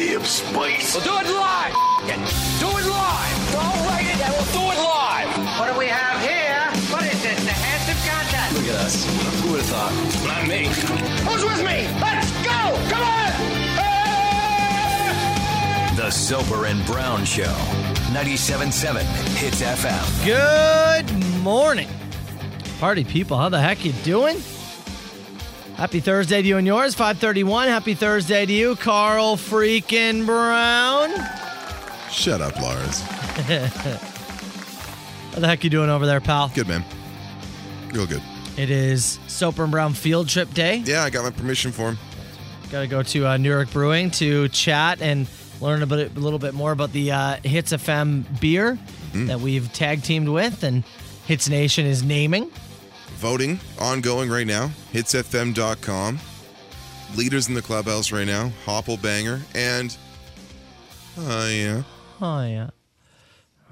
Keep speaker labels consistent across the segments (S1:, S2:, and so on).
S1: space.
S2: We'll do it live. Do it live. I'll write it and we'll do it live.
S3: What do we have here? What is this? The handsome contest.
S4: Look at us. Who would have thought?
S1: Not me.
S2: Who's with me? Let's go. Come on.
S4: The Sober and Brown Show. 97.7 Hits FM.
S5: Good morning, party people. How the heck you doing? Happy Thursday to you and yours. 531. Happy Thursday to you, Carl freaking Brown. How
S6: Shut up, Lars.
S5: the heck you doing over there, pal?
S6: Good, man. Real good.
S5: It is Soper and Brown Field Trip Day.
S6: Yeah, I got my permission form.
S5: Got to go to uh, Newark Brewing to chat and learn a, bit, a little bit more about the uh, Hits FM beer
S6: Mm-hmm.
S5: that we've tag teamed with and Hits Nation is naming.
S6: Voting ongoing right now. Hitsfm.com. Leaders in the clubhouse right now. Hopple Banger and. Oh, yeah.
S5: Oh yeah.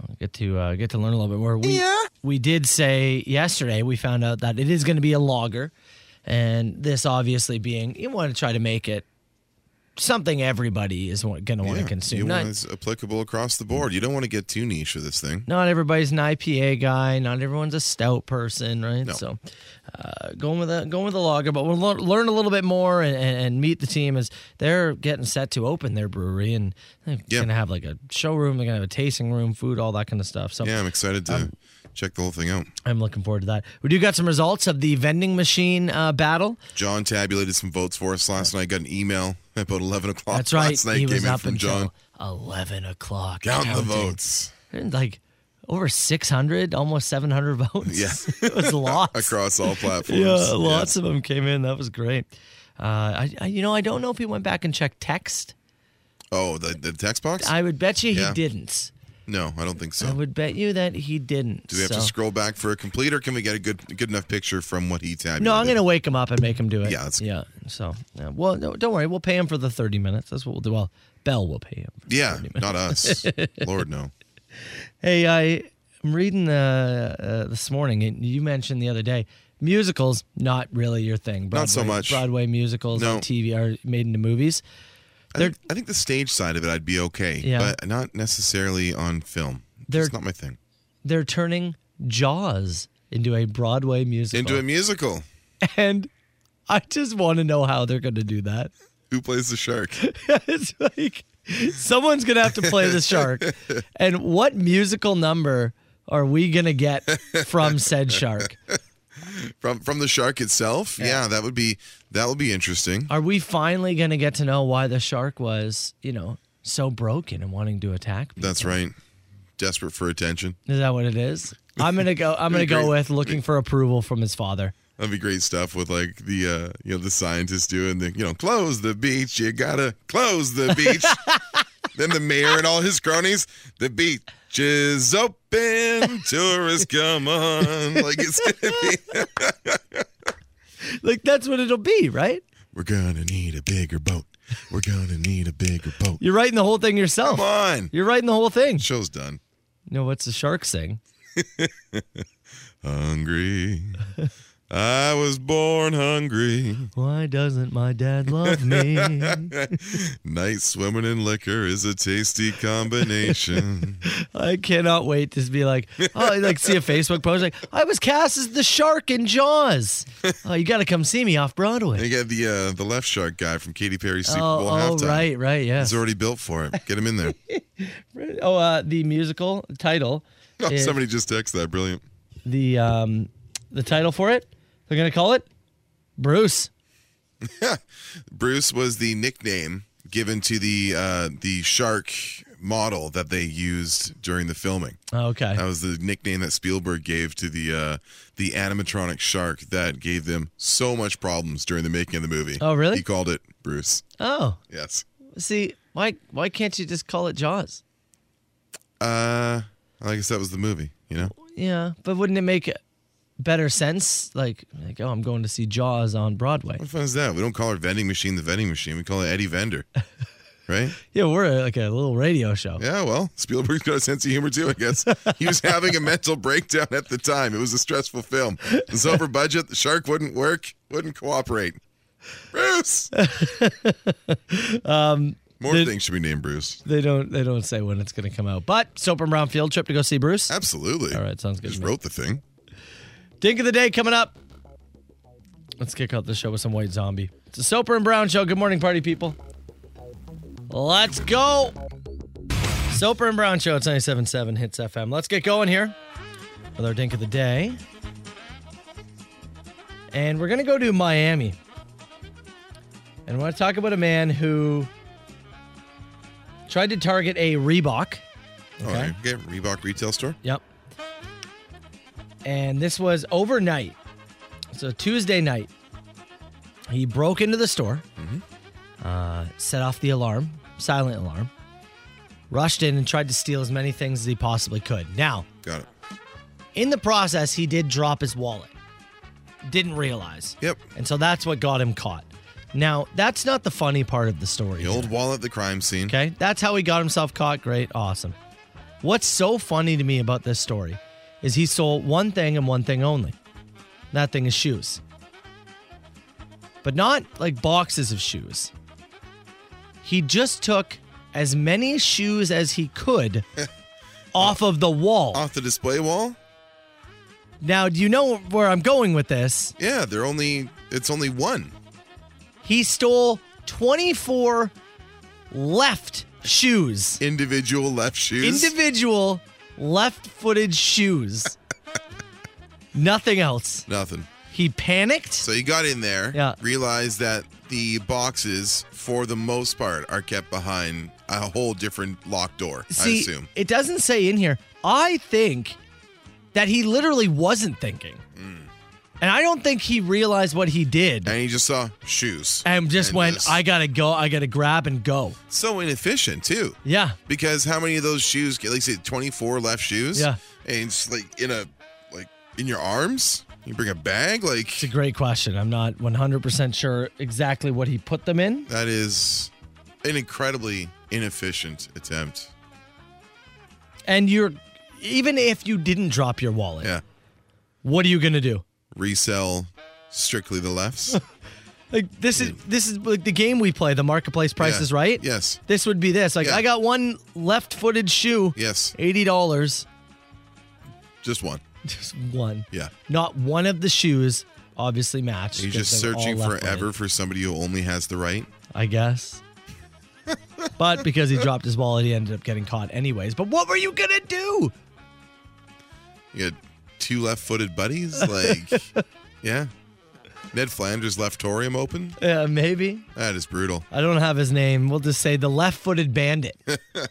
S5: I'll get to uh, get to learn a little bit more. We, we did say yesterday we found out that it is going to be a logger, and this obviously being you want to try to make it something everybody is going to want
S6: yeah.
S5: to consume.
S6: You
S5: Not,
S6: want it's applicable across the board. You don't want to get too niche with this thing.
S5: not everybody's an IPA guy. Not everyone's a stout person, right? So, uh, going with a going with a logger, but we'll lear- learn a little bit more and, and, and meet the team as they're getting set to open their brewery and they're
S6: Yeah.
S5: going to have like a showroom. They're going to have a tasting room, food, all that kind of stuff. So
S6: Yeah, I'm excited to
S5: Um,
S6: check the whole thing out.
S5: I'm looking forward to that. We do got some results of the vending machine uh, battle.
S6: John tabulated some votes for us last night. Got an email about 11 o'clock
S5: That's right.
S6: last night.
S5: he
S6: came
S5: was
S6: in
S5: up
S6: from
S5: until
S6: John.
S5: 11 o'clock.
S6: Count the
S5: counting.
S6: votes
S5: And, Like over 600, almost 700 votes.
S6: Yeah.
S5: it was lots.
S6: across all platforms.
S5: yeah, lots of them came in. That was great. Uh, I, I, you know, I don't know if he went back and checked text.
S6: Oh, the, the text box?
S5: I would bet you he
S6: Yeah.
S5: didn't.
S6: no, I don't think so.
S5: I would bet you that he didn't.
S6: Do we have to
S5: so-
S6: scroll back for a complete, or can we get a good good enough picture from what he tabulated?
S5: No, I'm going to wake him up and make him do it.
S6: Yeah, that's-
S5: yeah. So, yeah. well, no, don't worry. We'll pay him for the 30 minutes. That's what we'll do. Well, Bell will pay him.
S6: Yeah, not us. Lord, no.
S5: Hey, I, I'm reading uh, uh, this morning, and you mentioned the other day musicals, not really your thing. Broadway,
S6: Not so much.
S5: Broadway musicals
S6: No.
S5: on TV are made into movies.
S6: I
S5: They're-
S6: think, I think the stage side of it, I'd be okay,
S5: Yeah.
S6: but not necessarily on film.
S5: They're-
S6: it's not my thing.
S5: They're turning Jaws into a Broadway musical.
S6: Into a musical.
S5: and I just want to know how they're going to do that.
S6: Who plays the shark?
S5: it's like someone's gonna have to play the shark. And what musical number are we gonna get from said shark?
S6: From from the shark itself? Yeah, that would be that would be interesting.
S5: Are we finally gonna get to know why the shark was, you know, so broken and wanting to attack? people?
S6: That's right. Desperate for attention.
S5: Is that what it is? I'm gonna go. I'm gonna go with looking for approval from his father.
S6: That'd be great stuff with like the uh you know the scientists doing the you know close the beach you gotta close the beach. then the mayor and all his cronies the beach is open tourists come on like it's gonna be
S5: Like that's what it'll be, right?
S6: we're gonna need a bigger boat we're gonna need a bigger boat
S5: You're writing the whole thing yourself.
S6: come on
S5: You're writing the whole thing.
S6: show's done
S5: No, what's the shark sing?
S6: hungry I was born hungry
S5: Why doesn't my dad love me?
S6: night swimming in liquor is a tasty combination.
S5: I cannot wait to be like, oh, like see a Facebook post like, I was cast as the shark in Jaws. Oh, you got to come see me off Broadway.
S6: They got the uh, the left shark guy from Katy Perry's Super
S5: Oh,
S6: Bowl
S5: oh
S6: halftime.
S5: right, right, yeah.
S6: He's already built for it. Get him in there.
S5: Oh, uh, the musical title,
S6: Oh,
S5: is-
S6: somebody just texted that. Brilliant.
S5: the um, the title for it. They're gonna call it Bruce.
S6: Bruce was the nickname given to the uh, the shark model that they used during the filming.
S5: Oh, okay.
S6: That was the nickname that Spielberg gave to the uh, the animatronic shark that gave them so much problems during the making of the movie.
S5: Oh, really?
S6: He called it Bruce.
S5: Oh,
S6: Yes.
S5: see, why why can't you just call it Jaws?
S6: Uh, I guess that was the movie. You know.
S5: Yeah, but wouldn't it make better sense? Like, like, oh, I'm going to see Jaws on Broadway.
S6: What fun is that? We don't call our vending machine the vending machine. We call it Eddie Vender. right?
S5: Yeah, we're uh, like a little radio show.
S6: Yeah, well, Spielberg's got a sense of humor too, I guess. He was having a mental breakdown at the time. It was a stressful film. It was over budget. The shark wouldn't work, wouldn't cooperate. Bruce! More
S5: Um, Did-
S6: things should be named Bruce.
S5: They don't. They don't say when it's going to come out. But Soap and Brown field trip to go see
S6: Oh.
S5: Bruce.
S6: Absolutely.
S5: All right, sounds good.
S6: Just
S5: to me.
S6: wrote the thing.
S5: Dink of the day coming up. Let's kick out the show with some White Zombie. It's a Soper and Brown show. Good morning, party people. Let's go. Soper and Brown show. It's 97.7 Hits FM. Let's get going here with our Dink of the day. And we're going to go to Miami. And I want to talk about a man who tried to target a Reebok.
S6: Oh,
S5: Okay.
S6: okay. Reebok retail store.
S5: Yep. And this was overnight. So Tuesday night, he broke into the store, uh, set off the alarm, silent alarm, rushed in and tried to steal as many things as he possibly could. Now,
S6: Got it.
S5: in the process, he did drop his wallet. Didn't realize.
S6: Yep.
S5: And so that's what got him caught. Now, that's not the funny part of the story.
S6: The old wallet at the crime scene.
S5: Okay, that's how he got himself caught. Great, awesome. What's so funny to me about this story is he sold one thing and one thing only. That thing is shoes. But not like boxes of shoes. He just took as many shoes as he could off of the wall.
S6: Off the display wall.
S5: Now, do you know where I'm going with this?
S6: Yeah, they're only. It's only one.
S5: He stole 24 left shoes.
S6: Individual left shoes.
S5: individual left-footed shoes. Nothing else.
S6: Nothing.
S5: He panicked.
S6: So you got in there,
S5: Yeah.
S6: realized that the boxes, for the most part, are kept behind a whole different locked door, I
S5: See,
S6: assume.
S5: it doesn't say in here. I think that he literally wasn't thinking, and I don't think he realized what he did,
S6: Hmm. And you just saw shoes.
S5: and just went,
S6: just-
S5: "I gotta go. I gotta grab and go."
S6: So inefficient, too.
S5: Yeah,
S6: Because how many of those shoes, like say 24 left shoes?
S5: Yeah.
S6: And it's like in a, like in your arms? You bring a bag? Like
S5: it's a great question. I'm not 100 percent sure exactly what he put them in.
S6: that is an incredibly inefficient attempt.
S5: And you're, even if you didn't drop your wallet,
S6: Yeah.
S5: what are you gonna do?
S6: Resell strictly the lefts.
S5: Like this is this is like the game we play, the marketplace prices,
S6: Yeah.
S5: right?
S6: Yes.
S5: This would be this. Like
S6: Yeah.
S5: I got one left-footed shoe,
S6: Yes.
S5: eighty dollars,
S6: Just one.
S5: just one.
S6: Yeah.
S5: Not one of the shoes obviously matched.
S6: He's
S5: 'cause
S6: just
S5: they're all
S6: searching
S5: left-footed,
S6: forever for somebody who only has the right.
S5: I guess. but because he dropped his wallet, he ended up getting caught anyways. But what were you gonna do?
S6: You got two left footed buddies. Like, yeah. Ned Flanders left Torium open.
S5: Uh, maybe
S6: That is brutal.
S5: I don't have his name. We'll just say the left-footed bandit.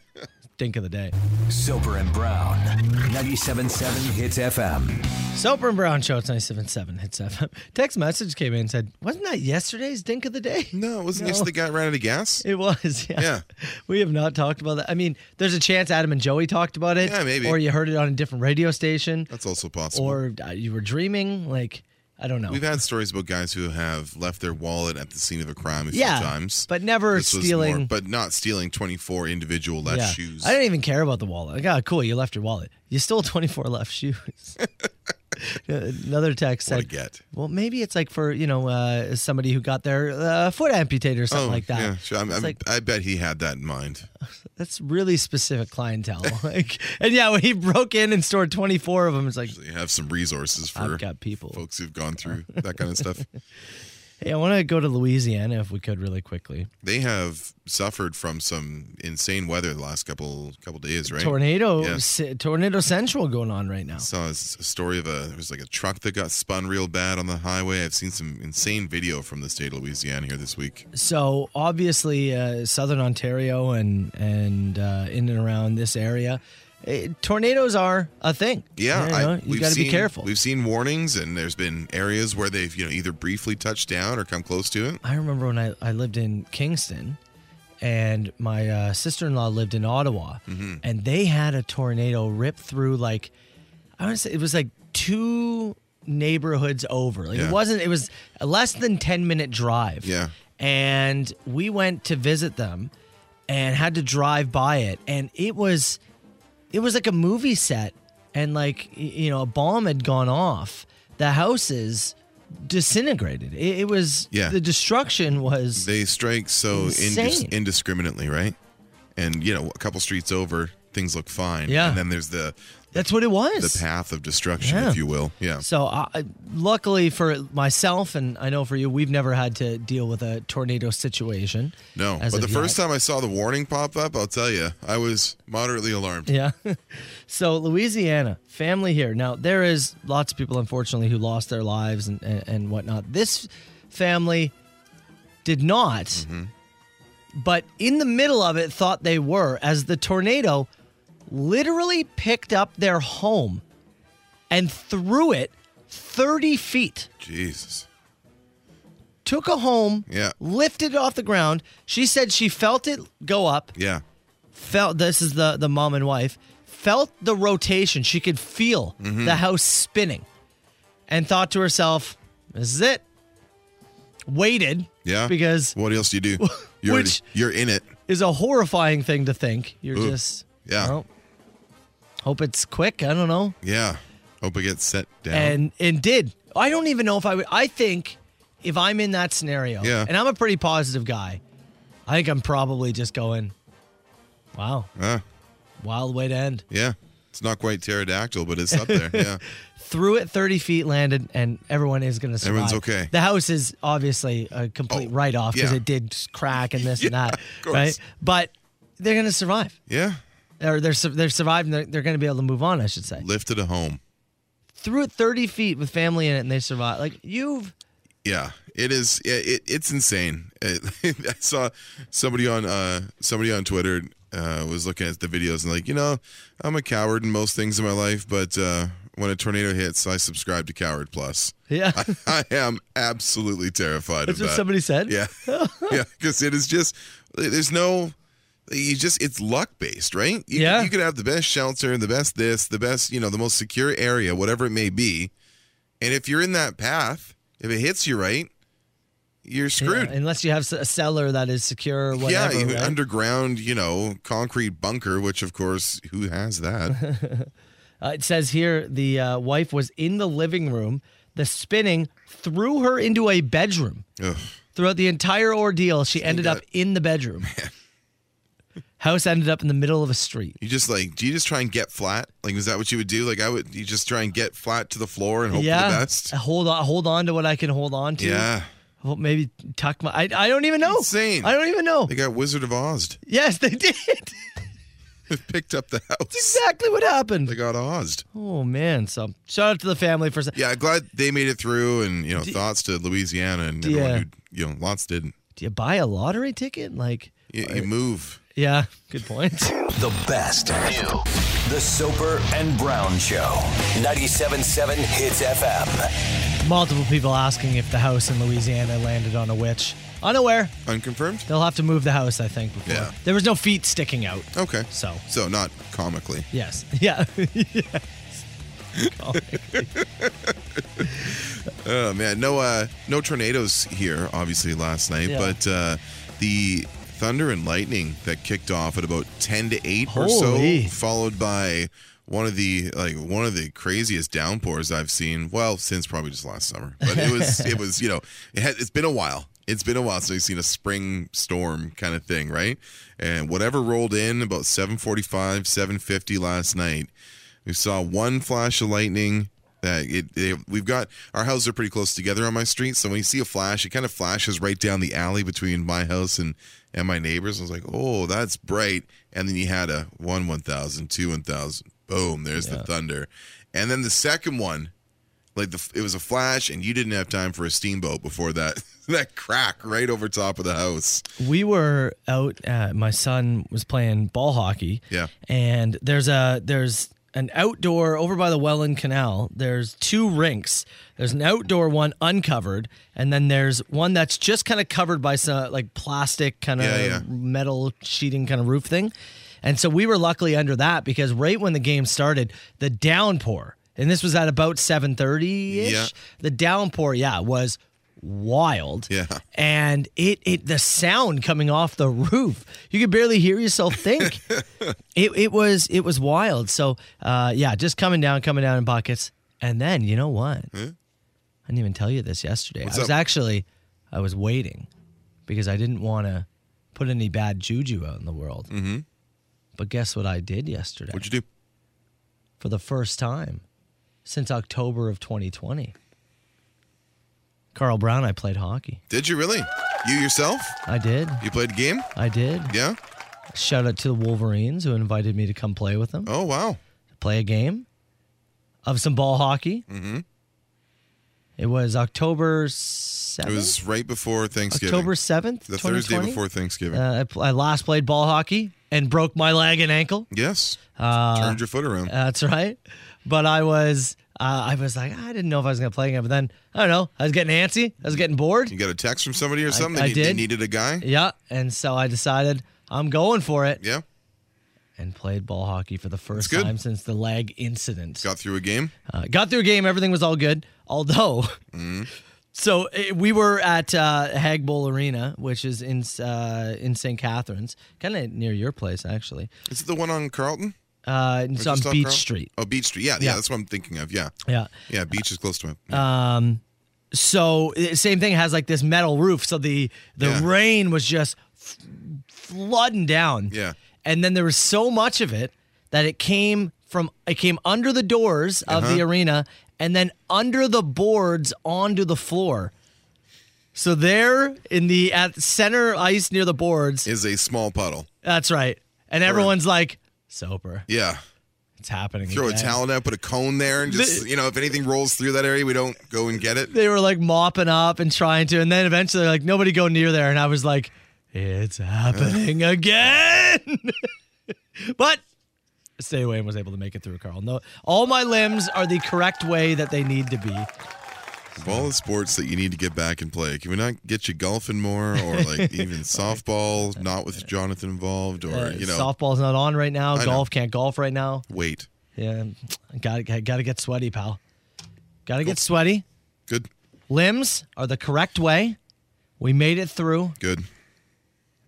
S5: Think of the day.
S4: Soper and Brown. 97.7 Hits FM.
S5: Soper and Brown Show. It's 97.7 Hits FM. Text message came in and said, "Wasn't that yesterday's dink of the day?"
S6: No, wasn't
S5: No.
S6: yesterday the guy ran out of gas?
S5: It was, yeah.
S6: Yeah.
S5: We have not talked about that. I mean, there's a chance Adam and Joey talked about it.
S6: Yeah, maybe.
S5: Or you heard it on a different radio station,
S6: That's also possible.
S5: or uh, you were dreaming. Like, I don't know.
S6: We've had stories about guys who have left their wallet at the scene of a crime a few
S5: yeah,
S6: times.
S5: but never
S6: This was
S5: stealing.
S6: more- but not stealing 24 individual left
S5: yeah.
S6: shoes.
S5: I didn't even care about the wallet. Like, ah, cool, you left your wallet. You stole 24 left shoes. Another text
S6: What a
S5: said,
S6: get.
S5: "Well, maybe it's like for you know uh, somebody who got their uh, foot amputated or something like that.
S6: Oh, yeah. Sure. I'm,
S5: It's
S6: I'm,
S5: like-
S6: I bet he had that in mind.
S5: That's really specific clientele. like, and yeah, when he broke in and stored 24 of them, it's like,
S6: So you have some resources for
S5: I've got people.
S6: folks who've gone through that kind of stuff.
S5: Hey, I want to go to Louisiana if we could, really quickly.
S6: They have suffered from some insane weather the last couple couple days, right?
S5: Tornado,
S6: Yes.
S5: se- tornado central going on right now.
S6: saw a s- a story of a there was like a truck that got spun real bad on the highway. I've seen some insane video from the state of Louisiana here this week.
S5: So obviously, uh, southern Ontario and and uh, in and around this area, eh, tornadoes are a thing.
S6: Yeah,
S5: you,
S6: I-
S5: know,
S6: we've
S5: you got to be
S6: seen-
S5: careful.
S6: We've seen warnings, and there's been areas where they've you know either briefly touched down or come close to it.
S5: I remember when I, I lived in Kingston and my uh, sister in law lived in Ottawa
S6: Mm-hmm.
S5: and they had a tornado rip through like, I want to say it was like two neighborhoods over. Like
S6: Yeah.
S5: it wasn't, it was a less than 10 minute drive.
S6: Yeah.
S5: And we went to visit them and had to drive by it. And it was, it was like a movie set and like, y- you know, a bomb had gone off. The houses disintegrated. It, it was
S6: Yeah.
S5: the destruction was
S6: They strike so indis-
S5: Insane.
S6: indiscriminately, right? And you know, a couple streets over, things look fine.
S5: Yeah.
S6: And then there's the
S5: that's what it was.
S6: the path of destruction,
S5: Yeah.
S6: if you will. Yeah.
S5: So, I, I- luckily for myself, and I know for you, we've never had to deal with a tornado situation.
S6: No,
S5: as
S6: but the
S5: of
S6: first
S5: yet.
S6: time I saw the warning pop up, I'll tell you, I was moderately alarmed.
S5: Yeah. so, Louisiana, family here. Now, there is lots of people, unfortunately, who lost their lives and, and, and whatnot. This family did not, but in the middle of it, thought they were, as the tornado literally picked up their home and threw it 30 feet.
S6: Jesus.
S5: took a home,
S6: Yeah.
S5: lifted it off the ground. She said she felt it go up,
S6: Yeah.
S5: felt this is the the mom and wife, felt the rotation. She could feel
S6: Mm-hmm.
S5: the house spinning and thought to herself, this is it. Waited.
S6: Yeah.
S5: Because
S6: what else do you do? You're already-
S5: Which-
S6: you're in it.
S5: is a horrifying thing to think. You're
S6: Ooh,
S5: just
S6: yeah.
S5: well, hope it's quick. I don't know.
S6: Yeah. Hope it gets set down.
S5: and and did. I don't even know if I would. I think if I'm in that scenario,
S6: Yeah.
S5: and I'm a pretty positive guy, I think I'm probably just going, "Wow,
S6: Ah,
S5: wild way to end."
S6: yeah. It's not quite pterodactyl, but it's up there. Yeah.
S5: Threw it 30 feet, landed, and everyone is going to survive.
S6: Everyone's okay.
S5: The house is obviously a complete
S6: Oh,
S5: write-off because
S6: yeah.
S5: it did crack and this and
S6: Yeah,
S5: that,
S6: of course.
S5: right? But they're going to survive.
S6: Yeah.
S5: Or they're su- they're surviving. They're, they're going to be able to move on. I should say.
S6: Lifted a home.
S5: Threw it 30 feet with family in it, and they survived. Like you've
S6: Yeah, it is. yeah, It, it's insane. It, I saw somebody on uh, somebody on Twitter uh, was looking at the videos and like, you know, I'm a coward in most things in my life, but uh, when a tornado hits, I subscribe to Coward Plus.
S5: yeah.
S6: I, I am absolutely terrified
S5: That's
S6: of
S5: what
S6: that.
S5: somebody said.
S6: yeah, yeah, because it is just there's no. You just it's luck based, right? You,
S5: Yeah.
S6: You could have the best shelter, the best this, the best you know, the most secure area, whatever it may be, and if you're in that path, if it hits you right, you're screwed.
S5: Yeah, unless you have s- a cellar that is secure or
S6: Yeah,
S5: whatever.
S6: you-
S5: right?
S6: underground, you know, concrete bunker, which of course, who has that?
S5: Uh, it says here the uh, wife was in the living room. The spinning threw her into a bedroom.
S6: Ugh.
S5: Throughout the entire ordeal, she ended
S6: got-
S5: up in the bedroom. House ended up in the middle of a street.
S6: You just like, do you just try and get flat? Like, is that what you would do? Like, I would, you just try and get flat to the floor and hope for the
S5: yeah,
S6: best.
S5: hold on, hold on to what I can hold on to.
S6: Yeah,
S5: Well, maybe tuck my. I, I don't even know.
S6: Insane.
S5: I don't even know.
S6: they got Wizard of Oz.
S5: yes, they did.
S6: picked up the house.
S5: exactly what happened.
S6: They got Ozed.
S5: oh man! So shout out to the family for.
S6: Yeah, glad they made it through, and you know, thoughts to Louisiana and
S5: Yeah.
S6: everyone who, you know, lots didn't.
S5: Do you buy a lottery ticket? Like,
S6: You, you move.
S5: yeah, good point.
S4: The best. New. The Soper and Brown Show. 97.7 Hits FM.
S5: Multiple people asking if the house in Louisiana landed on a witch. Unaware.
S6: Unconfirmed.
S5: They'll have to move the house, I think, before.
S6: Yeah.
S5: There was no feet sticking out.
S6: Okay.
S5: So,
S6: So not comically.
S5: yes. Yeah. yes.
S6: Oh man, no, uh, no tornadoes here, obviously last night,
S5: Yeah.
S6: but uh, the thunder and lightning that kicked off at about ten to eight or
S5: Holy.
S6: so, followed by one of the like one of the craziest downpours I've seen. Well, since probably just last summer, but it was it was you know it had, it's been a while. It's been a while since we've seen a spring storm kind of thing, right? And whatever rolled in about 7:45, 7:50 last night, we saw one flash of lightning. That it, it- we've got our houses are pretty close together on my street, so when you see a flash, it kind of flashes right down the alley between my house and and my neighbors. I was like, oh, that's bright. And then you had a one one thousand, two one thousand, boom, there's the thunder. And then the second one, like the it was a flash, and you didn't have time for a steamboat before that that crack right over top of the house.
S5: we were out uh, my son was playing ball hockey
S6: Yeah.
S5: and there's a there's an outdoor over by the welland canal there's two rinks there's an outdoor one uncovered and then there's one that's just kind of covered by some like plastic kind of
S6: Yeah, yeah.
S5: metal sheeting kind of roof thing and so we were luckily under that because right when the game started the downpour and this was at about 7.30ish
S6: Yeah.
S5: the downpour yeah was wild
S6: Yeah.
S5: and it it the sound coming off the roof you could barely hear yourself think it, it was it was wild so uh yeah just coming down coming down in buckets and then you know what I didn't even tell you this yesterday.
S6: What's
S5: I was
S6: up?
S5: actually, I was waiting because I didn't want to put any bad juju out in the world. Mm-hmm. But guess what I did yesterday?
S6: What'd you do?
S5: for the first time since October of 2020. Carl Brown, I played hockey.
S6: Did you really? You yourself?
S5: I did.
S6: You played a game?
S5: I did.
S6: Yeah.
S5: Shout out to the Wolverines who invited me to come play with them,
S6: Oh wow.
S5: play a game of some ball hockey. Mm-hmm. It was October 7th.
S6: It was right before Thanksgiving.
S5: October 7th,
S6: the
S5: 2020.
S6: Thursday before Thanksgiving.
S5: Uh, I, pl- I last played ball hockey and broke my leg and ankle.
S6: yes.
S5: uh,
S6: Turned your foot around.
S5: That's right. But I was, uh, I was like, I didn't know if I was gonna play again. But then I don't know. I was getting antsy. I was getting bored.
S6: you got a text from somebody or something?
S5: I
S6: they, they
S5: did.
S6: needed a guy?
S5: Yeah, and so I decided I'm going for it
S6: Yeah.
S5: and played ball hockey for the first
S6: good.
S5: time since the leg incident.
S6: Got through a game.
S5: Uh, got through a game. Everything was all good. Although,
S6: Mm-hmm.
S5: so eh, we were at uh, Hag Bowl Arena, which is in uh, in St. Catharines, kind of near your place actually.
S6: Is it the one on Carlton?
S5: Uh, and
S6: Or
S5: it's on
S6: just off
S5: Beach
S6: Carlton?
S5: Street.
S6: Oh, Beach Street. Yeah, yeah,
S5: Yeah. Uh,
S6: that's what I'm thinking of. Yeah.
S5: Yeah.
S6: Yeah, Beach is close to it.
S5: so eh, same thing it has like this metal roof so the the
S6: Yeah.
S5: rain was just f- flooding down
S6: Yeah.
S5: and then there was so much of it that it came from it came under the doors of
S6: Uh-huh.
S5: the arena and then under the boards onto the floor so there in the at center ice near the boards
S6: is a small puddle.
S5: that's right and everyone's like sober
S6: Yeah.
S5: it's happening
S6: Throw a
S5: again."
S6: towel down, put a cone there, and just, you know, if anything rolls through that area, we don't go and get it.
S5: they were like mopping up and trying to, and then eventually like nobody go near there, and I was like, it's happening again. but stay away and was able to make it through, Carl. No, all my limbs are the correct way that they need to be.
S6: Of all the sports that you need to get back and play, can we not get you golfing more or like even softball, not with Jonathan involved or,
S5: Uh,
S6: you know,
S5: softball's not on right now.
S6: know.
S5: golf can't golf right now.
S6: wait.
S5: Yeah, got to got to get sweaty, pal. Got to get sweaty.
S6: Good.
S5: Limbs are the correct way. We made it through.
S6: Good.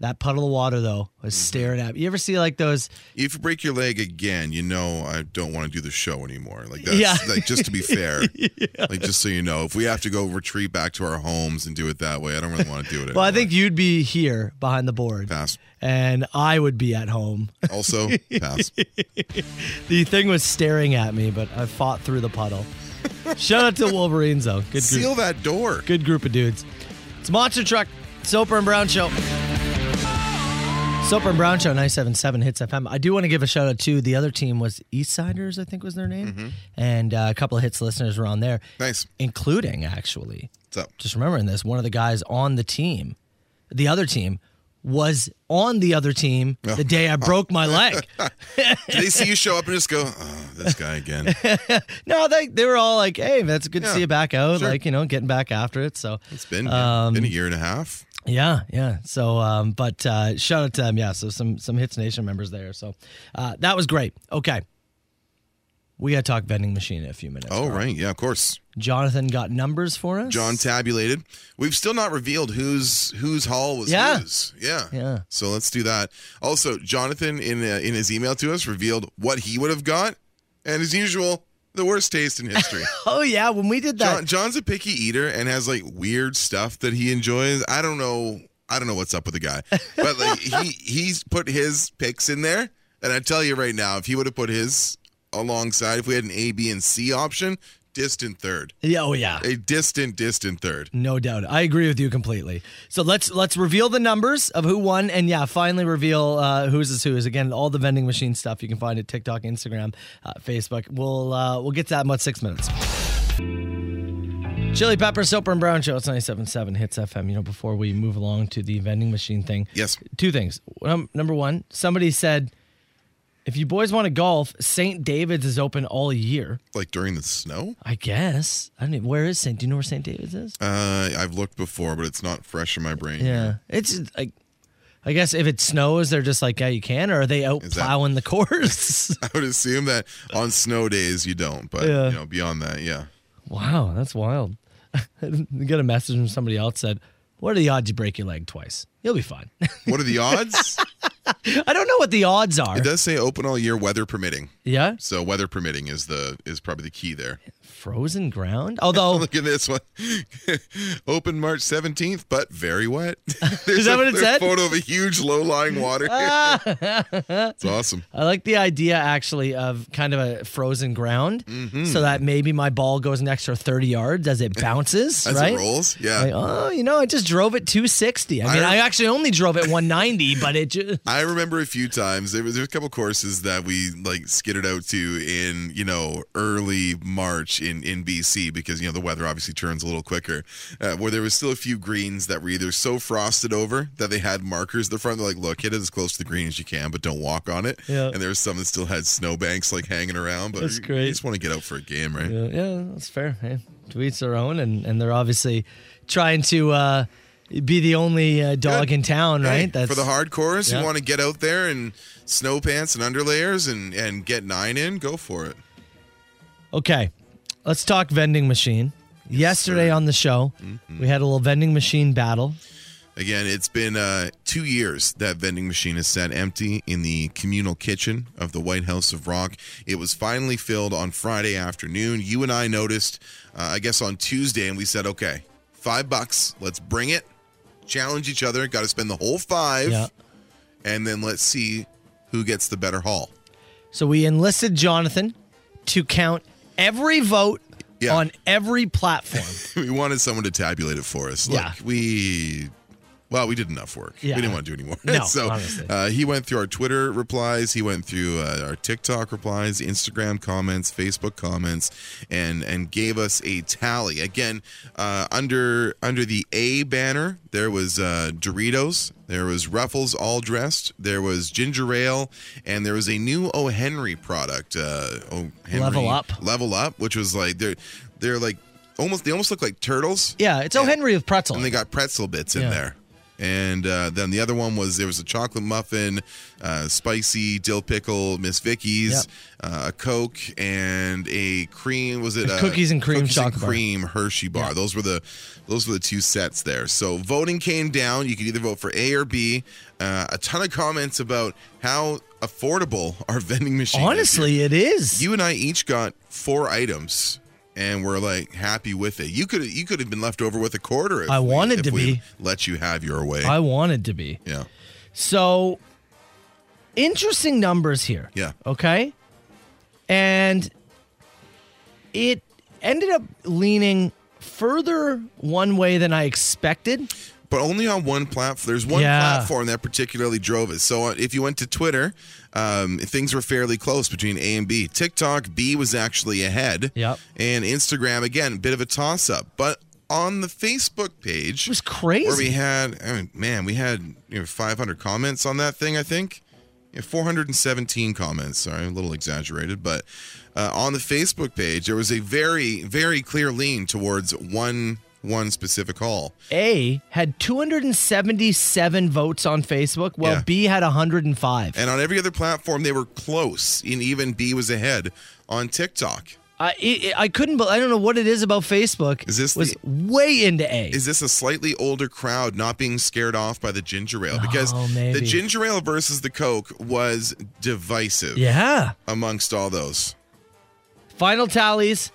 S5: That puddle of water though was
S6: Mm-hmm.
S5: staring at me. You ever see like those
S6: If you break your leg again, you know I don't want to do the show anymore. Like that's
S5: Yeah.
S6: like just to be fair. Like just so you know, if we have to go retreat back to our homes and do it that way, I don't really want to do it.
S5: Well, I
S6: anymore.
S5: think you'd be here behind the board,
S6: pass.
S5: and I would be at home.
S6: Also pass.
S5: the thing was staring at me, but I fought through the puddle. Shout out to Wolverines, though. Good
S6: Seal
S5: group,
S6: that door.
S5: good group of dudes. It's Monster Truck, Soper and Brown Show. Soper and Brown Show, 977 Hits FM. I do want to give a shout out to the other team was Eastsiders, I think was their name, and uh, a couple of Hits listeners were on there,
S6: Nice.
S5: including actually
S6: What's up?
S5: just remembering this one of the guys on the team the other team was on the other team
S6: Oh.
S5: the day i broke my leg
S6: Did they see you show up and just go, oh, this guy again?
S5: no they, they were all like hey that's good to
S6: Yeah,
S5: see you back out
S6: sure.
S5: like you know getting back after it so
S6: It's been
S5: Um,
S6: been a year and a half.
S5: yeah yeah so um but uh shout out to them yeah so some some hits nation members there so uh that was great okay we gotta talk vending machine in a few minutes
S6: Oh
S5: Carl.
S6: right, yeah, of course.
S5: jonathan got numbers for us
S6: John tabulated. We've still not revealed whose whose haul was
S5: Yeah.
S6: whose. Yeah.
S5: Yeah.
S6: So let's do that. Also, Jonathan in uh, in his email to us revealed what he would have got, and as usual, the worst taste in history.
S5: oh yeah when we did that
S6: John, John's a picky eater and has like weird stuff that he enjoys. I don't know. I don't know what's up with the guy, but like he he's put his picks in there, and I tell you right now, if he would have put his alongside, if we had an A, B, and C option, distant third,
S5: yeah oh yeah
S6: a distant, distant third.
S5: No doubt. I agree with you completely. So let's let's reveal the numbers of who won and yeah, finally reveal uh, whose is whose. Again, all the vending machine stuff you can find at TikTok, Instagram, uh, Facebook. We'll uh, we'll get to that in about six minutes. Chili Pepper, Soper and Brown Show. It's 97.7 Hits FM. You know, before we move along to the vending machine thing.
S6: Yes.
S5: Two things. Um, number one, somebody said, if you boys want to golf, St. David's is open all year.
S6: Like during the snow,
S5: I guess. I don't even, where is St. Do you know where St. David's is?
S6: uh, I've looked before, but it's not fresh in my brain.
S5: Yeah, it's like, I guess if it snows, they're just like, yeah, you can, or are they out
S6: Is that-
S5: plowing the course?
S6: I would assume that on snow days you don't, but
S5: Yeah.
S6: you know beyond that, yeah.
S5: wow, that's wild. you got a message from somebody else said, "What are the odds you break your leg twice? You'll be fine."
S6: What are the odds?
S5: I don't know what the odds are.
S6: It does say open all year, weather permitting.
S5: Yeah,
S6: So weather permitting is the is probably the key there.
S5: frozen ground. Although,
S6: Look at this one. Open March 17th, but very wet. There's
S5: that
S6: a-
S5: what it
S6: there's a
S5: said?
S6: Photo of a huge low-lying water. it's awesome.
S5: I like the idea actually of kind of a frozen ground,
S6: Mm-hmm.
S5: so that maybe my ball goes an extra thirty yards as it bounces.
S6: As
S5: right?
S6: it rolls, yeah.
S5: Like, oh, you know, I just drove it 260. I mean,
S6: I-
S5: I, actually only drove it 190, but it just
S6: I remember a few times there was, there was a couple courses that we like skidded out to in you know early March in in BC because you know the weather obviously turns a little quicker, uh, where there was still a few greens that were either so frosted over that they had markers at the front. They're like, look, hit it as close to the green as you can, but don't walk on it.
S5: Yeah.
S6: And there was some that still had snowbanks like hanging around, but
S5: That's
S6: you-
S5: great.
S6: you just want to get out for a game, right?
S5: Yeah, yeah, that's fair. Hey, to each their own, and, and they're obviously trying to uh, be the only uh, dog
S6: Good.
S5: in town,
S6: Hey,
S5: right?
S6: for the hardcores
S5: Yeah.
S6: who want to get out there in snow pants and underlayers and and get nine in, go for it.
S5: Okay, let's talk vending machine. Yesterday
S6: sir. Mm-hmm.
S5: on the show, we had a little vending machine battle.
S6: Again, it's been uh, two years that vending machine has sat empty in the communal kitchen of the White House of Rock. It was finally filled on Friday afternoon. You and I noticed, uh, I guess, on Tuesday, and we said, okay, five bucks, let's bring it, challenge each other, got to spend the whole five,
S5: Yeah.
S6: and then let's see who gets the better haul.
S5: So we enlisted Jonathan to count every vote
S6: Yeah.
S5: on every platform.
S6: we wanted someone to tabulate it for us. Look,
S5: Yeah.
S6: we well, we did enough work.
S5: Yeah.
S6: We didn't want to do any more.
S5: No,
S6: so
S5: honestly.
S6: Uh, he went through our Twitter replies, he went through uh, our TikTok replies, Instagram comments, Facebook comments, and and gave us a tally. Again, uh, under under the A banner, there was uh, Doritos, there was Ruffles all dressed, there was ginger ale, and there was a new O Henry product. Uh, o Henry
S5: Level Up.
S6: Level Up, which was like they're they're like almost they almost look like turtles.
S5: yeah, it's O. Henry with pretzel.
S6: And they got pretzel bits in
S5: Yeah.
S6: there. And uh, then the other one was there was a chocolate muffin, uh, spicy dill pickle, Miss Vicky's,
S5: Yep.
S6: uh, a Coke, and a cream. Was it uh,
S5: A cookies and cream
S6: cookies and
S5: chocolate bar.
S6: cream Hershey bar? Those were the those were the two sets there. So voting came down. You could either vote for A or B. Uh, a ton of comments about how affordable our vending machine. is here.
S5: Honestly, it is.
S6: You and I each got four items, and we're like happy with it. You could you could have been left over with a quarter. If
S5: I
S6: we-
S5: wanted
S6: if
S5: to
S6: we
S5: be.
S6: Let you have your way.
S5: I wanted to be.
S6: yeah,
S5: So interesting numbers here.
S6: Yeah.
S5: Okay. And it ended up leaning further one way than I expected.
S6: but only on one platform. There's one
S5: Yeah.
S6: platform that particularly drove us. So uh, if you went to Twitter, um, things were fairly close between A and B. TikTok B was actually ahead.
S5: Yep.
S6: And Instagram again, bit of a toss up, but. On the Facebook page,
S5: It was crazy.
S6: where we had, I mean, man, we had you know 500 comments on that thing. I think Yeah, 417 comments. Sorry, a little exaggerated, but uh, on the Facebook page, there was a very, very clear lean towards one one specific haul.
S5: A had 277 votes on Facebook, while
S6: Yeah.
S5: B had 105.
S6: And on every other platform, they were close, and even B was ahead on TikTok.
S5: I, it, I couldn't. bel- I don't know what it is about Facebook.
S6: Is this
S5: was
S6: the-
S5: way into A?
S6: Is this a slightly older crowd not being scared off by the ginger ale? Because
S5: Oh,
S6: the
S5: maybe.
S6: ginger ale versus the Coke was divisive
S5: yeah.
S6: amongst all those.
S5: Final tallies.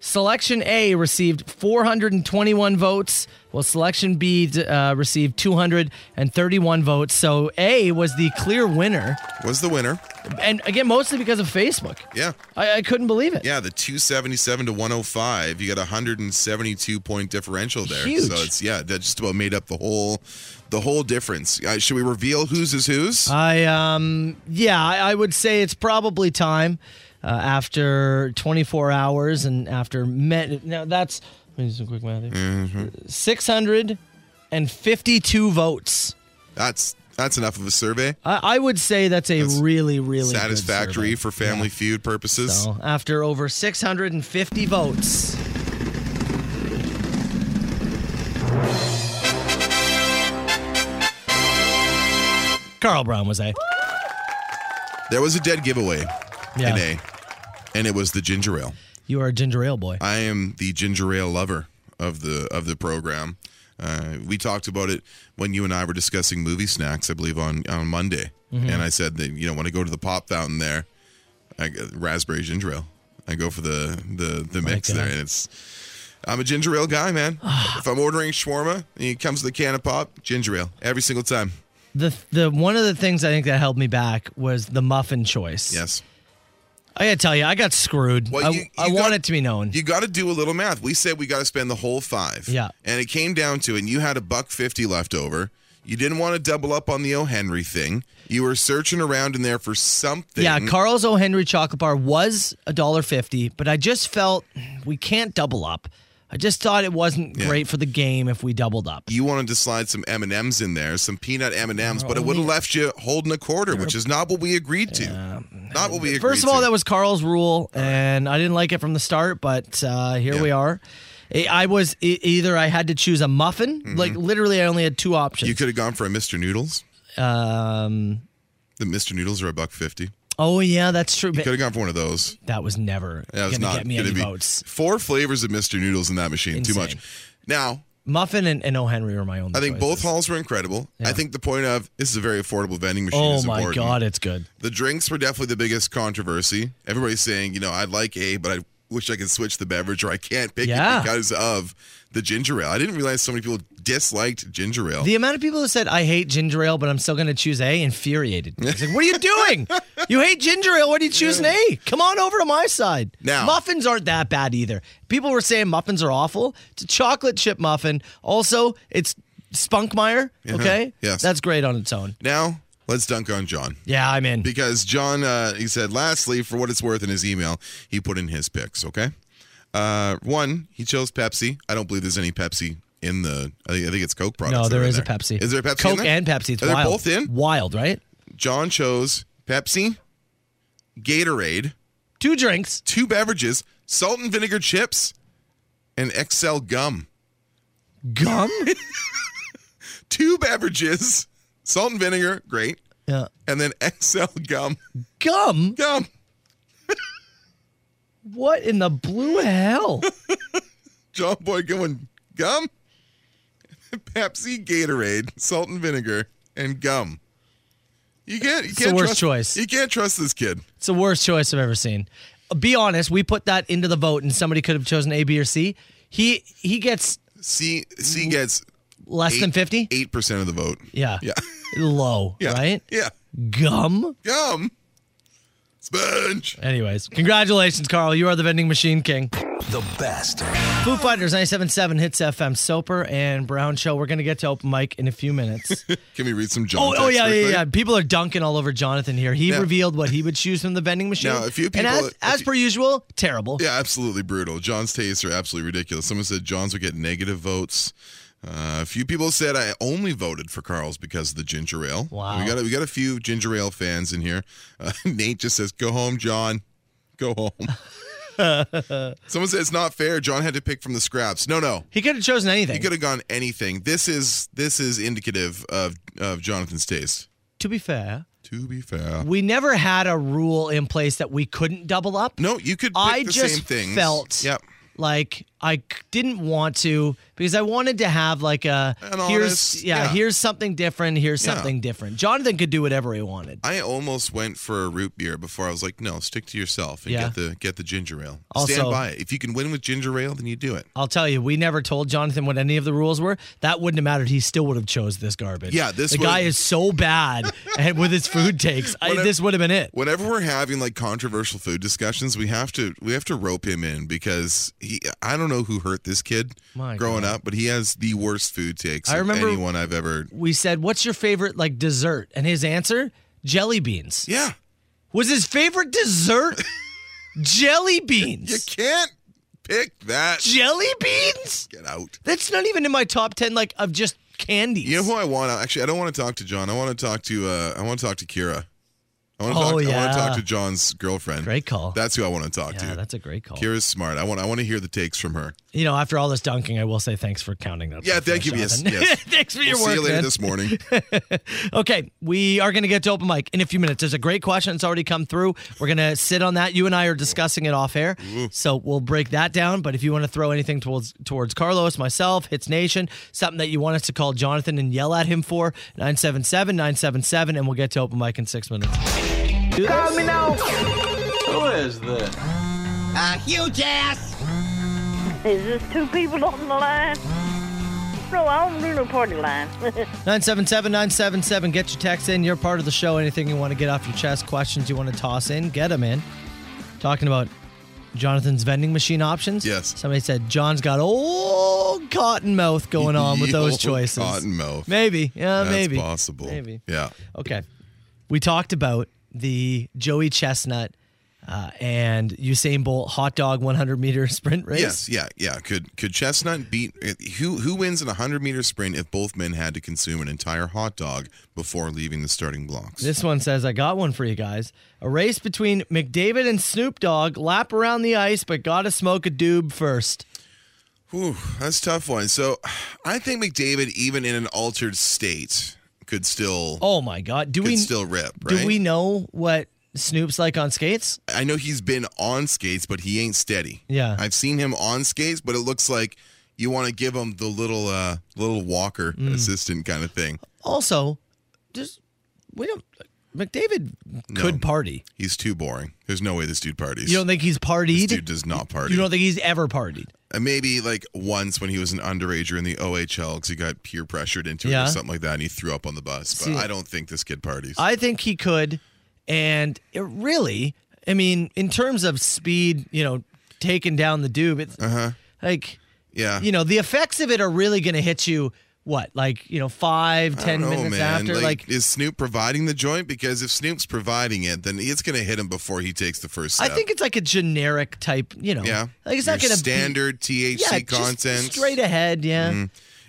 S5: Selection A received 421 votes, while Selection B uh, received 231 votes. So A was the clear winner,
S6: Was the winner.
S5: and again, mostly because of Facebook.
S6: Yeah.
S5: I, I couldn't believe it.
S6: Yeah, the 277 to 105, you got a 172 point differential there.
S5: Huge.
S6: So it's yeah, that just about made up the whole the whole difference. Uh, should we reveal whose is whose?
S5: I um yeah, I, I would say it's probably time uh, after 24 hours and after men. Now that's let me do some quick math. here. 652 votes.
S6: that's that's enough of a survey.
S5: I, I would say that's a
S6: That's
S5: really really good
S6: Satisfactory
S5: survey.
S6: for family feud purposes.
S5: So after over 650 votes. Carl Brown was a.
S6: There was a dead giveaway
S5: Yeah.
S6: in A, and it was the ginger ale.
S5: You are a ginger ale boy.
S6: I am the ginger ale lover of the of the program. Uh, we talked about it when you and I were discussing movie snacks, I believe, on, on Monday. And I said that, you know, when I go to the pop fountain there, I get raspberry ginger ale. I go for the, the, the mix
S5: God.
S6: there. And it's, I'm a ginger ale guy, man. if I'm ordering shawarma, it comes with a can of pop, ginger ale every single time.
S5: The the one of the things I think that held me back was the muffin choice.
S6: Yes.
S5: I gotta tell you, I got screwed.
S6: Well,
S5: I,
S6: you- you
S5: I want
S6: got-
S5: it to be known.
S6: You got to do a little math. We said we got to spend the whole five.
S5: Yeah.
S6: And it came down to, and you had a buck fifty left over. You didn't want to double up on the O. Henry thing. You were searching around in there for something.
S5: Yeah, Carl's O. Henry chocolate bar was a dollar fifty, but I just felt we can't double up. I just thought it wasn't
S6: Yeah.
S5: great for the game if we doubled up.
S6: you wanted to slide some M and M's in there, some peanut M and M's, but it
S5: only-
S6: would have left you holding a quarter, which is not what we agreed to. Not what we agreed.
S5: First of all,
S6: to.
S5: that was Carl's rule, and I didn't like it from the start. But uh, here
S6: Yeah.
S5: we are. I I was e- either I had to choose a muffin, like literally, I only had two options.
S6: Mm-hmm. you could have gone for a Mr. Noodles.
S5: um,
S6: The Mr. Noodles are a buck fifty.
S5: oh yeah, that's true.
S6: Could
S5: But
S6: have gone for one of those.
S5: that was never
S6: That was
S5: gonna
S6: not
S5: get me
S6: gonna
S5: any
S6: be
S5: votes.
S6: four flavors of Mr. Noodles in that machine. Too much.
S5: Insane.
S6: Now
S5: Muffin and, and O. Henry were my only.
S6: I think both
S5: choices.
S6: halls were incredible. I think the point of this is a very affordable vending machine.
S5: Oh
S6: is
S5: my
S6: important.
S5: god, it's good.
S6: The drinks were definitely the biggest controversy. Everybody's saying, you know, I'd like a, but I wish I could switch the beverage, or I can't pick
S5: Yeah.
S6: it because of the ginger ale. I didn't realize so many people disliked ginger ale.
S5: The amount of people that said I hate ginger ale, but I'm still going to choose A, infuriated. me. It's like, what are you doing? you hate ginger ale. What are you choosing A? Come on over to my side.
S6: Now-
S5: muffins aren't that bad either. People were saying muffins are awful. It's a chocolate chip muffin. Also, it's Spunkmeyer. Okay,
S6: Uh-huh. Yes.
S5: that's great on its own.
S6: now let's dunk on John.
S5: Yeah, I'm in.
S6: because John, uh, he said, lastly, for what it's worth in his email, he put in his picks, okay? Uh, one, he chose Pepsi. I don't believe there's any Pepsi in the, I think, I think it's Coke products.
S5: no,
S6: that
S5: there
S6: are in
S5: is a Pepsi.
S6: Is there a Pepsi? in
S5: Coke
S6: there?
S5: and Pepsi. It's
S6: Are they
S5: wild.
S6: both in?
S5: Wild, right?
S6: John chose Pepsi, Gatorade,
S5: Two drinks.
S6: two beverages, salt and vinegar chips, and XL gum.
S5: Gum.
S6: Two beverages, salt and vinegar, great,
S5: yeah.
S6: and then XL gum.
S5: Gum.
S6: Gum.
S5: What in the blue hell?
S6: John Boy going gum, Pepsi, Gatorade, salt and vinegar, and gum. You can't. You
S5: the
S6: can't
S5: worst
S6: trust,
S5: choice.
S6: You can't trust this kid.
S5: It's the worst choice I've ever seen. Be honest, we put that into the vote, and somebody could have chosen A, B, or C. He he gets
S6: C C gets
S5: less than fifty.
S6: eight percent of the vote.
S5: Mm. Yeah,
S6: Yeah.
S5: low,
S6: Yeah.
S5: right?
S6: Yeah.
S5: Gum.
S6: Gum. Sponge.
S5: Anyways, congratulations, Carl. You are the vending machine king.
S4: The best.
S5: Foo Fighters 97.7 hits FM. Soper and Brown Show. We're gonna get to open mic in a few minutes.
S6: Can we read some John?
S5: oh, oh
S6: texts
S5: yeah, yeah,
S6: quickly?
S5: yeah. People are dunking all over Jonathan here. He
S6: Now-
S5: revealed what he would choose from the vending machine.
S6: Now, a few
S5: And
S6: people-
S5: as,
S6: if
S5: as
S6: you-
S5: per usual, terrible.
S6: Yeah, absolutely brutal. John's tastes are absolutely ridiculous. Someone said John's would get negative votes. Uh, a few people said I only voted for Carl's because of the ginger ale.
S5: Wow.
S6: we got a, we got a few ginger ale fans in here. Uh, Nate just says, "Go home, John. Go home." Someone said it's not fair. John had to pick from the scraps. No, no,
S5: He could have chosen anything.
S6: he could have gone anything. This is this is indicative of of Jonathan's taste.
S5: to be fair,
S6: To be fair,
S5: we never had a rule in place that we couldn't double up.
S6: no, you could. Pick
S5: I
S6: the
S5: just
S6: same things.
S5: felt
S6: Yep.
S5: like I c- didn't want to because I wanted to have like a
S6: An honest-
S5: here's yeah,
S6: yeah.
S5: here's something different, here's
S6: Yeah.
S5: something different. Jonathan could do whatever he wanted.
S6: I almost went for a root beer before I was like, no, stick to yourself and
S5: Yeah.
S6: get the get the ginger ale.
S5: Also-
S6: Stand by it. If you can win with ginger ale, then you do it.
S5: I'll tell you, we never told Jonathan what any of the rules were. That wouldn't have mattered. He still would have chose this garbage.
S6: Yeah, this
S5: the
S6: would-
S5: guy is so bad, and with his food takes, I,
S6: Whatever-
S5: this would have been it.
S6: Whenever we're having like controversial food discussions, we have to we have to rope him in because he I don't know who hurt this kid
S5: My
S6: growing
S5: God.
S6: up, but he has the worst food takes
S5: I
S6: of
S5: remember-
S6: anyone I've ever.
S5: We said, "What's your favorite like dessert?" And his answer, jelly beans,
S6: Yeah,
S5: was his favorite dessert. jelly beans.
S6: you can't pick that.
S5: jelly beans?
S6: Get out.
S5: That's not even in my top ten, like of just candies.
S6: You know who I want? Actually, I don't want to talk to John. I want to talk to uh, I want to talk to Kira. I want to
S5: Oh,
S6: talk. I want
S5: yeah.
S6: to talk to John's girlfriend.
S5: Great call.
S6: That's who I want to talk
S5: yeah,
S6: to.
S5: that's a great call.
S6: Kira's smart. I want. I want to hear the takes from her.
S5: You know, after all this dunking, I will say thanks for counting that.
S6: Yeah,
S5: stuff for
S6: thank
S5: us,
S6: you. Yes,
S5: Jonathan.
S6: yes.
S5: thanks for your
S6: we'll
S5: work,
S6: see you later
S5: man.
S6: this morning.
S5: Okay, we are going to get to open mic in a few minutes. There's a great question that's already come through. We're going to sit on that. You and I are discussing it off air, so we'll break that down. But if you want to throw anything towards towards Carlos, myself, Hits Nation, something that you want us to call Jonathan and yell at him for, 977-977, and we'll get to open mic in six minutes.
S1: Is this two people on the line? No, I don't do no party line.
S5: 977-977, get your text in. You're part of the show. Anything you want to get off your chest, questions you want to toss in, get them in. Talking about Jonathan's vending machine options.
S6: Yes.
S5: Somebody said John's got old cotton mouth going on with those
S6: Yo,
S5: choices.
S6: Cottonmouth.
S5: Maybe. Yeah,
S6: That's
S5: maybe.
S6: possible.
S5: Maybe.
S6: Yeah.
S5: Okay. We talked about the Joey Chestnut uh, and Usain Bolt hot dog 100 meter sprint race.
S6: Yes. Yeah. Yeah. Could could Chestnut beat who? Who wins in a hundred meter sprint if both men had to consume an entire hot dog before leaving the starting blocks?
S5: This one says, I got one for you guys. A race between McDavid and Snoop Dogg, lap around the ice, but gotta smoke a doob first.
S6: Whew, that's a tough one. So, I think McDavid, even in an altered state, could still
S5: Oh my God. Do
S6: could
S5: we,
S6: still rip. Right?
S5: do we know what Snoop's like on skates?
S6: I know he's been on skates, but he ain't steady.
S5: Yeah.
S6: I've seen him on skates, but it looks like you want to give him the little uh little walker
S5: Mm.
S6: assistant kind of thing.
S5: Also, just, we don't, McDavid could party.
S6: He's too boring. There's no way this dude parties.
S5: You don't think he's
S6: this
S5: partied?
S6: dude does not party.
S5: you don't think he's ever partied?
S6: Uh, maybe like once when he was an underager in the OHL because he got peer pressured into it
S5: Yeah.
S6: or something like that, and he threw up on the bus. But
S5: See-
S6: I don't think this kid parties.
S5: I think he could. And it really, I mean, in terms of speed, you know, taking down the doob, it's
S6: Uh-huh.
S5: like,
S6: yeah,
S5: you know the effects of it are really going to hit you what like you know five
S6: I don't
S5: ten
S6: know,
S5: minutes
S6: man.
S5: after like,
S6: is Snoop providing the joint? Because if Snoop's providing it, then it's gonna hit him before he takes the first
S5: i
S6: step.
S5: think it's like a generic type you know
S6: Yeah.
S5: like it's not
S6: Your
S5: going to
S6: standard Mm-hmm.
S5: be,
S6: THC
S5: yeah, just
S6: content.
S5: straight ahead yeah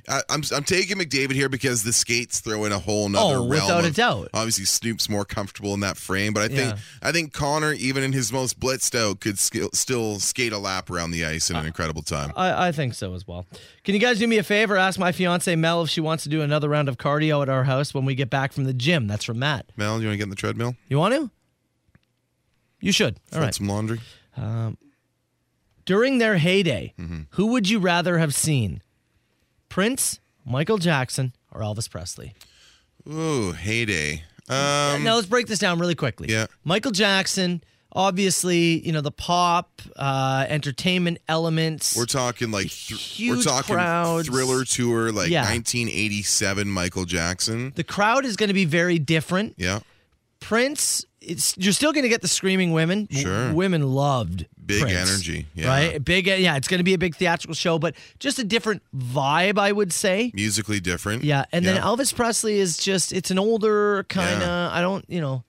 S6: I, I'm I'm taking McDavid here because the skates throw in a whole nother
S5: Oh,
S6: realm.
S5: without a
S6: of-
S5: doubt.
S6: Obviously, Snoop's more comfortable in that frame, but I think
S5: Yeah.
S6: I think Connor, even in his most blitzed out, could sk- still skate a lap around the ice in an incredible time.
S5: I, I think so as well can you guys do me a favor ask my fiance mel if she wants to do another round of cardio at our house when we get back from the gym that's from matt
S6: Mel, you want to get in the treadmill?
S5: you want to you should all
S6: Fold
S5: right
S6: some laundry.
S5: during their heyday
S6: Mm-hmm.
S5: who would you rather have seen prince michael jackson or elvis presley
S6: Ooh, heyday. Um,
S5: now let's break this down really quickly.
S6: Yeah.
S5: Michael Jackson, obviously, you know the pop, uh, entertainment elements.
S6: We're talking like th- we're
S5: Huge
S6: talking
S5: crowds.
S6: thriller tour, like
S5: Yeah.
S6: 1987 Michael Jackson.
S5: the crowd is going to be very different.
S6: Yeah,
S5: Prince, it's you're still going to get the screaming women. W-
S6: Sure.
S5: women loved
S6: Big
S5: Prince,
S6: energy, yeah.
S5: Right, big. Yeah, it's going to be a big theatrical show, but just a different vibe, I would say.
S6: musically different.
S5: Yeah, and then Elvis Presley is just it's an older kind of. I don't, you know.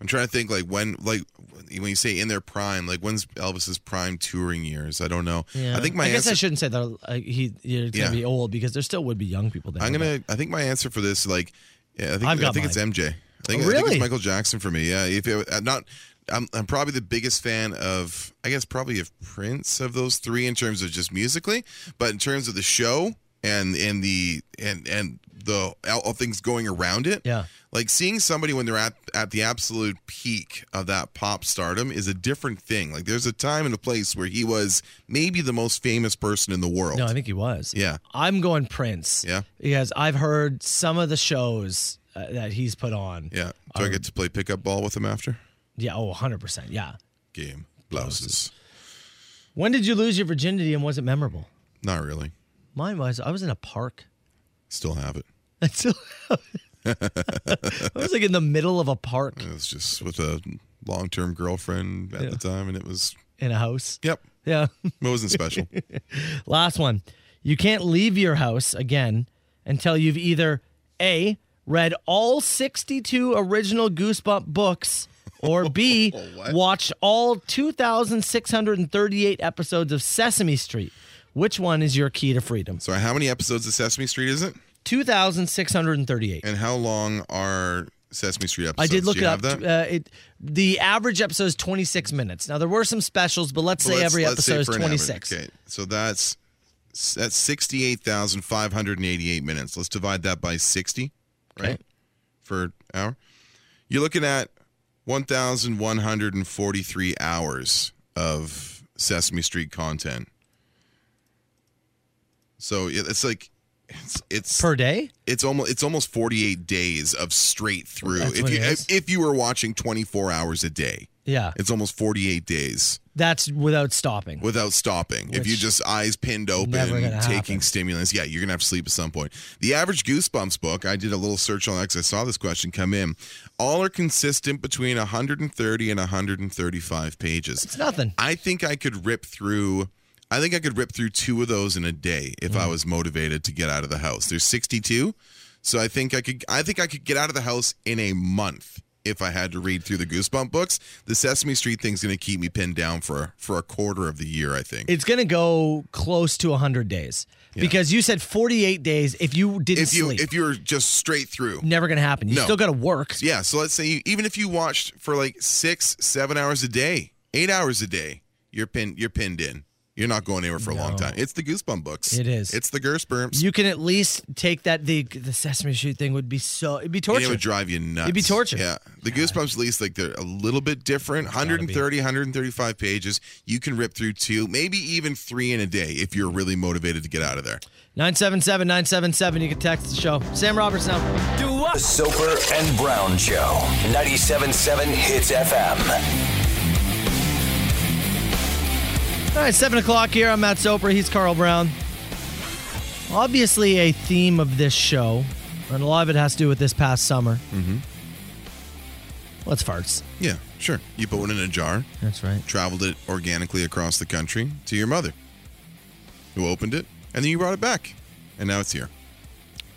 S6: I'm trying to think like when like when you say in their prime, like when's Elvis's prime touring years? I don't know.
S5: Yeah.
S6: I think my
S5: I guess
S6: answer
S5: I shouldn't say that uh, he it's
S6: Yeah.
S5: gonna be old because there still would be young people there.
S6: I'm gonna I think my answer for this like yeah, I think i
S5: I've got
S6: think it's
S5: mine.
S6: MJ. I think,
S5: Oh,
S6: I think
S5: really?
S6: it's Michael Jackson for me. Yeah, if it, I'm not I'm, I'm probably the biggest fan of I guess probably of Prince of those three in terms of just musically, but in terms of the show and and the and and the all things going around it.
S5: Yeah.
S6: Like seeing somebody when they're at, at the absolute peak of that pop stardom is a different thing. Like there's a time and a place where he was maybe the most famous person in the world.
S5: No, I think he was.
S6: Yeah.
S5: I'm going Prince.
S6: Yeah.
S5: Because I've heard some of the shows uh, that he's put on.
S6: yeah. Do I get to play pickup ball with him after?
S5: Yeah. Oh, 100%. Yeah.
S6: game blouses.
S5: When did you lose your virginity and was it memorable?
S6: Not really.
S5: Mine was, I was in a park.
S6: Still have it.
S5: I still- I was like in the middle of a park
S6: It was just with a long-term girlfriend at the time, and it was
S5: in a house.
S6: yep.
S5: Yeah.
S6: It wasn't special.
S5: Last one. You can't leave your house again until you've either A, read all 62 original Goosebump books, or B, watched all 2,638 episodes of Sesame Street. Which one is your key to freedom?
S6: Sorry. How many episodes of Sesame Street is it?
S5: 2,638.
S6: And how long are Sesame Street episodes?
S5: I did look
S6: Do
S5: it
S6: you
S5: up.
S6: have that?
S5: Uh, it, the average episode is 26 minutes. Now, there were some specials, but let's
S6: Well,
S5: say
S6: let's-
S5: every
S6: let's say
S5: episode is
S6: for an average.
S5: 26.
S6: Okay, so that's that's sixty-eight thousand five hundred and eighty-eight minutes. Let's divide that by sixty, right?
S5: Okay.
S6: For an hour, you're looking at one thousand one hundred and forty-three hours of Sesame Street content. So it- it's like it's it's
S5: Per day?
S6: it's almost it's almost 48 days of straight through.
S5: That's
S6: if
S5: what
S6: you
S5: it is.
S6: if, if you were watching 24 hours a day,
S5: Yeah.
S6: it's almost 48 days
S5: That's without stopping.
S6: without stopping. if you
S5: Which-
S6: just eyes pinned open,
S5: Never
S6: taking
S5: gonna happen.
S6: stimulants, yeah, you're gonna have to sleep at some point. The average Goosebumps book, I did a little search on X. I saw this question come in. All are consistent between 130 and 135 pages.
S5: It's nothing.
S6: I think I could rip through. I think I could rip through two of those in a day if
S5: Mm.
S6: I was motivated to get out of the house. There's 62, so I think I could. I think I could get out of the house in a month if I had to read through the Goosebump books. The Sesame Street thing's going to keep me pinned down for for a quarter of the year. I think.
S5: It's going to go close to 100 days because you said 48 days if you didn't
S6: if you
S5: sleep.
S6: if you're just straight through.
S5: Never going to happen. You
S6: No.
S5: still got to work.
S6: Yeah. So let's say you, even if you watched for like six, seven hours a day, eight hours a day, you're pinned. You're pinned in. You're not going anywhere for a long time. It's the Goosebump books.
S5: It is.
S6: It's the Goosebumps.
S5: You can at least take that. The, the Sesame Street thing would be so. It'd be
S6: And it
S5: torture.
S6: would drive you nuts.
S5: It'd be torture.
S6: Yeah. The Goosebumps, at least, like they're a little bit different. 130, 135 pages. You can rip through two, maybe even three in a day if you're really motivated to get out of there.
S5: 977 977. You can text the show. Sam Roberts now.
S4: The Soper and Brown Show. 97.7 Hits FM.
S5: All right, seven o'clock here. I'm Matt Soper. He's Carl Brown. Obviously, a theme of this show, and a lot of it has to do with this past summer. Mm-hmm. Well, it's farts.
S6: Yeah, sure. You put one in a jar,
S5: That's right.
S6: traveled it organically across the country to your mother, who opened it, and then you brought it back. And now it's here.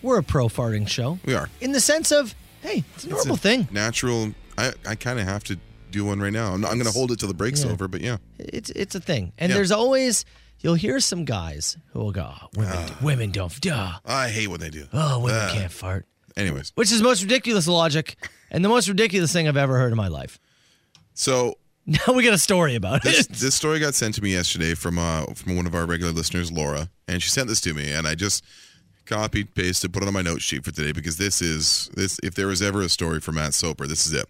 S5: We're a pro farting show.
S6: We are.
S5: In the sense of, hey, it's a
S6: It's
S5: normal
S6: a
S5: thing.
S6: Natural. I, I kind of have to do one right now. I'm, not, I'm going to hold it till the break's
S5: yeah.
S6: over, but yeah.
S5: It's it's a thing. And
S6: Yeah.
S5: there's always, you'll hear some guys who will go, oh,
S6: Ah.
S5: women, women don't, duh.
S6: I hate when they do.
S5: Oh, women
S6: Uh,
S5: can't fart.
S6: Anyways.
S5: Which is the most ridiculous logic and the most ridiculous thing I've ever heard in my life.
S6: So
S5: Now we got a story about
S6: this,
S5: it.
S6: this story got sent to me yesterday from uh, from one of our regular listeners, Laura, and she sent this to me, and I just copied, pasted, put it on my note sheet for today because this is this. If there was ever a story for Matt Soper, this is it.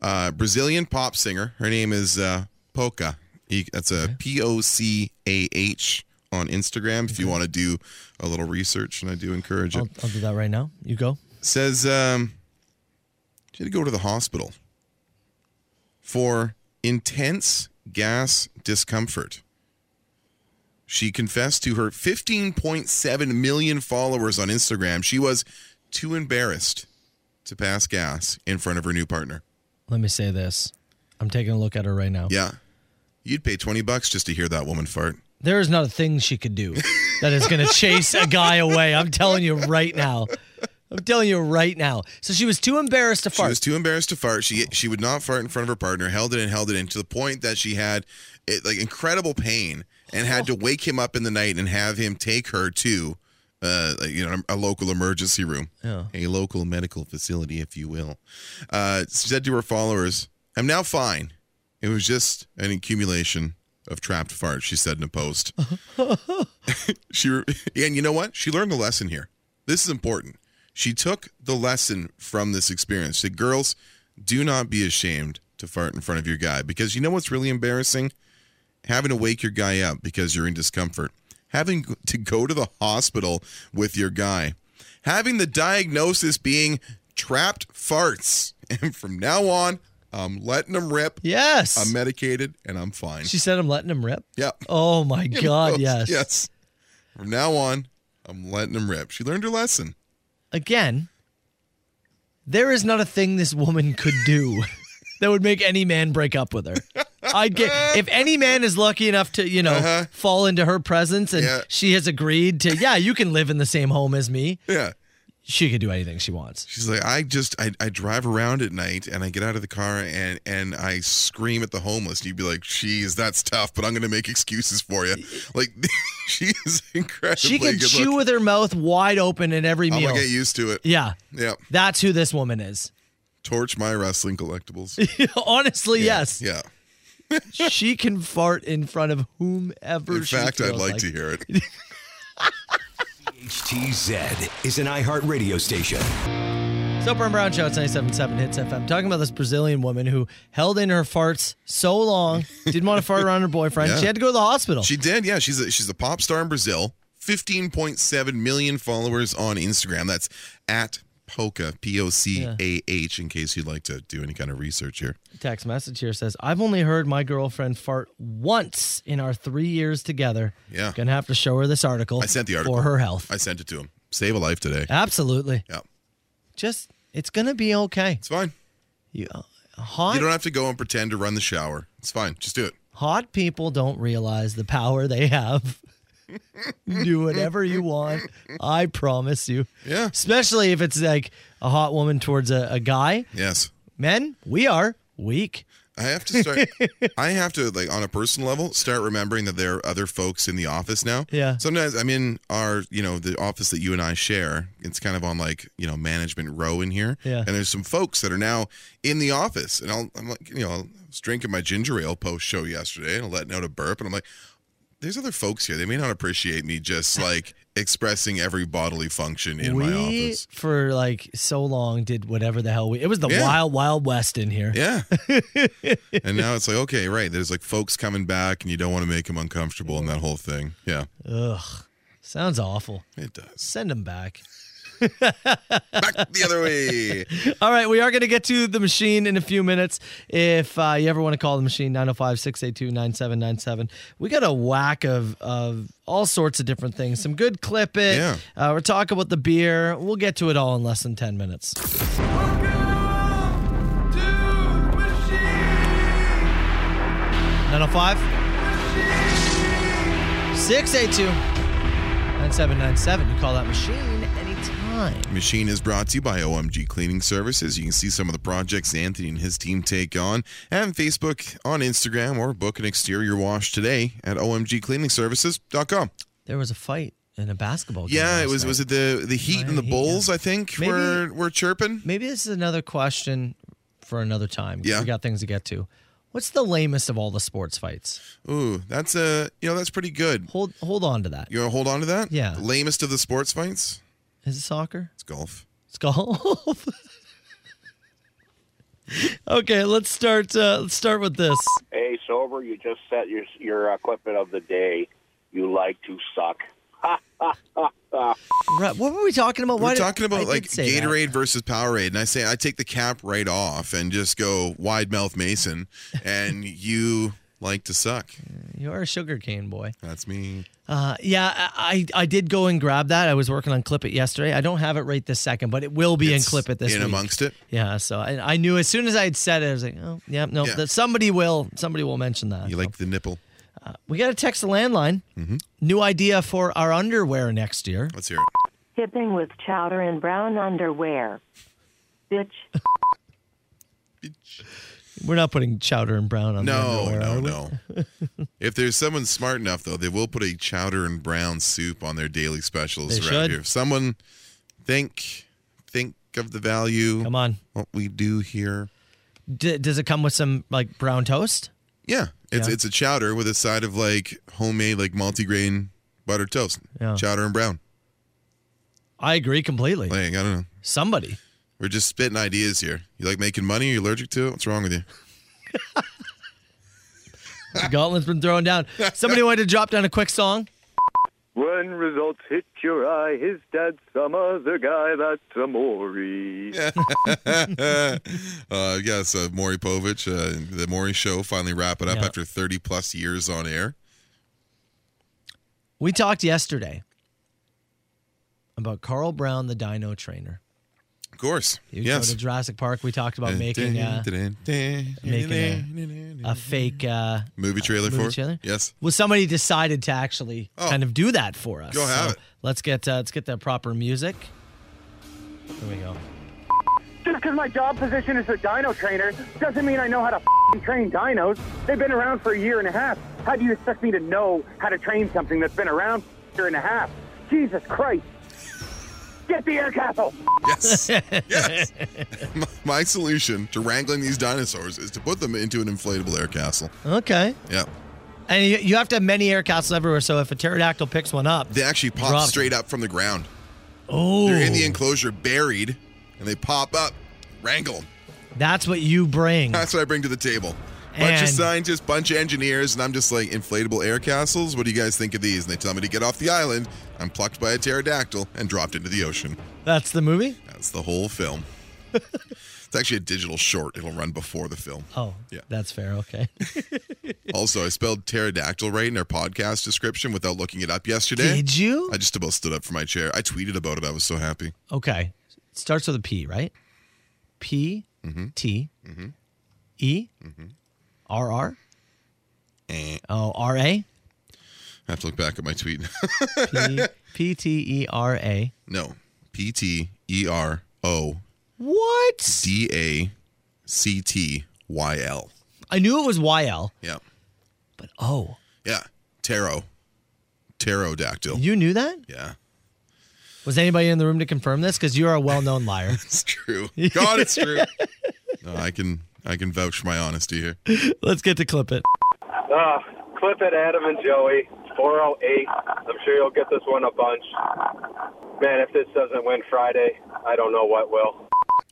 S6: Uh, Brazilian pop singer. Her name is uh, Poca. E- That's a P O C A H on Instagram. If you want to do a little research, and I do encourage it
S5: I'll, I'll do that right now. You go.
S6: says um, she had to go to the hospital for intense gas discomfort. She confessed to her 15.7 million followers on Instagram. She was too embarrassed to pass gas in front of her new partner.
S5: Let me say this. I'm taking a look at her right now.
S6: Yeah. You'd pay 20 bucks just to hear that woman fart.
S5: There is not a thing she could do that is going to chase a guy away. I'm telling you right now. I'm telling you right now. So she was too embarrassed to
S6: She
S5: fart.
S6: was too embarrassed to fart. She she would not fart in front of her partner. Held it and held it in to the point that she had it, like incredible pain and had
S5: Oh.
S6: to wake him up in the night and have him take her to uh like, you know a local emergency room, a local medical facility, if you will. Uh, she said to her followers, "I'm now fine. It was just an accumulation." Of trapped farts, she said in a post. she re- and you know what? She learned the lesson here. This is important. She took the lesson from this experience. She said, girls, do not be ashamed to fart in front of your guy because you know what's really embarrassing? Having to wake your guy up because you're in discomfort, having to go to the hospital with your guy, having the diagnosis being trapped farts. And from now on, I'm letting them rip.
S5: yes.
S6: I'm medicated and I'm fine.
S5: she said, I'm letting him rip.
S6: yep.
S5: Oh my God. Yes.
S6: Yes. From now on, I'm letting them rip. She learned her lesson.
S5: Again, there is not a thing this woman could do that would make any man break up with her. I'd get if any man is lucky enough to, you know,
S6: Uh-huh.
S5: fall into her presence and
S6: Yeah.
S5: she has agreed to, yeah, you can live in the same home as me.
S6: Yeah.
S5: She could do anything she wants.
S6: She's like, I just I, I drive around at night and I get out of the car and and I scream at the homeless. You'd be like, "Jeez, that's tough," but I'm gonna make excuses for you. Like, she is incredibly.
S5: She could
S6: good
S5: chew
S6: looking.
S5: with her mouth wide open in every
S6: I'm
S5: meal.
S6: gonna get used to it.
S5: Yeah.
S6: Yep.
S5: That's who this woman is.
S6: torch my wrestling collectibles.
S5: Honestly, yes.
S6: Yeah.
S5: She can fart in front of whomever
S6: In
S5: she
S6: fact, I'd
S5: feels
S6: like to hear it.
S4: HTZ is an iHeartRadio station.
S5: Soper and Brown Show, it's 97.7 Hits FM. Talking about this Brazilian woman who held in her farts so long, didn't want to fart around her boyfriend.
S6: Yeah.
S5: She had to go to the hospital.
S6: She did. Yeah, she's a, she's a pop star in Brazil. 15.7 million followers on Instagram. That's at Poca, P O C A H, in case you'd like to do any kind of research here.
S5: Text message here says, I've only heard my girlfriend fart once in our three years together.
S6: Yeah.
S5: Gonna have to show her this article.
S6: I sent the article.
S5: For her health.
S6: I sent it to him. Save a life today.
S5: Absolutely.
S6: Yeah,
S5: Just, it's gonna be okay.
S6: it's fine.
S5: You, uh, hot,
S6: You don't have to go and pretend to run the shower. It's fine. Just do it.
S5: hot people don't realize the power they have. Do whatever you want. I promise you.
S6: Yeah.
S5: Especially if it's like a hot woman towards a, a guy.
S6: Yes.
S5: Men, we are weak.
S6: I have to start. I have to like on a personal level start remembering that there are other folks in the office now.
S5: Yeah.
S6: Sometimes I'm in our, you know, the office that you and I share. It's kind of on like you know management row in here.
S5: Yeah.
S6: And there's some folks that are now in the office, and I'll, I'm like, you know, I was drinking my ginger ale post show yesterday, and I'm letting out a burp, and I'm like, there's other folks here. They may not appreciate me just like expressing every bodily function in my
S5: we
S6: office.
S5: for like so long did whatever the hell we. It was the
S6: Yeah.
S5: wild wild west in here.
S6: Yeah. and now it's like, okay, right. There's like folks coming back and you don't want to make them uncomfortable and that whole thing. Yeah,
S5: Ugh, sounds awful.
S6: it does.
S5: Send them back.
S6: Back the other way.
S5: All right, we are going to get to the machine in a few minutes. If uh, you ever want to call the machine, 905 682 9797. We got a whack of, of all sorts of different things. Some good clip it.
S6: Yeah.
S5: Uh, we're talking about the beer. We'll get to it all in less than 10 minutes. Welcome to machine. 905 682 9797. You call that machine anytime.
S6: Machine is brought to you by OMG Cleaning Services. You can see some of the projects Anthony and his team take on and Facebook, on Instagram, or book an exterior wash today at omgcleaningservices.com.
S5: There was a fight in a basketball game.
S6: Yeah,
S5: last
S6: it was
S5: night.
S6: was it the the Heat and the
S5: Miami Heat,
S6: Bulls, I think,
S5: Maybe-
S6: were were chirping.
S5: Maybe this is another question for another time. 'cause
S6: Yeah.
S5: we got things to get to. What's the lamest of all the sports fights?
S6: Ooh, that's a, you know, that's pretty good.
S5: Hold hold on to that.
S6: You want to hold on to that?
S5: Yeah.
S6: Lamest of the sports fights?
S5: Is it soccer?
S6: It's golf.
S5: It's golf. okay, let's start. Uh, let's start with this.
S7: Hey, sober, you just set your your equipment of the day. You like to suck.
S5: Right, what were we talking about?
S6: We're
S5: did-
S6: talking
S5: I
S6: about
S5: did
S6: like
S5: say that.
S6: Gatorade versus Powerade, and I say I take the cap right off and just go wide mouth Mason, and you like to suck.
S5: You are a sugar cane boy.
S6: That's me.
S5: Uh, yeah, I I I did go and grab that. I was working on Clip It yesterday. I don't have it right this second, but it will be
S6: It's
S5: in Clip It this
S6: in
S5: week.
S6: amongst it.
S5: Yeah, so I, I knew as soon as I had said it, I was like, oh, yeah, no,
S6: Yeah.
S5: That somebody will, somebody will mention that.
S6: You like Mm-hmm. the nipple.
S5: we got to text the landline. New idea for our underwear next year.
S6: Let's hear it.
S8: Tipping with chowder and brown underwear. Bitch.
S1: Uh,
S5: We're not putting chowder and brown on the
S6: No,
S5: underwear,
S6: no,
S5: are we?
S6: no. if there's someone smart enough though, they will put a chowder and brown soup on their daily specials
S5: They
S6: around
S5: should.
S6: here. If someone think think of the value
S5: Come on.
S6: what we do here.
S5: D- does it come with some like brown toast?
S6: Yeah, it's
S5: Yeah.
S6: it's a chowder with a side of like homemade like multigrain butter toast,
S5: Yeah.
S6: chowder and brown.
S5: I agree completely.
S6: Like I don't know,
S5: Somebody.
S6: we're just spitting ideas here. You like making money? Are you allergic to it? What's wrong with you?
S5: The gauntlet's been thrown down. Somebody wanted to drop down a quick song.
S9: When results hit your eye, his dad's some other guy that's a Maury.
S6: Uh, yes, uh, Maury Povich, uh, the Maury Show, finally wrapping up
S5: Yeah.
S6: after 30 plus years on air.
S5: We talked yesterday about Carl Brown, the Dino Trainer.
S6: Of course,
S5: You go
S6: yes.
S5: to Jurassic Park. We talked about making uh,
S6: making
S5: a fake. Uh,
S6: movie trailer
S5: movie
S6: for it?
S5: trailer?
S6: Yes,
S5: well, somebody decided to actually
S6: Oh.
S5: kind of do that for us.
S6: Go have it.
S5: Let's get uh, let's get the proper music. Here we go.
S9: Just because my job position is a dino trainer doesn't mean I know how to f train dinos. They've been around for a year and a half. How do you expect me to know how to train something that's been around for a year and a half? Jesus Christ. Get the air castle.
S6: Yes. yes. My- My solution to wrangling these dinosaurs is to put them into an inflatable air castle.
S5: Okay.
S6: Yeah.
S5: And you, you have to have many air castles everywhere. So if a pterodactyl picks one up,
S6: They actually pop
S5: Rob-
S6: straight up from the ground.
S5: oh,
S6: They're in the enclosure buried and they pop up. Wrangle 'em.
S5: Hmm. that's what you bring.
S6: That's what I bring to the table. Bunch
S5: And-
S6: of scientists, bunch of engineers, and I'm just like, inflatable air castles? What do you guys think of these? And they tell me to get off the island. I'm plucked by a pterodactyl and dropped into the ocean.
S5: That's the movie.
S6: That's the whole film. it's actually a digital short. It'll run before the film.
S5: Oh,
S6: Yeah.
S5: that's fair. Okay.
S6: Also, I spelled pterodactyl right in our podcast description without looking it up yesterday.
S5: Did you?
S6: I just about stood up from my chair. I tweeted about it. I was so happy.
S5: Okay. It starts with a P, right? P
S6: Mm-hmm.
S5: T E R R.
S6: Eh.
S5: Oh, R A?
S6: I have to look back at my tweet.
S5: P- P T E R A.
S6: no. P T E R O
S5: What?
S6: D A C T Y L.
S5: I knew it was Y L,
S6: Yeah.
S5: but oh,
S6: Yeah. Taro. Pterodactyl.
S5: you knew that?
S6: Yeah.
S5: Was anybody in the room to confirm this? Because you're a well known liar.
S6: It's true. God, it's true. No, I can I can vouch for my honesty here.
S5: Let's get to clip it.
S7: Uh, clip it, Adam and Joey. 408. I'm sure you'll get this one a bunch. Man, if this doesn't win Friday, I don't know what will.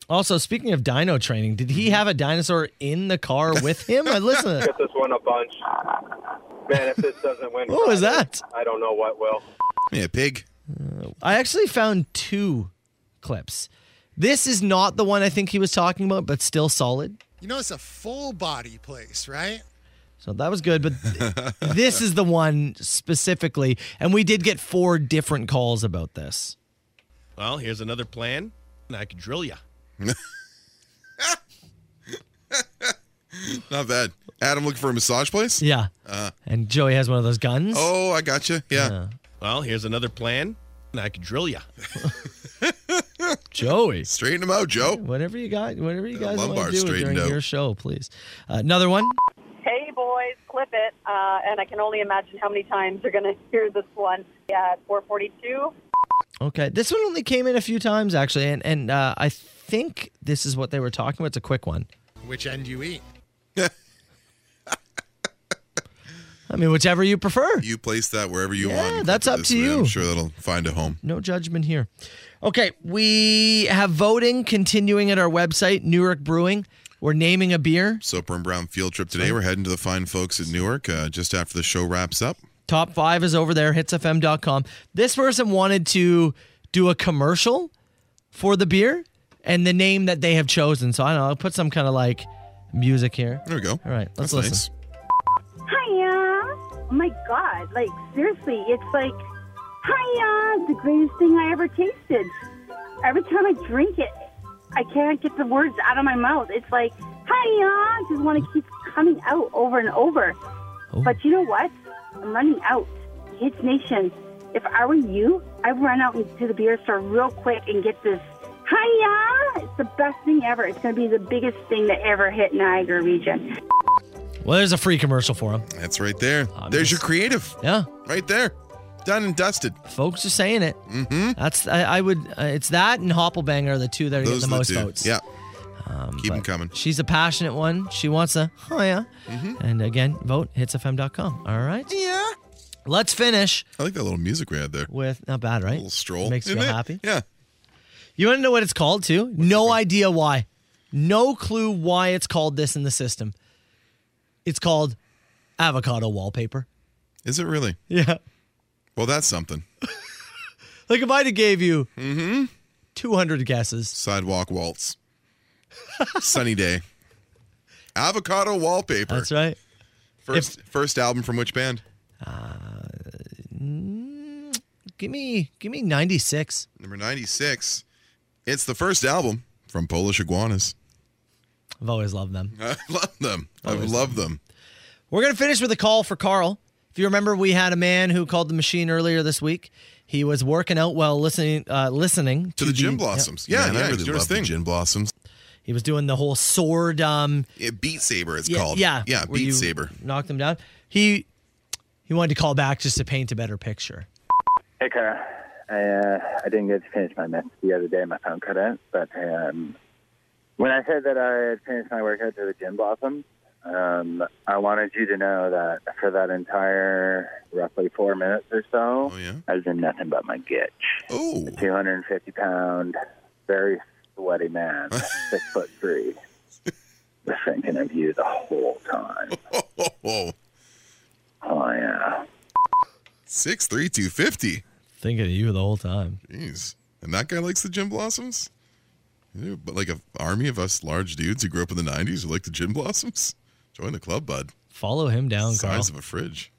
S5: Also, speaking of dino training, did he have a dinosaur in the car with him? I listen.
S7: Get this one a bunch. Man, if this doesn't win
S5: What was
S7: Friday,
S5: that?
S7: I don't know what will.
S6: Yeah, pig.
S5: I actually found two clips. This is not the one I think he was talking about, but still solid.
S10: You know, it's a full body place, right?
S5: So that was good, but th- this is the one specifically, and we did get four different calls about this.
S11: Well, here's another plan. I could drill you.
S6: Not bad. Adam looking for a massage place?
S5: Yeah,
S10: Uh.
S5: and Joey has one of those guns.
S6: Oh, I got you. Yeah.
S11: Well, here's another plan. I could drill you.
S5: Joey,
S6: Straighten him out, Joe.
S5: whatever you got, whatever you
S6: The
S5: guys want
S6: lumbar
S5: to do
S6: straightened
S5: during
S6: out.
S5: your show, please. Uh, another one.
S1: Hey, boys, clip it. Uh, and I can only imagine how many times you're going to hear this one at 442.
S5: Okay, this one only came in a few times actually, and and uh, I think this is what they were talking about. It's a quick one.
S10: Which end you eat?
S5: I mean, whichever you prefer.
S6: You place that wherever you
S5: Yeah,
S6: want. and
S5: that's
S6: clip it
S5: up
S6: this
S5: to
S6: way.
S5: you.
S6: I'm sure that'll find a home.
S5: No judgment here. Okay, we have voting continuing at our website, Newark Brewing. We're naming a beer.
S6: Soper and Brown field trip today. We're heading to the fine folks at Newark uh, just after the show wraps up.
S5: Top five is over there, hitsfm.com. This person wanted to do a commercial for the beer and the name that they have chosen. So I don't know, I'll put some kind of like music here.
S6: There we go.
S5: All right, let's
S6: That's
S5: listen.
S6: nice.
S1: Hiya! Oh my god, like seriously, it's like hiya, the greatest thing I ever tasted. Every time I drink it, I can't get the words out of my mouth. It's like hiya, I just want to keep coming out over and over.
S5: Oh.
S1: But you know what? I'm running out. Kids Nation, if I were you, I'd run out into the beer store real quick and get this hiya. It's the best thing ever. It's going to be the biggest thing that ever hit Niagara region.
S5: Well, there's a free commercial for them.
S6: That's right there.
S5: Um,
S6: There's your creative.
S5: Yeah,
S6: Right there. Done and dusted.
S5: folks are saying it. Mm-hmm. That's I, I would. Uh, it's that and Hopplebanger are the two that are
S6: Those
S5: getting
S6: are
S5: the most
S6: the two.
S5: votes. Um,
S6: Yeah. Keep them
S5: but
S6: coming.
S5: She's a passionate one. She wants a oh yeah.
S6: Mm-hmm.
S5: And again, vote hitsfm.com. All right. Yeah. Let's finish
S6: I like that little music we had there.
S5: with not bad, right?
S6: little stroll.
S5: Makes you
S6: Isn't
S5: feel
S6: it?
S5: happy.
S6: Yeah.
S5: You want to know what it's called too? no idea why. No clue why it's called this in the system. It's called avocado wallpaper.
S6: Is it really?
S5: Yeah.
S6: Well, that's something.
S5: Like if I'd have gave you
S6: Mm-hmm.
S5: 200 guesses.
S6: Sidewalk waltz. Sunny day. Avocado wallpaper.
S5: That's right.
S6: First first album from which band?
S5: Give me give me 96.
S6: Number 96. It's the first album from Polish Iguanas.
S5: I've always loved them.
S6: I love them. I
S5: Always
S6: love them.
S5: We're going to finish with a call for Carl. If you remember, we had a man who called the machine earlier this week. He was working out while listening uh, listening
S6: To the gin blossoms. Yeah,
S11: Man,
S6: yeah,
S11: I
S6: I
S11: really love the
S6: thing. gin blossoms.
S5: He was doing the whole sword um
S6: Yeah, Beat Saber, it's
S5: yeah,
S6: called.
S5: yeah,
S6: yeah,
S5: where you
S6: Beat Saber.
S5: Knocked him down. He he wanted to call back just to paint a better picture.
S9: Hey, Kara.
S12: I, uh, I didn't get to finish my message the other day. My phone cut out. But um, when I said that I had finished my workout to the gym blossom, um, I wanted you to know that for that entire roughly four minutes or so, I was in nothing but my gitch.
S6: Oh, Ooh.
S12: 250 pound, very sweaty man, six foot three, was thinking of you the whole time.
S6: Whoa.
S12: Oh, yeah.
S6: Six three two fifty.
S5: Thinking of you the whole time.
S6: Jeez. And that guy likes the gym blossoms? Yeah, but like an army of us large dudes who grew up in the 90s who like the gym blossoms? Join the club, bud.
S5: Follow him down, Carl.
S6: Size of a fridge.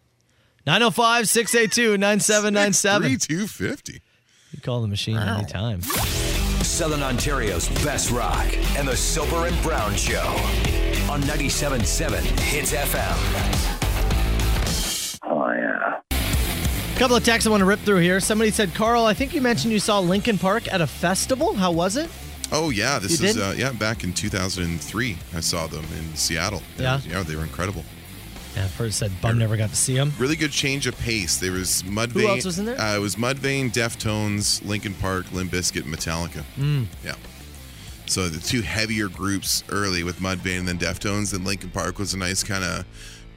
S5: 905 682 9797.
S6: 3250.
S5: You call the machine anytime.
S4: Southern Ontario's best rock and the Soper and Brown Show on 97.7 Hits FM.
S12: Oh, yeah.
S5: couple of texts I want to rip through here. Somebody said, Carl, I think you mentioned you saw Lincoln Park at a festival. How was it?
S6: Oh yeah, this
S5: You
S6: is
S5: did?
S6: uh, yeah. Back in 2003, I saw them in Seattle.
S5: Yeah.
S6: yeah, they were incredible.
S5: Yeah, I've heard it said Bum never got to see him.
S6: Really good change of pace. There was Mudvayne.
S5: Who else was in there?
S6: Uh, it was Mudvayne, Deftones, Linkin Park, Limp Bizkit, Metallica.
S5: Mm.
S6: Yeah. So the two heavier groups early with Mudvayne and then Deftones, then Linkin Park was a nice kind of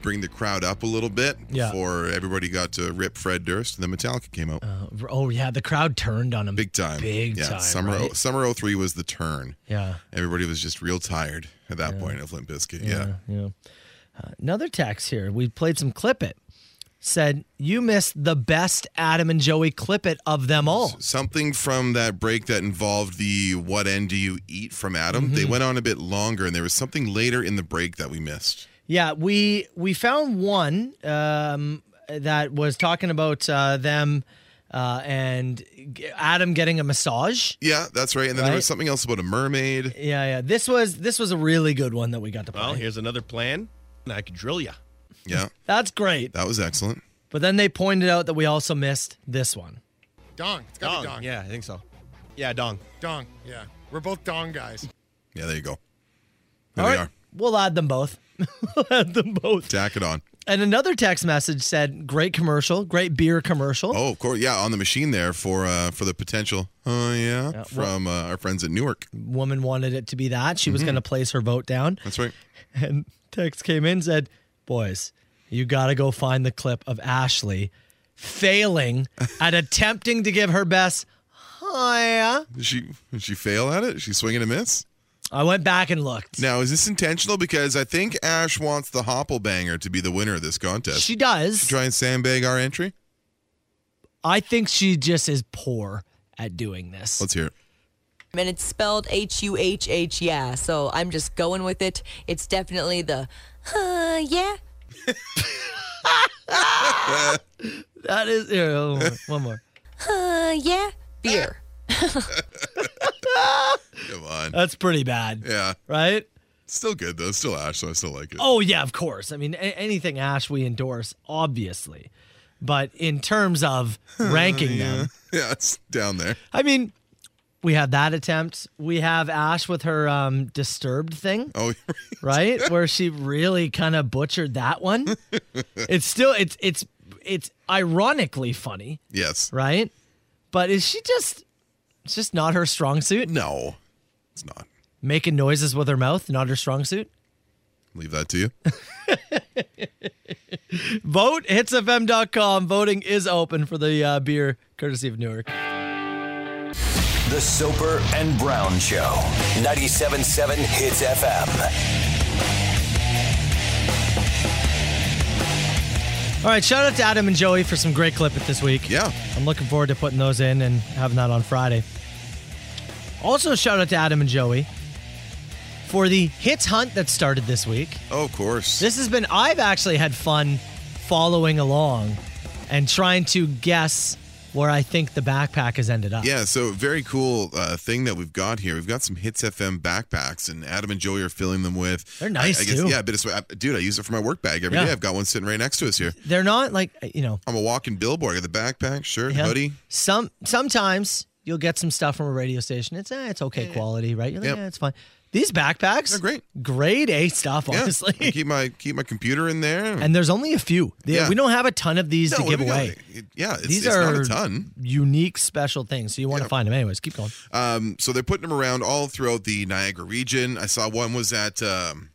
S6: bring the crowd up a little bit
S5: Yeah.
S6: before everybody got to rip Fred Durst, and then Metallica came out
S5: Uh, oh, yeah, the crowd turned on him.
S6: big time.
S5: Big
S6: yeah,
S5: time.
S6: Summer
S5: right?
S6: summer 03 was the turn.
S5: Yeah.
S6: Everybody was just real tired at that point of Limp Bizkit. yeah.
S5: Yeah. Uh, another text here. We played some Clip It. Said, you missed the best Adam and Joey Clip It of them all.
S6: something from that break that involved the what end do you eat from Adam. They
S5: Mm-hmm.
S6: went on a bit longer, and there was something later in the break that we missed.
S5: Yeah, we we found one um, that was talking about uh, them uh, and g- Adam getting a massage.
S6: Yeah, that's right. And then there
S5: Right.
S6: was something else about a mermaid.
S5: Yeah, yeah. This was this was a really good one that we got to play.
S11: Well, Oh, here's another plan, and I could drill you.
S6: Yeah,
S5: That's great.
S6: that was excellent.
S5: But then they pointed out that we also missed this one.
S10: Dong. It's got to be dong.
S11: Yeah, I think so. Yeah, dong.
S10: Dong. Yeah. We're both dong guys.
S6: Yeah, there you go. There
S5: All
S6: they
S5: right,
S6: are.
S5: we'll add them both. we'll add them both.
S6: Tack it on.
S5: And another text message said, "Great commercial, great beer commercial."
S6: Oh, of course. Yeah, on the machine there for uh, for the potential. Oh yeah,
S5: well-
S6: from uh, our friends at Newark.
S5: Woman wanted it to be that. She was
S6: Mhm.
S5: going to place her vote down.
S6: That's right.
S5: And text came in said, "Boys, you got to go find the clip of Ashley failing at attempting to give her best." Hiya.
S6: Did she did she fail at it? Is she swinging a miss?
S5: I went back and looked.
S6: Now is this intentional? Because I think Ash wants the Hopple Banger to be the winner of this contest.
S5: She does.
S6: Try and sandbag our entry.
S5: I think she just is poor at doing this.
S6: Let's hear it.
S13: And it's spelled H U H H, yeah. So I'm just going with it. It's definitely the, uh, yeah.
S5: That is here, one more. One more.
S13: Uh, yeah. Beer.
S6: Come on.
S5: That's pretty bad,
S6: Yeah.
S5: right?
S6: Still good though. Still Ash, so I still like it.
S5: Oh yeah, of course. I mean, a- anything Ash we endorse, obviously. But in terms of ranking them,
S6: Yeah, it's down there.
S5: I mean, we have that attempt. We have Ash with her um, disturbed thing,
S6: Oh,
S5: right? Where she really kind of butchered that one. it's still it's it's it's ironically funny,
S6: yes.
S5: right? But is she just it's just not her strong suit?
S6: No. It's not.
S5: Making noises with her mouth, not her strong suit.
S6: Leave that to you.
S5: Vote hitsfm.com. Voting is open for the uh, beer courtesy of Newark.
S4: The Soper and Brown Show, 97.7 Hits FM.
S5: All right, shout out to Adam and Joey for some great clip it this week.
S6: Yeah.
S5: I'm looking forward to putting those in and having that on Friday. Also, shout out to Adam and Joey for the hits hunt that started this week.
S6: Oh, of course.
S5: This has been, I've actually had fun following along and trying to guess where I think the backpack has ended up.
S6: Yeah, so very cool uh, thing that we've got here. We've got some Hits FM backpacks, and Adam and Joey are filling them with.
S5: They're nice,
S6: I, I guess,
S5: too.
S6: Yeah, a bit of swe- I- dude. I use it for my work bag every
S5: Yeah.
S6: day. I've got one sitting right next to us here.
S5: They're not like, you know,
S6: I'm a walking billboard. I got the backpack, shirt,
S5: Yeah.
S6: hoodie.
S5: Some sometimes you'll get some stuff from a radio station. It's eh, it's okay quality, right? You're like,
S6: Yep.
S5: yeah, it's fine. These backpacks are great. Grade A stuff,
S6: Yeah.
S5: honestly.
S6: I keep my keep my computer in there.
S5: And there's only a few. They-
S6: Yeah.
S5: We don't have a ton of these
S6: No,
S5: to
S6: what
S5: give
S6: do we got?
S5: away.
S6: It- yeah, it's-
S5: these
S6: it's
S5: are
S6: not a ton.
S5: unique, special things. So you want to find them anyways. Keep going.
S6: Um, so they're putting them around all throughout the Niagara region. I saw one was at um,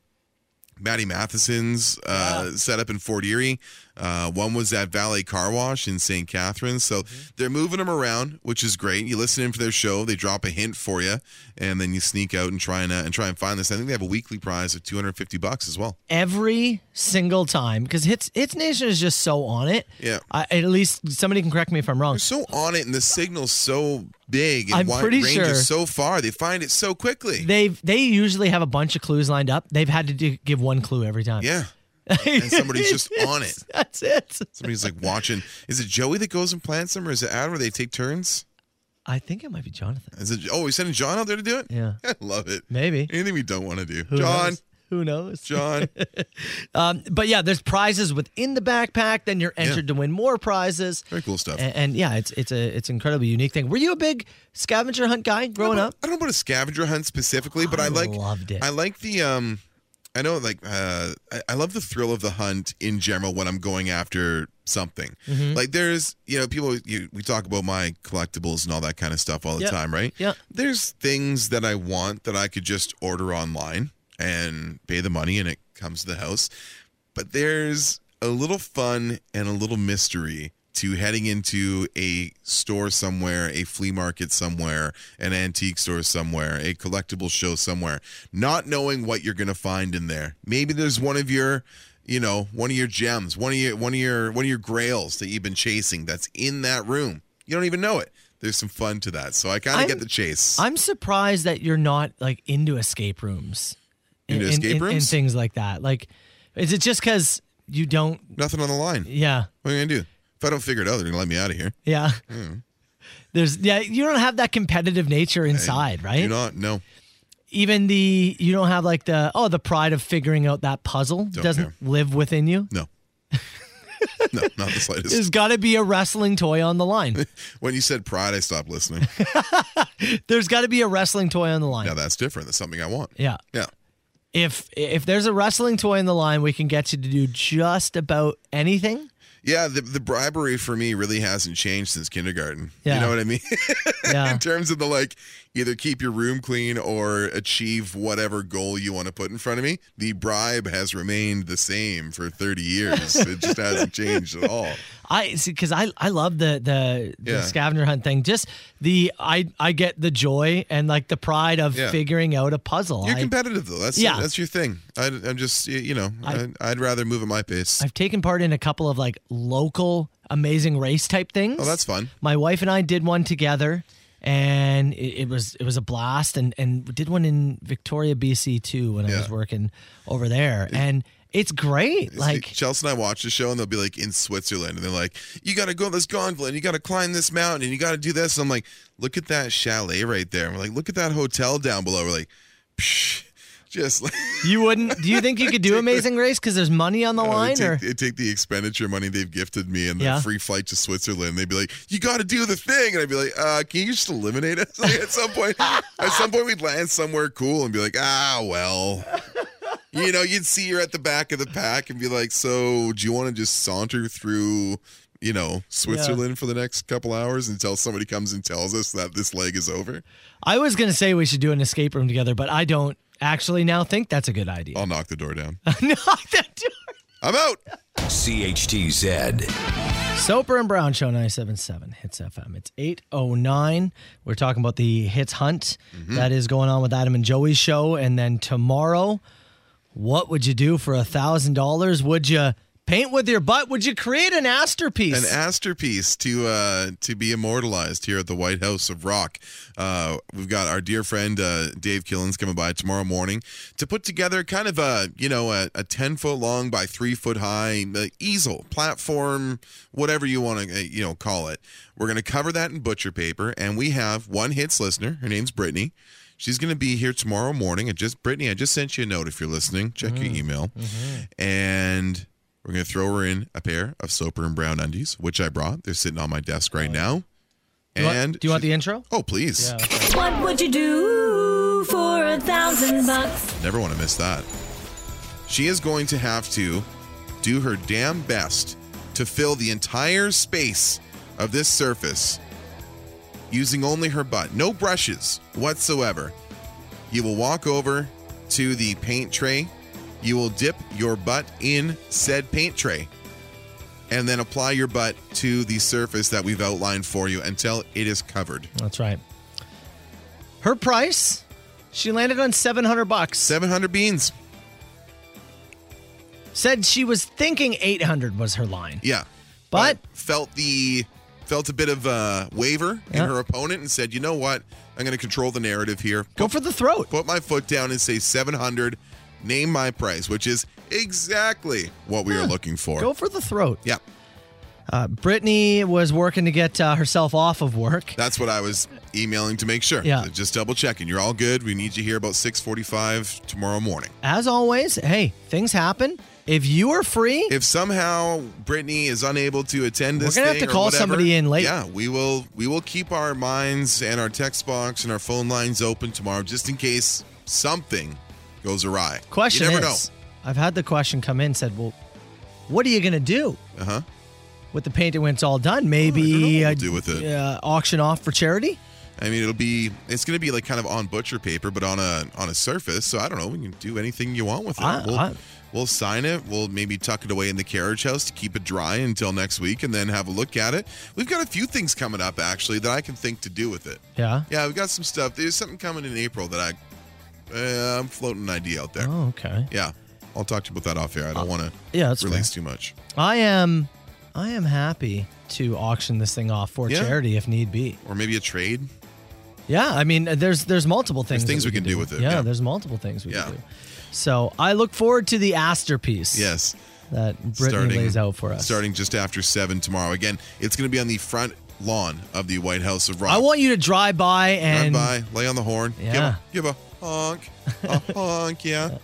S6: Maddie Matheson's uh, setup in Fort Erie. Uh, one was at Valet Car Wash in St. Catharines. So
S5: Mm-hmm.
S6: they're moving them around, which is great. You listen in for their show, they drop a hint for you, and then you sneak out and try and uh, and try and find this. I think they have a weekly prize of two hundred fifty bucks as well.
S5: Every single time, because Hits Hits Nation is just so on it.
S6: Yeah.
S5: I, at least somebody can correct me if I'm wrong.
S6: So on it, and the signal's so big, and
S5: I'm
S6: wide
S5: pretty
S6: ranges
S5: sure-
S6: so far. They find it so quickly.
S5: They've they usually have a bunch of clues lined up. They've had to do, give one clue every time.
S6: Yeah. and somebody's just on it.
S5: That's it.
S6: Somebody's like watching. Is it Joey that goes and plants them, or is it Adam? Where they take turns?
S5: I think it might be Jonathan.
S6: Is it? Oh, we sending John out there to do it.
S5: Yeah.
S6: I love it.
S5: Maybe
S6: anything we don't want to do.
S5: Who
S6: John,
S5: knows? Who knows?
S6: John.
S5: um, but yeah, there's prizes within the backpack. Then you're entered to win more prizes.
S6: Very cool stuff.
S5: And, and yeah, it's it's a it's an incredibly unique thing. Were you a big scavenger hunt guy growing up?
S6: I don't know about a scavenger hunt specifically, but I, like
S5: loved it.
S6: I like the um I know like uh I, I love the thrill of the hunt in general when I'm going after something.
S5: Mm-hmm.
S2: Mhm.
S6: Like there's you know, people you, we talk about my collectibles and all that kind of stuff all the
S2: Yeah.
S6: time, right?
S2: Yeah.
S6: There's things that I want that I could just order online and pay the money and it comes to the house. But there's a little fun and a little mystery to heading into a store somewhere, a flea market somewhere, an antique store somewhere, a collectible show somewhere, not knowing what you're going to find in there. Maybe there's one of your you know, one of your gems, one of your one of your one of your grails that you've been chasing that's in that room. You don't even know it. There's some fun to that. So I kind of
S5: I'm-
S6: get the chase.
S5: I'm surprised that you're not like into escape rooms, and-
S6: Into
S5: and-
S6: escape
S5: and- and
S6: rooms?
S5: things like that. Like, is it just because you don't?
S6: Nothing on the line.
S5: Yeah,
S6: What are you gonna do? If I don't figure it out, they're gonna let me out of here.
S5: yeah.
S6: Mm.
S5: There's yeah. You don't have that competitive nature inside, right?
S6: Do not no.
S5: even the you don't have like the oh the pride of figuring out that puzzle
S6: Don't
S5: doesn't live within you.
S6: No. No, not the
S5: There's
S6: slightest.
S5: got to be a wrestling toy on the line.
S6: When you said pride, I stopped listening.
S5: there's got to be a wrestling toy on the line.
S6: Now that's different. That's something I want.
S5: Yeah.
S6: Yeah.
S5: If if there's a wrestling toy in the line, we can get you to do just about anything.
S6: Yeah, the, the bribery for me really hasn't changed since kindergarten.
S5: Yeah. Uh.
S6: You know what I mean?
S5: Yeah.
S6: in terms of the like, either keep your room clean or achieve whatever goal you want to put in front of me, the bribe has remained the same for 30 years. it just hasn't changed at all.
S5: I see because I I love the the,
S6: Yeah.
S5: the scavenger hunt thing. Just the I I get the joy and like the pride of
S6: Yeah.
S5: figuring out a puzzle.
S6: You're
S5: I-
S6: competitive though. That's
S5: Yeah.
S6: that's your thing. I, I'm just you know
S5: I-
S6: I, I'd rather move at my pace.
S5: I've taken part in a couple of like local amazing race type things.
S6: Oh, that's fun.
S5: My wife and I did one together, and it, it was it was a blast. And and we did one in Victoria, BC too, when I was working over there. And it's great. like
S6: Chelsea and I watch the show and they'll be like in Switzerland and they're like, you got to go on this gondola and you got to climb this mountain and you got to do this. And I'm like, look at that chalet right there. And we're like, look at that hotel down below. We're like, Psh, just like.
S5: you wouldn't? Do you think you could do amazing race because there's money on the
S6: They
S5: line? Or
S6: take, they take the expenditure money they've gifted me and the
S5: Yeah.
S6: free flight to Switzerland. They'd be like, "You got to do the thing," and I'd be like, uh, "Can you just eliminate us?" Like, at some point, at some point, we'd land somewhere cool and be like, "Ah, well." You know, you'd see you're at the back of the pack and be like, "So, do you want to just saunter through?" You know, Switzerland for the next couple hours until somebody comes and tells us that this leg is over.
S5: I was gonna say we should do an escape room together, but I don't actually now think that's a good idea.
S6: I'll knock the door down.
S4: I'm out. CHTZ.
S5: Soper and Brown Show 977 Hits FM. It's 809. We're talking about the Hits Hunt
S6: Mm-hmm.
S5: that is going on with Adam and Joey's show. And then tomorrow, what would you do for a $1,000? Would you paint with your butt? Would you create an masterpiece?
S6: An masterpiece to uh, to be immortalized here at the White House of Rock. Uh, we've got our dear friend uh, Dave Killens coming by tomorrow morning to put together kind of a you know a, a ten foot long by three foot high uh, easel platform, whatever you want to uh, you know call it. We're gonna cover that in butcher paper, and we have one hits listener. Her name's Brittany. She's going to be here tomorrow morning. And just Brittany, I just sent you a note. If you're listening, check your email, and we're going to throw her in a pair of Soper and Brown undies, which I brought. They're sitting on my desk right now.
S5: Do you want-
S6: and
S5: do you want the intro?
S6: Oh, please.
S5: Yeah,
S14: What would you do for a a thousand bucks.
S6: Never want to miss that. She is going to have to do her damn best to fill the entire space of this surface using only her butt, no brushes whatsoever. You will walk over to the paint tray. You will dip your butt in said paint tray and then apply your butt to the surface that we've outlined for you until it is covered.
S5: That's right. Her price, she landed on 700 bucks.
S6: 700 beans.
S5: Said she was thinking 800 was her line.
S6: Yeah.
S5: But
S6: felt the felt a bit of a waiver
S5: Yeah.
S6: in her opponent and said, "You know what? I'm going to control the narrative here.
S5: Go for the throat.
S6: Put my foot down and say 700. Name my price, which is exactly what we are looking for.
S5: Go for the throat.
S6: Yeah.
S5: Uh, Brittany was working to get uh, herself off of work.
S6: That's what I was emailing to make sure.
S5: Yeah.
S6: So Just double checking. You're all good. We need you here about 6:45 tomorrow morning.
S5: As always, hey, things happen. If you are free,
S6: If somehow Brittany is unable to attend
S5: We're
S6: this,
S5: gonna have
S6: thing
S5: to
S6: or
S5: call
S6: whatever,
S5: somebody in late.
S6: Yeah, we will. We will keep our minds and our text box and our phone lines open tomorrow, just in case something goes awry.
S5: question
S6: you never
S5: is, I've had the question come in said, "Well, what are you going to do?"
S6: Uh-huh.
S5: With the painting when it's all done, maybe uh,
S6: do with it.
S5: Uh, auction off for charity?
S6: know. I mean, it'll be. It's going to be like kind of on butcher paper, but on a on a surface. So I don't know. We can do anything you want with it.
S5: I-
S6: we'll,
S5: I-
S6: we'll sign it. We'll maybe tuck it away in the carriage house to keep it dry until next week, and then have a look at it. We've got a few things coming up actually that I can think to do with it.
S5: Yeah.
S6: Yeah, we got some stuff. There's something coming in April that I, uh, I'm floating an idea out there.
S5: Oh, okay.
S6: Yeah, I'll talk to you about that off air. I don't want to
S5: yeah, that's
S6: release too much.
S5: I am, I am happy to auction this thing off for
S6: Yeah.
S5: charity if need be.
S6: Or maybe a trade.
S5: Yeah, I mean, there's there's multiple things.
S6: things
S5: that
S6: we can do with it,
S5: Yeah,
S6: yeah.
S5: there's multiple things we
S6: Yeah.
S5: can do. So I look forward to the Aster piece.
S6: Yes.
S5: That Brittany lays out for us.
S6: Starting just after seven tomorrow. Again, it's going to be on the front lawn of the White House of Rock.
S5: I want you to drive by and
S6: Drive by, lay on the horn,
S5: Yeah.
S6: give, a, give a honk, a honk, yeah,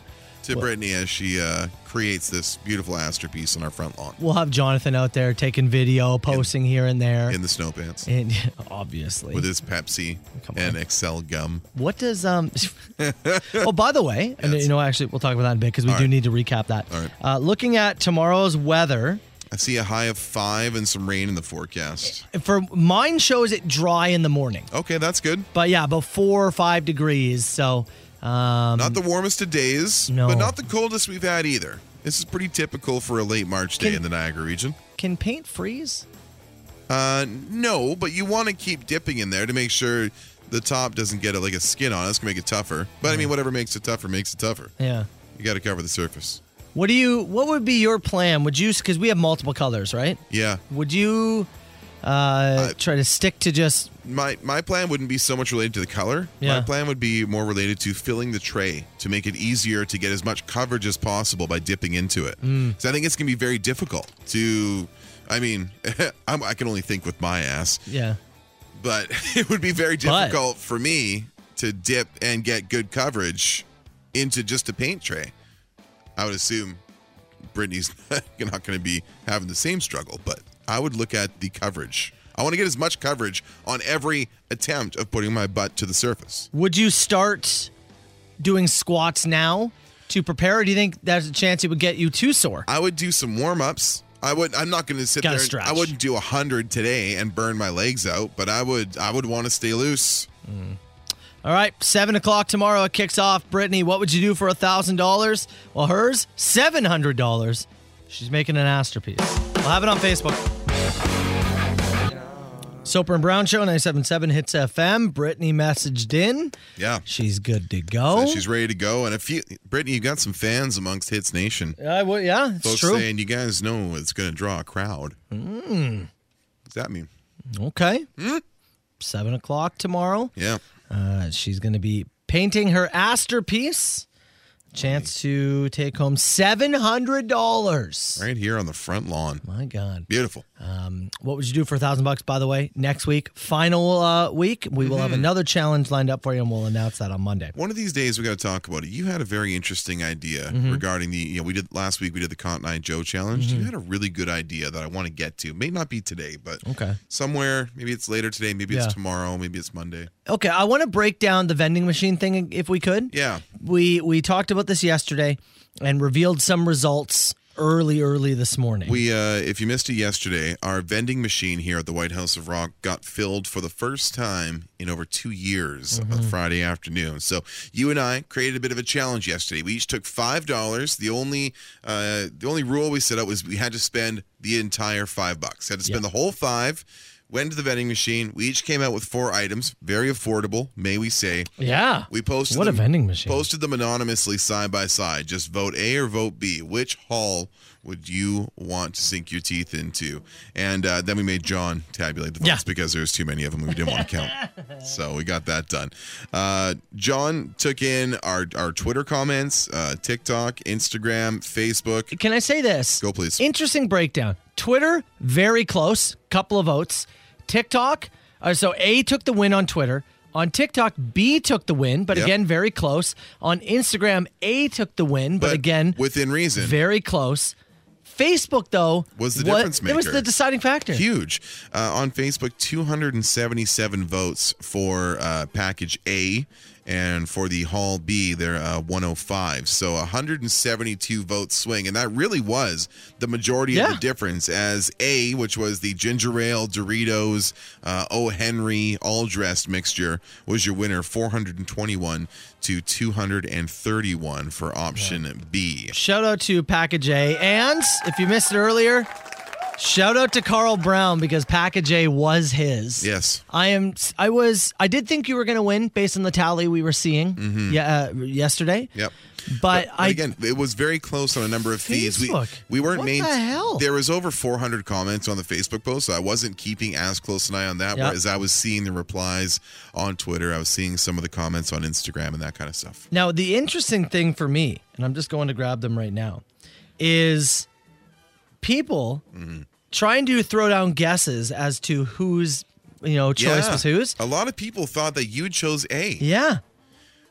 S6: to Brittany as she uh, creates this beautiful masterpiece on our front lawn
S5: We'll have Jonathan out there taking video, posting here and there.
S6: in the snow pants
S5: And obviously,
S6: with his Pepsi and Excel gum.
S5: what does um? oh, by the way, and you know, actually, we'll talk about that in a bit because we do need to recap that. All right. Uh, looking at tomorrow's weather,
S6: I see a high of five and some rain in the forecast.
S5: for mine shows it dry in the morning.
S6: Okay, that's good.
S5: But yeah, about four or five degrees. So um,
S6: Not the warmest of days,
S5: No.
S6: but not the coldest we've had either. This is pretty typical for a late March day in the Niagara region.
S5: Can paint freeze?
S6: Uh, no, but you want to keep dipping in there to make sure the top doesn't get like a skin on. it. That's gonna make it tougher. But I mean, whatever makes it tougher makes it tougher.
S5: Yeah.
S6: You got to cover the surface.
S5: What do you? What would be your plan? Would you? Because we have multiple colors, right?
S6: Yeah.
S5: Would you uh, try to stick to just?
S6: My my plan wouldn't be so much related to the color.
S5: Yeah.
S6: My plan would be more related to filling the tray to make it easier to get as much coverage as possible by dipping into it.
S5: Mm.
S6: Because I think it's gonna be very difficult to. I mean, I'm, I can only think with my ass.
S5: Yeah.
S6: but it would be very
S5: But-
S6: difficult for me to dip and get good coverage into just a paint tray. I would assume Brittany's not going to be having the same struggle, but I would look at the coverage. I want to get as much coverage on every attempt of putting my butt to the surface.
S5: Would you start doing squats now to prepare? Or do you think there's a chance it would get you too sore?
S6: I would do some warm ups. I would. I'm not going to sit
S5: Gotta
S6: there. and-
S5: stretch.
S6: I wouldn't do a hundred today and burn my legs out, but I would. I would want to stay loose.
S5: All right, seven o'clock tomorrow it kicks off. Brittany, what would you do for a thousand dollars? Well, hers seven hundred dollars. She's making an masterpiece. We'll have it on Facebook. Soper and Brown Show 977 Hits FM. Brittany messaged in.
S6: Yeah.
S5: She's good to go.
S6: She's ready to go. And a few, Brittany, you've got some fans amongst Hits Nation.
S5: Yeah, I would, yeah it's
S6: Folks
S5: true.
S6: saying you guys know it's going to draw a crowd.
S5: Mm,
S6: What's that mean?
S5: okay.
S6: Hmm?
S5: Seven o'clock tomorrow.
S6: Yeah.
S5: Uh, she's going to be painting her Aster piece. Chance to take home $700.
S6: Right here on the front lawn.
S5: My God.
S6: Beautiful.
S5: Um, what would you do for a thousand bucks? By the way, next week, final uh, week, we will have
S6: Mhm.
S5: another challenge lined up for you, and we'll announce that on Monday.
S6: One of these days we got to talk about it. You had a very interesting idea
S5: Mhm.
S6: regarding the you know we did last week we did the Cotton Eye Joe challenge.
S5: Mhm.
S6: You had a really good idea that I want to get to. May not be today, but
S5: Okay.
S6: somewhere maybe it's later today, maybe
S5: Yeah.
S6: it's tomorrow, maybe it's Monday.
S5: Okay, I want to break down the vending machine thing if we could.
S6: Yeah.
S5: We we talked about this yesterday and revealed some results early early this morning.
S6: We, uh, if you missed it yesterday, our vending machine here at the White House of Rock got filled for the first time in over two years on
S5: Mm-hmm.
S14: Mhm.
S6: Friday afternoon. So you and I created a bit of a challenge yesterday. We each took five dollars. The only, uh, the only rule we set up was we had to spend the entire five bucks. Had to spend the whole five. Went to the vending machine. We each came out with four items, very affordable, may we say.
S5: Yeah.
S6: We posted
S5: What a
S6: them-
S5: vending machine.
S6: Posted them anonymously side by side. Just vote A or vote B. Which hall would you want to sink your teeth into? And uh, then we made John tabulate the votes
S5: Yeah.
S6: because there was too many of them. and We didn't want to count, so we got that done. Uh, John took in our our Twitter comments, uh, TikTok, Instagram, Facebook.
S5: Can I say this?
S6: Go please.
S5: Interesting breakdown. Twitter very close, couple of votes. TikTok, uh, so A took the win on Twitter. On TikTok, B took the win, but
S6: Yep.
S5: again very close. On Instagram, A took the win, but, again
S6: within reason.
S5: very close. Facebook though
S6: Was the
S5: wa-
S6: difference
S5: It was
S6: maker.
S5: the deciding factor.
S6: Huge. Uh, on Facebook, 277 votes for uh, package A, and for the Hall B, they're uh, 105. So 172 vote swing, and that really was the majority of
S5: Yeah.
S6: the difference. As A, which was the ginger ale, Doritos, uh, O. Henry, all dressed mixture, was your winner, 421 to 231 for option B.
S5: Shout out to Package A. And if you missed it earlier, shout out to Carl Brown because Package A was his.
S6: Yes.
S5: I am. I was. I did think you were going to win based on the tally we were seeing. Yeah. Uh, yesterday.
S6: Mm-hmm. Yep.
S5: But, I.
S6: again, it was very close on a number of feeds. We
S5: Facebook.
S6: we weren't
S5: What
S6: main-
S5: the hell?
S6: There was over 400 comments on the Facebook post, so I wasn't keeping as close an eye on that.
S5: Yep.
S6: Whereas I was seeing the replies on Twitter, I was seeing some of the comments on Instagram and that kind of stuff.
S5: Now, the interesting thing for me, and I'm just going to grab them right now, is people
S6: Mm-hmm.
S5: trying to throw down guesses as to whose you know choice
S6: Yeah. Oh.
S5: was whose.
S6: A lot of people thought that you chose A.
S5: Yeah.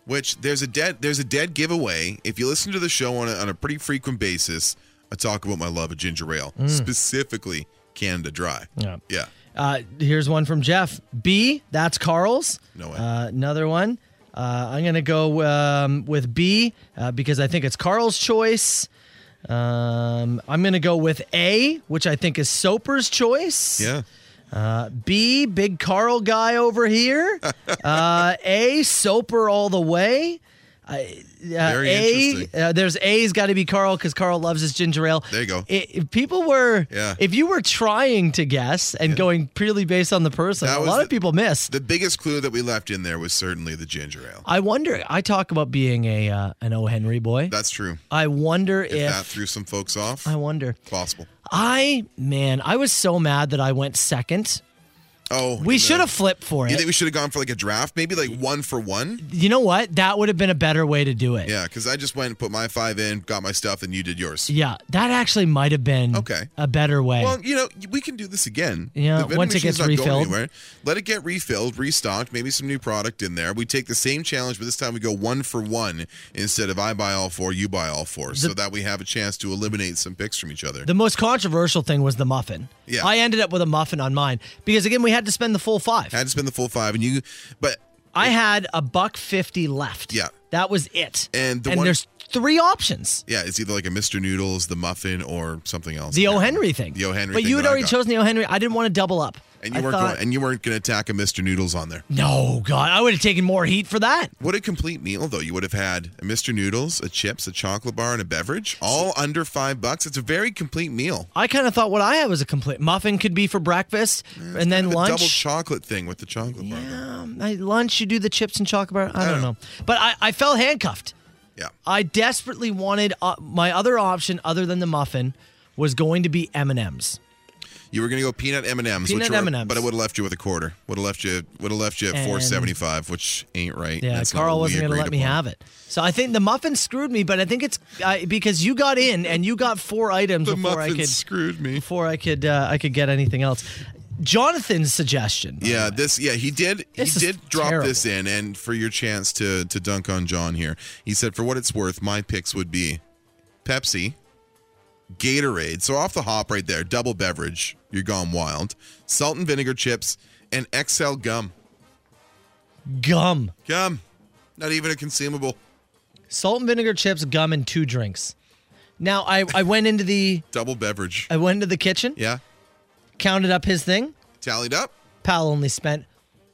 S6: Which there's a dead there's a dead giveaway. If you listen to the show on a, on a pretty frequent basis, I talk about my love of ginger ale,
S5: Mm.
S6: specifically Canada Dry.
S5: Yeah.
S6: Yeah.
S5: Uh, here's one from Jeff B. That's Carl's.
S6: No way.
S5: Uh, another one. Uh, I'm gonna go um, with B uh, because I think it's Carl's choice. Um, I'm gonna go with A, which I think is Soper's choice.
S6: Yeah.
S5: Uh, B, big Carl guy over here. uh, A, Soper all the way. I- Uh,
S6: Very
S5: A,
S6: interesting.
S5: uh, there's A's got to be Carl because Carl loves his ginger ale.
S6: There you go.
S5: I- if people were,
S6: Yeah.
S5: if you were trying to guess and going purely based on the person,
S6: That
S5: a
S6: was
S5: lot
S6: the-
S5: of people missed.
S6: The biggest clue that we left in there was certainly the ginger ale.
S5: I wonder. I talk about being a uh, an O Henry boy.
S6: That's true.
S5: I wonder
S6: If,
S5: if,
S6: that threw some folks off,
S5: I wonder.
S6: possible.
S5: I man, I was so mad that I went second.
S6: Oh,
S5: We
S6: in the-
S5: should have flipped for
S6: You
S5: it.
S6: think we should have gone for like a draft, maybe like one for one?
S5: you know what? That would have been a better way to do it.
S6: Yeah, because I just went and put my five in, got my stuff, and you did yours.
S5: Yeah, that actually might have been
S6: Okay.
S5: a better way.
S6: Well, you know, we can do this again.
S5: Yeah,
S6: The vending
S5: once it
S6: machine's
S5: gets
S6: not going
S5: refilled.
S6: anywhere. Let it get refilled, restocked, maybe some new product in there. We take the same challenge, but this time we go one for one instead of I buy all four, you buy all four, so that we have a chance to eliminate some picks from each other.
S5: the most controversial thing was the muffin.
S6: Yeah.
S5: I ended up with a muffin on mine because again we had to spend the full five.
S6: had to spend the full five, and you, but
S5: I had a buck fifty left.
S6: yeah,
S5: That was it.
S6: and the
S5: and
S6: one,
S5: there's three options.
S6: yeah, it's either like a Mr. Noodles, the muffin, or something else.
S5: The O Henry thing.
S6: The O. Henry
S5: But
S6: thing
S5: you had
S6: that I
S5: already
S6: got.
S5: chosen the O Henry. I didn't want to double up.
S6: And you
S5: I
S6: weren't
S5: thought,
S6: going, and you weren't going to attack a Mr. Noodles on there.
S5: No, God, I would have taken more heat for that.
S6: What a complete meal though. You would have had a Mr. Noodles, a chips, a chocolate bar, and a beverage, all under five bucks. It's a very complete meal.
S5: I kind of thought what I had was a complete muffin could be for breakfast and then
S6: The
S5: lunch.
S6: double chocolate thing with the chocolate bar.
S5: Um, I- lunch, you do the chips and chocolate bar. I don't know. But I, I felt handcuffed.
S6: Yeah.
S5: I desperately wanted uh, my other option other than the muffin was going to be M&M's.
S6: You were gonna go peanut M and M's,
S5: Peanut
S6: which were-
S5: M&Ms.
S6: but it would have left you with a quarter. Would have left you would have left you at
S5: And-
S6: four seventy five, which ain't right.
S5: Yeah,
S6: That's not
S5: Carl
S6: what we
S5: wasn't going to
S6: agreed
S5: let me
S6: upon.
S5: have it. So I think the muffin screwed me, but I think it's uh, because you got in and you got four items
S6: The
S5: before I
S6: muffin
S5: could
S6: screwed me.
S5: Before I could uh, I could get anything else. Jonathan's suggestion.
S6: Yeah, this. Yeah, he did.
S5: This
S6: he
S5: is
S6: did drop
S5: terrible.
S6: this in, and for your chance to to dunk on John here, he said, for what it's worth, my picks would be Pepsi, Gatorade. So off the hop, right there, double beverage. You're gone wild. Salt and vinegar chips and XL gum.
S5: Gum,
S6: Gum, not even a consumable.
S5: salt and vinegar chips, gum, and two drinks. Now I I went into the
S6: Double beverage.
S5: I went into the kitchen,
S6: Yeah,
S5: counted up his thing.
S6: tallied up.
S5: Pal only spent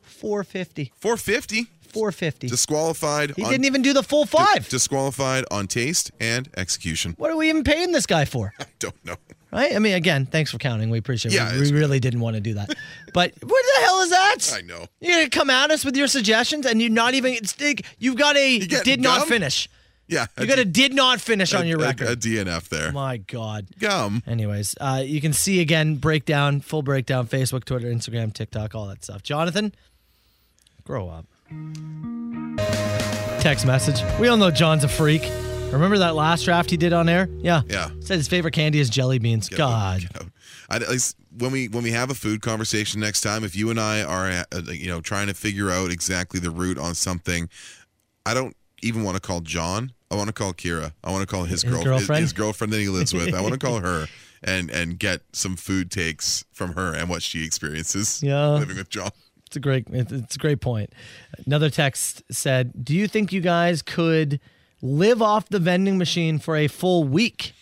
S5: four fifty.
S6: Four fifty.
S5: Four fifty.
S6: Disqualified.
S5: He
S6: on-
S5: didn't even do the full five.
S6: Disqualified on taste and execution.
S5: What are we even paying this guy for?
S6: Don't know.
S5: Right? I mean, again, thanks for counting. We appreciate it.
S6: Yeah,
S5: we
S6: it's
S5: we really didn't want to do that. But what the hell is that?
S6: I know.
S5: You're gonna come at us with your suggestions, and you're not even. It's, like, you've got a
S6: getting
S5: did not
S6: dumb?
S5: finish.
S6: Yeah,
S5: You got a did not finish on your
S6: a-
S5: record.
S6: A, DNF there.
S5: My God.
S6: Gum.
S5: Anyways, uh, you can see again breakdown, full breakdown, Facebook, Twitter, Instagram, TikTok, all that stuff. Jonathan, grow up. Text message. We all know John's a freak. Remember that last draft he did on air? Yeah.
S6: Yeah.
S5: Said his favorite candy is jelly beans. God.
S6: I'd, at least when we when we have a food conversation next time, if you and I are uh, you know trying to figure out exactly the root on something, I don't even want to call John. I want to call Kira. I want to call his,
S5: His
S6: girl-
S5: girlfriend?
S6: his, girlfriend that he lives with. I want to call her and and get some food takes from her and what she experiences.
S5: Yeah.
S6: living with John.
S5: It's a great. it- It's a great point. Another text said, "Do you think you guys could live off the vending machine for a full week?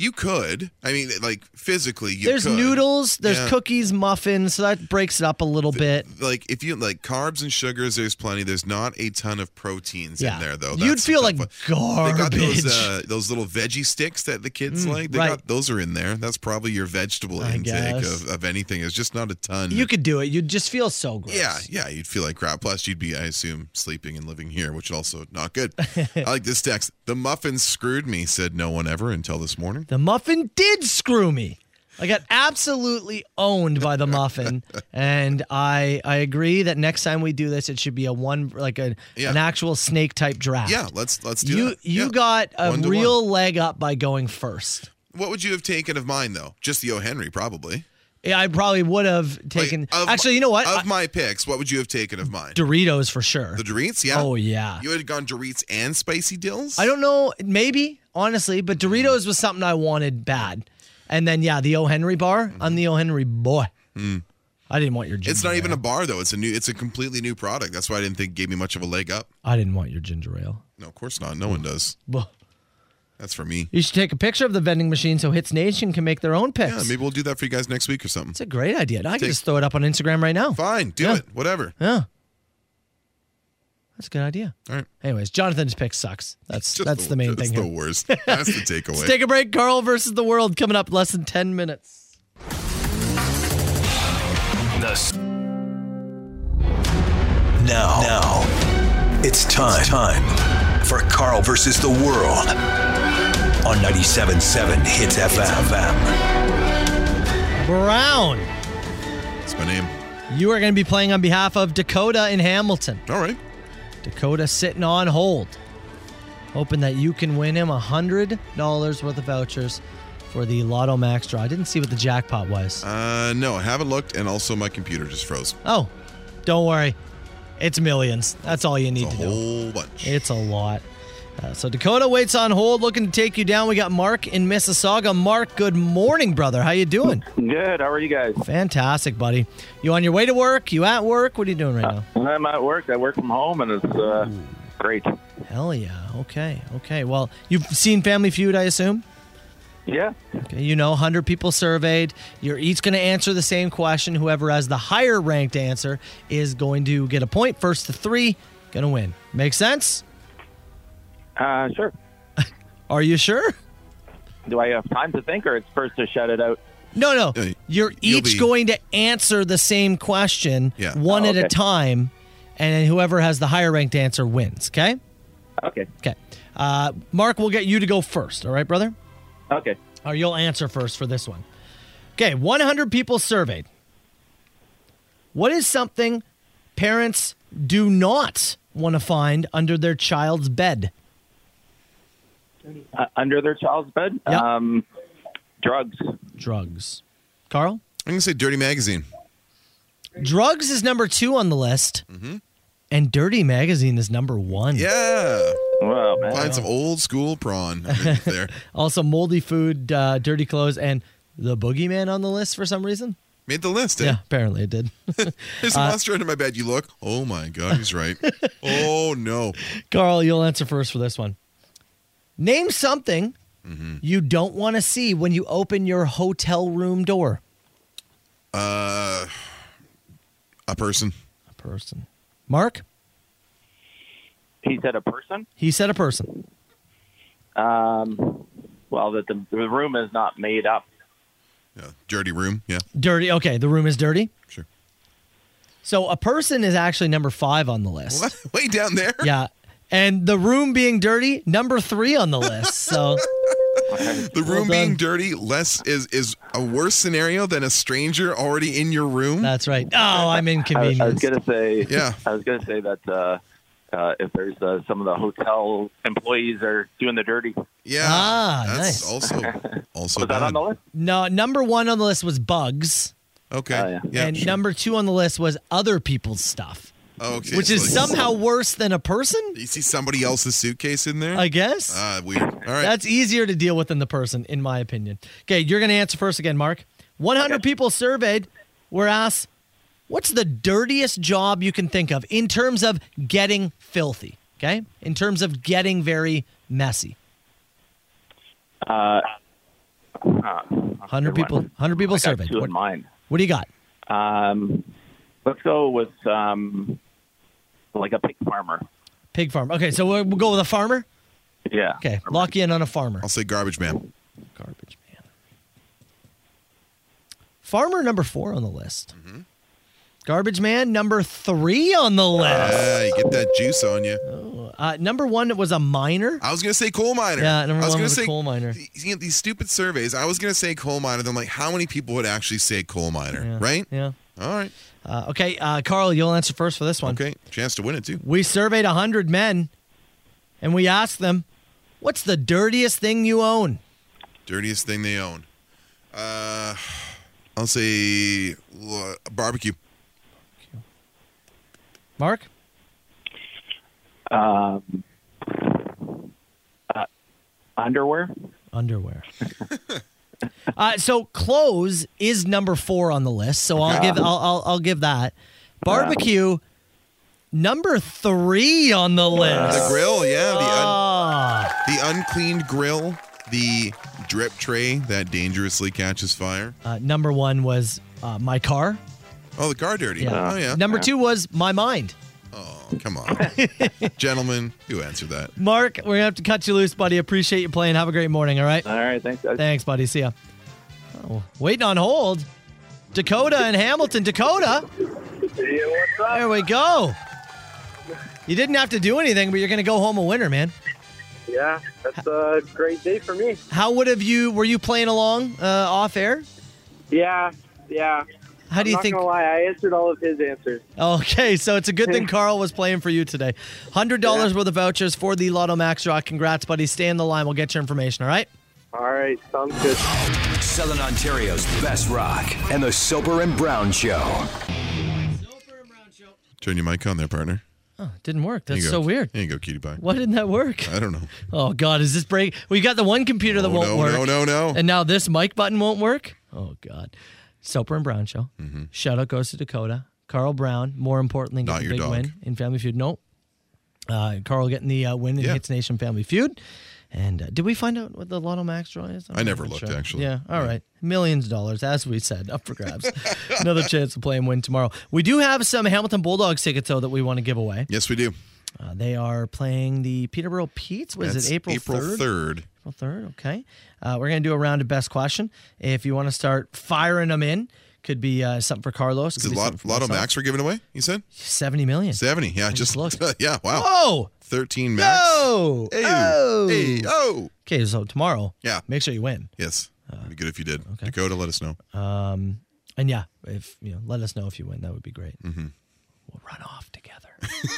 S6: You could. I mean, like physically, you
S5: there's
S6: could.
S5: noodles, there's
S6: Yeah.
S5: cookies, muffins, so that breaks it up a little bit.
S6: Like if you like carbs and sugars, there's plenty. There's not a ton of proteins
S5: Yeah.
S6: in there though.
S5: You'd
S6: That's the
S5: feel
S6: tough
S5: like
S6: They got those,
S5: garbage.
S6: uh, those little veggie sticks that the kids
S5: Mm,
S6: like. They
S5: right.
S6: got those are in there. That's probably your vegetable
S5: I
S6: intake
S5: guess.
S6: of, of anything. It's just not a ton.
S5: You could do it. You'd just feel so gross.
S6: yeah, yeah, you'd feel like crap. Plus, you'd be, I assume, sleeping and living here, which is also not good. I like this text. The muffins screwed me, said no one ever until this morning.
S5: The muffin did screw me. I got absolutely owned by the muffin, and I I agree that next time we do this, it should be a one like a,
S6: Yeah.
S5: an actual snake type draft.
S6: Yeah, let's let's do
S5: Ah. you
S6: that.
S5: you
S6: Yeah.
S5: got a
S6: One to
S5: real
S6: one.
S5: leg up by going first.
S6: What would you have taken of mine though? Just the O. Henry, probably.
S5: Yeah, I probably would have
S6: Like,
S5: taken.
S6: of-
S5: actually, you know what?
S6: Of
S5: I-
S6: my picks, what would you have taken of mine?
S5: Doritos for sure.
S6: The Doritos, yeah.
S5: Oh yeah.
S6: You had gone Doritos and spicy dills.
S5: I don't know. Maybe honestly, but Doritos was something I wanted bad. And then yeah, the O Henry bar. I'm the O Henry boy. I didn't want your. Ginger
S6: Hmm. It's not even
S5: ale.
S6: a bar though. It's a new. It's a completely new product. That's why I didn't think it gave me much of a leg up.
S5: I didn't want your ginger ale.
S6: No, of course not. No one does.
S5: Buh.
S6: That's for me.
S5: You should take a picture of the vending machine so Hits Nation can make their own picks.
S6: Yeah, maybe we'll do that for you guys next week or something.
S5: It's a great idea. I can
S6: Take-
S5: just throw it up on Instagram right now.
S6: Fine, do
S5: Yeah.
S6: it. Whatever.
S5: Yeah. That's a good idea.
S6: All right.
S5: Anyways, Jonathan's pick sucks. That's
S6: Just
S5: that's the, main
S6: it's
S5: thing.
S6: the
S5: here.
S6: worst. That's the takeaway.
S5: Let's take a break. Carl versus the world coming up less than 10 minutes.
S4: The s- now, now, it's time, time for Carl versus the world on 97.7 Hits FM.
S5: Brown,
S6: That's my name.
S5: you are going to be playing on behalf of Dakota in Hamilton.
S6: All right.
S5: Dakota sitting on hold, hoping that you can win him $100 worth of vouchers for the Lotto Max draw. I didn't see what the jackpot was.
S6: Uh, no, I haven't looked, and also my computer just froze.
S5: Oh, don't worry. It's millions. That's all you need
S6: A
S5: to know.
S6: whole bunch.
S5: It's a lot. Uh, so Dakota waits on hold, looking to take you down. We got Mark in Mississauga. Mark, good morning, brother. How you doing?
S14: Good. How are you guys?
S5: Fantastic, buddy. You on your way to work? You at work? What are you doing right now?
S14: I'm at work. I work from home, and it's uh, great.
S5: Hell yeah. Okay. Okay. Well, you've seen Family Feud, I assume.
S14: Yeah.
S5: Okay, you know, 100 people surveyed. You're each going to answer the same question. Whoever has the higher ranked answer is going to get a point. First to three, going to win. Make sense?
S14: Uh, sure.
S5: Are you sure?
S14: Do I have time to think, or it's first to shut it out?
S5: No, no. You're
S14: Uh, you'll
S5: each
S14: be-
S5: going to answer the same question
S14: Yeah.
S5: one
S14: Oh,
S5: at a
S14: okay.
S5: time, and then whoever has the higher ranked answer wins, okay?
S14: Okay.
S5: Okay. Uh, Mark, we'll get you to go first, all right, brother?
S14: Okay.
S5: Or you'll answer first for this one. Okay, 100 people surveyed. What is something parents do not want to find under their child's bed?
S14: uh, under their child's bed. Um, drugs.
S5: Drugs. Carl?
S6: I'm going to say Dirty Magazine.
S5: Drugs is number two on the list, and Dirty Magazine is number one.
S6: Yeah.
S14: Wow,
S5: man.
S6: Find some old school prawn underneath there.
S5: Also, moldy food, uh, dirty clothes, and the boogeyman on the list for some reason.
S6: Made the list. eh?
S5: Yeah, apparently it did.
S6: There's a
S5: Uh,
S6: monster under my bed. You look. Oh my God, he's right. oh no.
S5: Carl, you'll answer first for this one. Name something you don't want to see when you open your hotel room door.
S6: Uh, a person.
S5: A person. Mark,
S14: He said a person.
S5: he said a person.
S14: Um, well, that the, the room is not made up.
S6: Dirty room. Yeah.
S5: Dirty. Okay, the room is dirty.
S6: Sure.
S5: So a person is actually number five on the list.
S6: Way down there.
S5: Yeah. And the room being dirty, number three on the list. So
S6: The
S5: Well
S6: room
S5: done.
S6: being dirty less is is a worse scenario than a stranger already in your room.
S5: that's right. Oh, I'm
S14: Mm-hmm. I, I was
S5: inconvenienced.
S14: gonna say.
S6: Yeah.
S14: I was gonna say that uh, uh, if there's uh, some of the hotel employees are doing the dirty.
S6: Yeah.
S5: Ah,
S6: that's
S5: nice.
S6: also also
S14: Was that on
S6: bad.
S14: the list?
S5: No, number one on the list was bugs.
S6: Okay.
S14: Oh,
S6: yeah.
S5: and
S6: sure. Oh,
S5: number two on the list was other people's stuff,
S6: okay.
S5: which
S6: so
S5: is
S6: like-
S5: somehow worse than a person,
S6: You see somebody else's suitcase in there?
S5: I guess.
S6: Ah, weird. All right.
S5: That's easier to deal with than the person, in my opinion. Okay, you're going to answer first again, Mark. 100 people surveyed were asked, what's the dirtiest job you can think of in terms of getting filthy? Okay, in terms of getting very messy.
S14: Uh, huh.
S5: 100
S14: Good one.
S5: people, 100 people
S14: I got
S5: surveyed.
S14: Two
S5: What,
S14: in mind.
S5: what do you got?
S14: Um, let's go with um, like a pig farmer.
S5: Pig farm. Okay, so we'll, we'll go with a farmer.
S14: Yeah.
S5: Okay, lock you in on a farmer.
S6: I'll say garbage man.
S5: Garbage man. Farmer number four on the list.
S6: Mm-hmm.
S5: Garbage man number three on the list.
S6: Ah, you get that juice on you.
S5: Uh, number one was a miner.
S6: I was gonna say coal miner.
S5: Yeah, number
S6: I was
S5: one
S6: gonna
S5: was a
S6: say
S5: coal miner.
S6: These, you know, these stupid surveys. I was gonna say coal miner. Then I'm like, how many people would actually say coal miner?
S5: Yeah,
S6: Right?
S5: Yeah.
S6: All right.
S5: Uh, okay, uh, Carl, you'll answer first for this one.
S6: Okay. Chance to win it too.
S5: We surveyed 100 men and we asked them, what's the dirtiest thing you own?
S6: Dirtiest thing they own. Uh, I'll say uh, barbecue.
S5: Mark?
S14: Um, uh, underwear.
S5: Underwear. uh, so clothes is number four on the list. So I'll give I'll, I'll I'll give that. Barbecue, number three on the list.
S6: The grill, yeah. The, un-
S5: Ah,
S6: the uncleaned grill. The drip tray that dangerously catches fire.
S5: uh, number one was uh, my car.
S6: Oh, the car dirty.
S5: Yeah.
S6: Oh yeah.
S5: Number two was my mind.
S6: Oh, come on, gentlemen, you answered that.
S5: Mark, we're gonna have to cut you loose, buddy. Appreciate you playing. Have a great morning. All right.
S14: All right. Thanks. guys.
S5: Thanks, buddy. See ya. Oh, waiting on hold. Dakota and Hamilton. Dakota. There we go. You didn't have to do anything, but you're gonna go home a winner, man.
S15: Yeah, that's a great day for me.
S5: How would have you? Were you playing along uh, off air?
S15: Yeah, yeah.
S5: How
S15: I'm
S5: do you
S15: not
S5: think?
S15: Gonna lie, I answered all of his answers.
S5: Okay, so it's a good thing Carl was playing for you today. Hundred dollars worth of vouchers for the Lotto Max Rock. Congrats, buddy. Stay in the line. We'll get your information. All right.
S15: All right, sounds good.
S2: Southern Ontario's best rock and the Soper and Brown Show.
S6: Turn your mic on there, partner.
S5: Oh, it didn't work.
S6: There you
S5: That's
S6: go.
S5: so weird.
S6: There you go, cutie pie.
S5: Why didn't that work?
S6: I don't know.
S5: Oh God, is this break? We got the one computer that
S6: Oh,
S5: won't
S6: no,
S5: work.
S6: no, no, no.
S5: And now this mic button won't work. Oh God. Soper and Brown show. Shout out goes to Dakota. Carl Brown. More importantly, got
S6: Mm-hmm. Not
S5: the
S6: your
S5: big win
S6: dog.
S5: in Family Feud. Nope. Uh, Carl getting the uh, win in
S6: Yeah.
S5: Hits Nation Family Feud. And uh, did we find out what the Lotto Max draw is? I'm
S6: I
S5: not
S6: never
S5: even
S6: looked, actually.
S5: Yeah. All right. Millions of dollars, as we said, up for grabs. Another chance to play and win tomorrow. We do have some Hamilton Bulldogs tickets though that we want to give away.
S6: Yes, we do.
S5: Uh, they are playing the Peterborough Peets. Was
S6: That's
S5: it April
S6: April
S5: 3rd?
S6: third.
S5: April 3rd. Okay. Uh, we're going to do a round of best question. If you want to start firing them in, could be uh, something for Carlos.
S6: Is
S5: could
S6: it
S5: be something
S6: lot,
S5: for
S6: Lotto
S5: myself.
S6: Max we're giving away? You said
S5: 70 million.
S6: seventy. Yeah, just,
S5: looked.
S6: yeah. Wow.
S5: Oh!
S6: Thirteen Max.
S5: No!
S6: Hey,
S5: Oh!
S6: hey, oh.
S5: Okay, so tomorrow,
S6: Yeah.
S5: make sure you win.
S6: Yes. It'd be good if you did. Dakota, let us know.
S5: Um, and yeah, if you know, let us know if you win. That would be great.
S6: Mm-hmm.
S5: We'll run off together.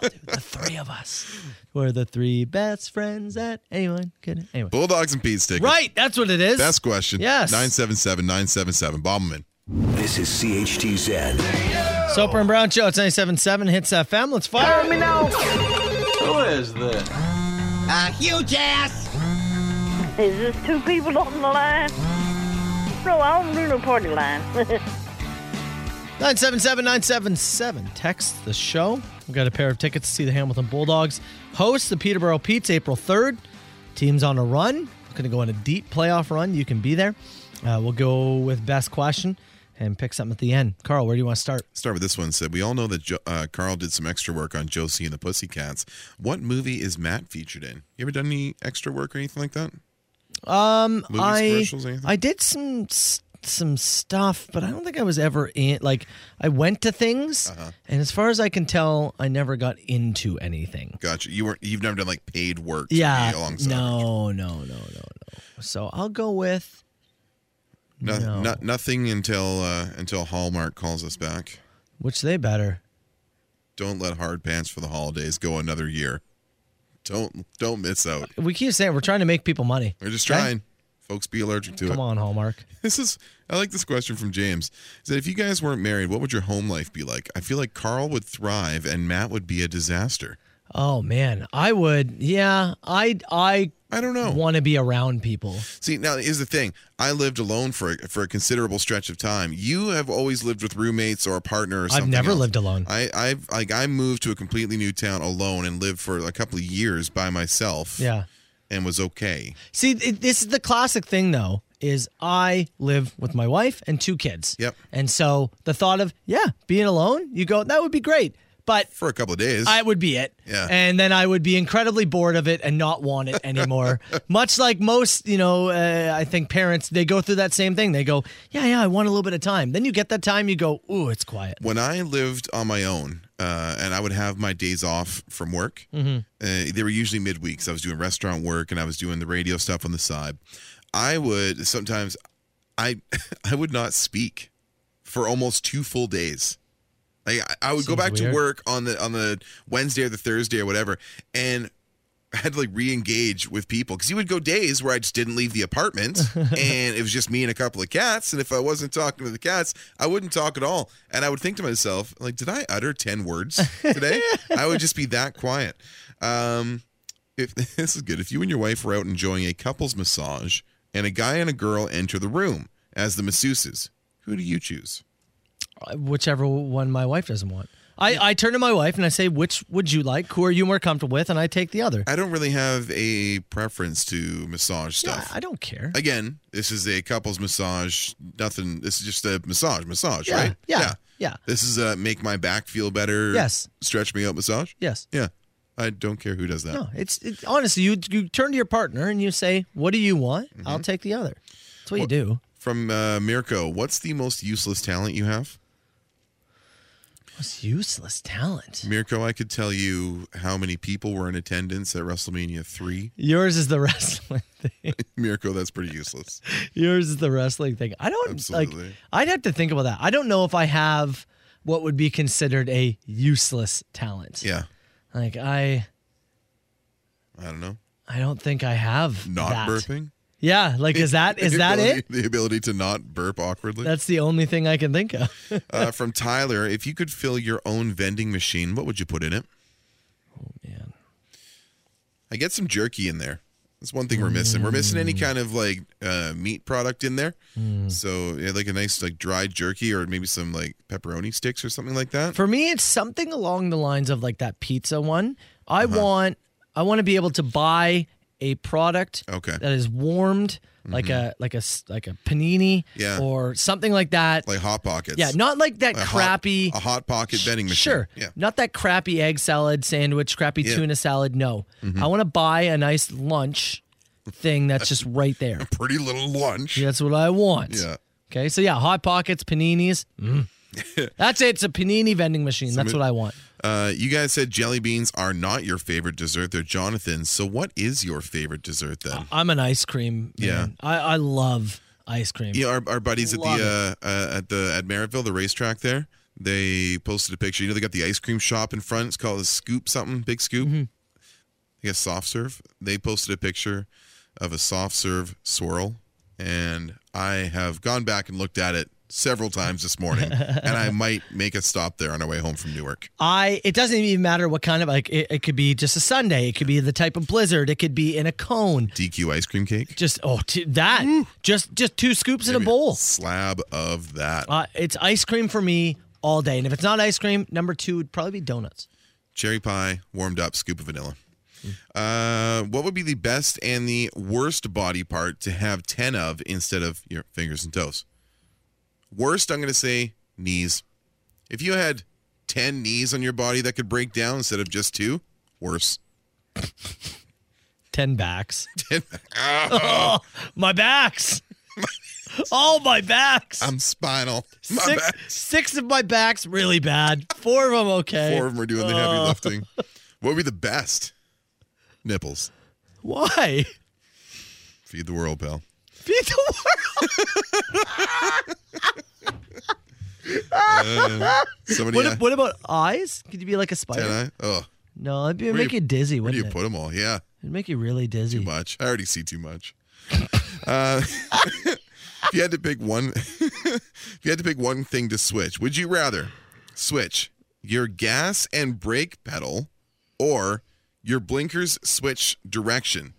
S5: So we'll do the three of us. We're the three best friends that anyone could. Anyway,
S6: Bulldogs and Pete's ticket.
S5: Right, that's what it is.
S6: Best question.
S5: Yes.
S6: 977 977. Bomberman. This is CHTZ.
S5: Soper and Brown Show. It's 97.7 Hits FM. Let's fire me now.
S2: Who is this?
S16: A huge ass! Is this two people on the line? No, I don't do no party line.
S5: 977 977. Text the show. We've got a pair of tickets to see the Hamilton Bulldogs host the Peterborough Pete's April 3rd. Team's on a run. Going to go on a deep playoff run. You can be there. Uh, we'll go with best question and pick something at the end. Carl, where do you want to start?
S6: Start with this one. Said, We all know that jo- uh, Carl did some extra work on Josie and the Pussycats. What movie is Matt featured in? You ever done any extra work or anything like that?
S5: Um,
S6: Movies,
S5: I
S6: commercials, anything?
S5: I did some s- some stuff, but I don't think I was ever in. Like I went to things,
S6: Uh-huh.
S5: and as far as I can tell, I never got into anything.
S6: Gotcha. You weren't. You've never done like paid work. to be
S5: Yeah,
S6: Alongside.
S5: no, no, no, no, no. So I'll go with
S6: No,
S5: no.
S6: no- nothing until uh, until Hallmark calls us back.
S5: which they better.
S6: Don't let hard pants for the holidays go another year. Don't don't miss out.
S5: We keep saying we're trying to make people money.
S6: We're just
S5: okay?
S6: trying. Folks, be allergic to it.
S5: Come on, Hallmark.
S6: This is I like this question from James. He said if you guys weren't married, what would your home life be like? I feel like Carl would thrive and Matt would be a disaster.
S5: Oh man, I would. Yeah, I I
S6: I don't know.
S5: Want to be around people.
S6: See, now here's the thing. I lived alone for a, for a considerable stretch of time. You have always lived with roommates or a partner or
S5: I've
S6: something.
S5: never
S6: else.
S5: lived alone.
S6: I I've like I moved to a completely new town alone and lived for a couple of years by myself
S5: Yeah.
S6: and was okay.
S5: See, it, this is the classic thing though. Is I live with my wife and two kids. Yep. And so the thought of yeah being alone, you go that would be great, but
S6: for a couple of days,
S5: I would be it.
S6: Yeah.
S5: And then I would be incredibly bored of it and not want it anymore. Much like most, you know, uh, I think parents they go through that same thing. They go, yeah, yeah, I want a little bit of time. Then you get that time, you go, ooh, it's quiet.
S6: When I lived on my own, uh, and I would have my days off from work,
S5: Mhm.
S6: uh, they were usually midweeks. I was doing restaurant work and I was doing the radio stuff on the side. I would sometimes, I I would not speak for almost two full days. Like I, I would go
S17: Seems
S6: back to
S17: weird.
S6: work on the on the Wednesday or the Thursday or whatever, and I had to like re-engage with people because you would go days where I just didn't leave the apartment and it was just me and a couple of cats. And if I wasn't talking to the cats, I wouldn't talk at all. And I would think to myself, like, did I utter ten words today? I would just be that quiet. Um, if this is good, if you and your wife were out enjoying a couple's massage and a guy and a girl enter the room as the masseuses, who do you choose?
S5: Uh, whichever one my wife doesn't want. I, I turn to my wife and I say, which would you like? Who are you more comfortable with? And I take the other.
S6: I don't really have a preference to massage stuff.
S5: I don't care.
S6: Again, this is a couple's massage. Nothing. This is just a massage. Massage,
S5: Yeah,
S6: right?
S5: yeah, yeah.
S6: This is a make my back feel better.
S5: Yes.
S6: Stretch me out massage.
S5: Yes.
S6: Yeah. I don't care who does that.
S5: No, it's it, honestly, you you turn to your partner and you say, what do you want?
S6: Mm-hmm.
S5: I'll take the other. That's what you do.
S6: From uh, Mirko, what's the most useless talent you have?
S5: It's useless talent.
S6: Mirko, I could tell you how many people were in attendance at WrestleMania 3.
S5: Yours is the wrestling thing.
S6: Mirko, that's pretty useless.
S5: Yours is the wrestling thing. I don't like.
S6: Absolutely.
S5: I'd have to think about that. I don't know if I have what would be considered a useless talent.
S6: Yeah.
S5: Like I,
S6: I don't know.
S5: I don't think I have
S6: Not
S5: that.
S6: burping?
S5: Yeah, like is that is
S6: The
S5: that
S6: ability-
S5: it?
S6: The ability to not burp awkwardly.
S5: That's the only thing I can think of.
S6: uh, from Tyler, if you could fill your own vending machine, what would you put in it? Oh man, I get some jerky in there. That's one thing we're missing. We're missing
S5: Mm.
S6: any kind of like uh, meat product in there. So yeah, like a nice like dried jerky or maybe some like pepperoni sticks or something like that.
S5: For me, it's something along the lines of like that pizza one. I
S6: Uh-huh.
S5: want I want to be able to buy a product
S6: okay. Mm-hmm.
S5: that is warmed like a like a s- like a panini
S6: Yeah.
S5: or something like that.
S6: Like hot pockets.
S5: yeah, not like that
S6: A hot-
S5: crappy
S6: a hot pocket vending machine.
S5: Sure.
S6: Yeah.
S5: Not that crappy egg salad sandwich, crappy
S6: Yeah.
S5: tuna salad. No.
S6: Mhm.
S5: I want to buy a nice lunch thing that's just right there.
S6: Pretty little lunch.
S5: That's what I want.
S6: Yeah.
S5: Okay. So yeah, hot pockets, paninis. Mm. that's it. It's a panini vending machine. That's
S6: Somebody-
S5: what I want.
S6: Uh, you guys said jelly beans are not your favorite dessert; they're Jonathan's. So, what is your favorite dessert then?
S5: I'm an ice cream. Man. Yeah, I, I love ice cream.
S6: Yeah, our, our buddies at
S5: Love
S6: the uh, uh, at the at Merrittville, the racetrack there, they posted a picture. You know, they got the ice cream shop in front. It's called a Scoop something, Big Scoop.
S5: Mm-hmm.
S6: I guess soft serve. They posted a picture of a soft serve swirl, and I have gone back and looked at it several times this morning, and I might make a stop there on our way home from Newark.
S5: I it doesn't even matter what kind of like it, it could be just a sundae, it could be the type of blizzard, it could be in a cone.
S6: DQ ice cream cake,
S5: Just oh t- that just just two scoops in a bowl.
S6: slab of that.
S5: Uh, it's ice cream for me all day, and if it's not ice cream, number two would probably be donuts.
S6: cherry pie, warmed up, scoop of vanilla.
S5: Hmm.
S6: Uh, what would be the best and the worst body part to have 10 of instead of your fingers and toes? Worst, I'm going to say knees. If you had 10 knees on your body that could break down instead of just two, worse.
S5: Ten backs. Oh, my backs. All my backs.
S6: I'm spinal. Um, My
S5: Six, six of my backs really bad. Four of them okay.
S6: Four of them are doing the heavy
S5: Oh.
S6: lifting. What would be the best? Nipples.
S5: Why?
S6: Feed the world, pal.
S5: Feed the world.
S6: Uh, somebody,
S5: what,
S6: uh,
S5: what about eyes? Could you be like a spider?
S6: 10 eye? Oh.
S5: No, it'd, be,
S6: Where
S5: it'd make you, dizzy,
S6: Where do
S5: wouldn't
S6: you
S5: it?
S6: put them all? Yeah.
S5: it'd make you really dizzy.
S6: Too much. I already see too much. uh, if you had to pick one, if you had to pick one thing to switch, would you rather switch your gas and brake pedal, or your blinkers switch direction?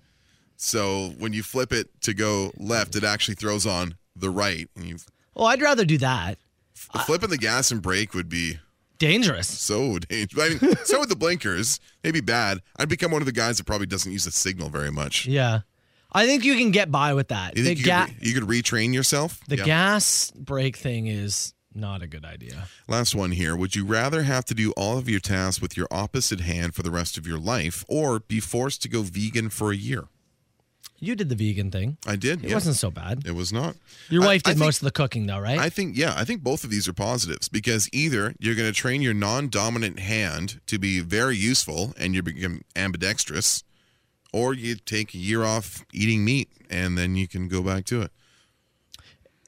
S6: So when you flip it to go left, it actually throws on the right, and you
S5: Oh, I'd rather do that.
S6: flipping the gas and brake would be
S5: Dangerous.
S6: so dangerous. I mean, so with the blinkers, maybe bad. I'd become one of the guys that probably doesn't use the signal very much.
S5: Yeah. I think you can get by with that.
S6: You
S5: The,
S6: think you,
S5: ga-
S6: could, re- you could retrain yourself?
S5: the
S6: Yeah.
S5: gas brake thing is not a good idea.
S6: Last one here. Would you rather have to do all of your tasks with your opposite hand for the rest of your life or be forced to go vegan for a year?
S5: You did the vegan thing.
S6: I did.
S5: It
S6: yeah.
S5: wasn't so bad.
S6: It was not.
S5: Your
S6: I-
S5: wife
S6: I
S5: did
S6: think-
S5: most of the cooking, though, right?
S6: I think, yeah, I think both of these are positives because either you're going to train your non dominant hand to be very useful and you become ambidextrous, or you take a year off eating meat and then you can go back to it.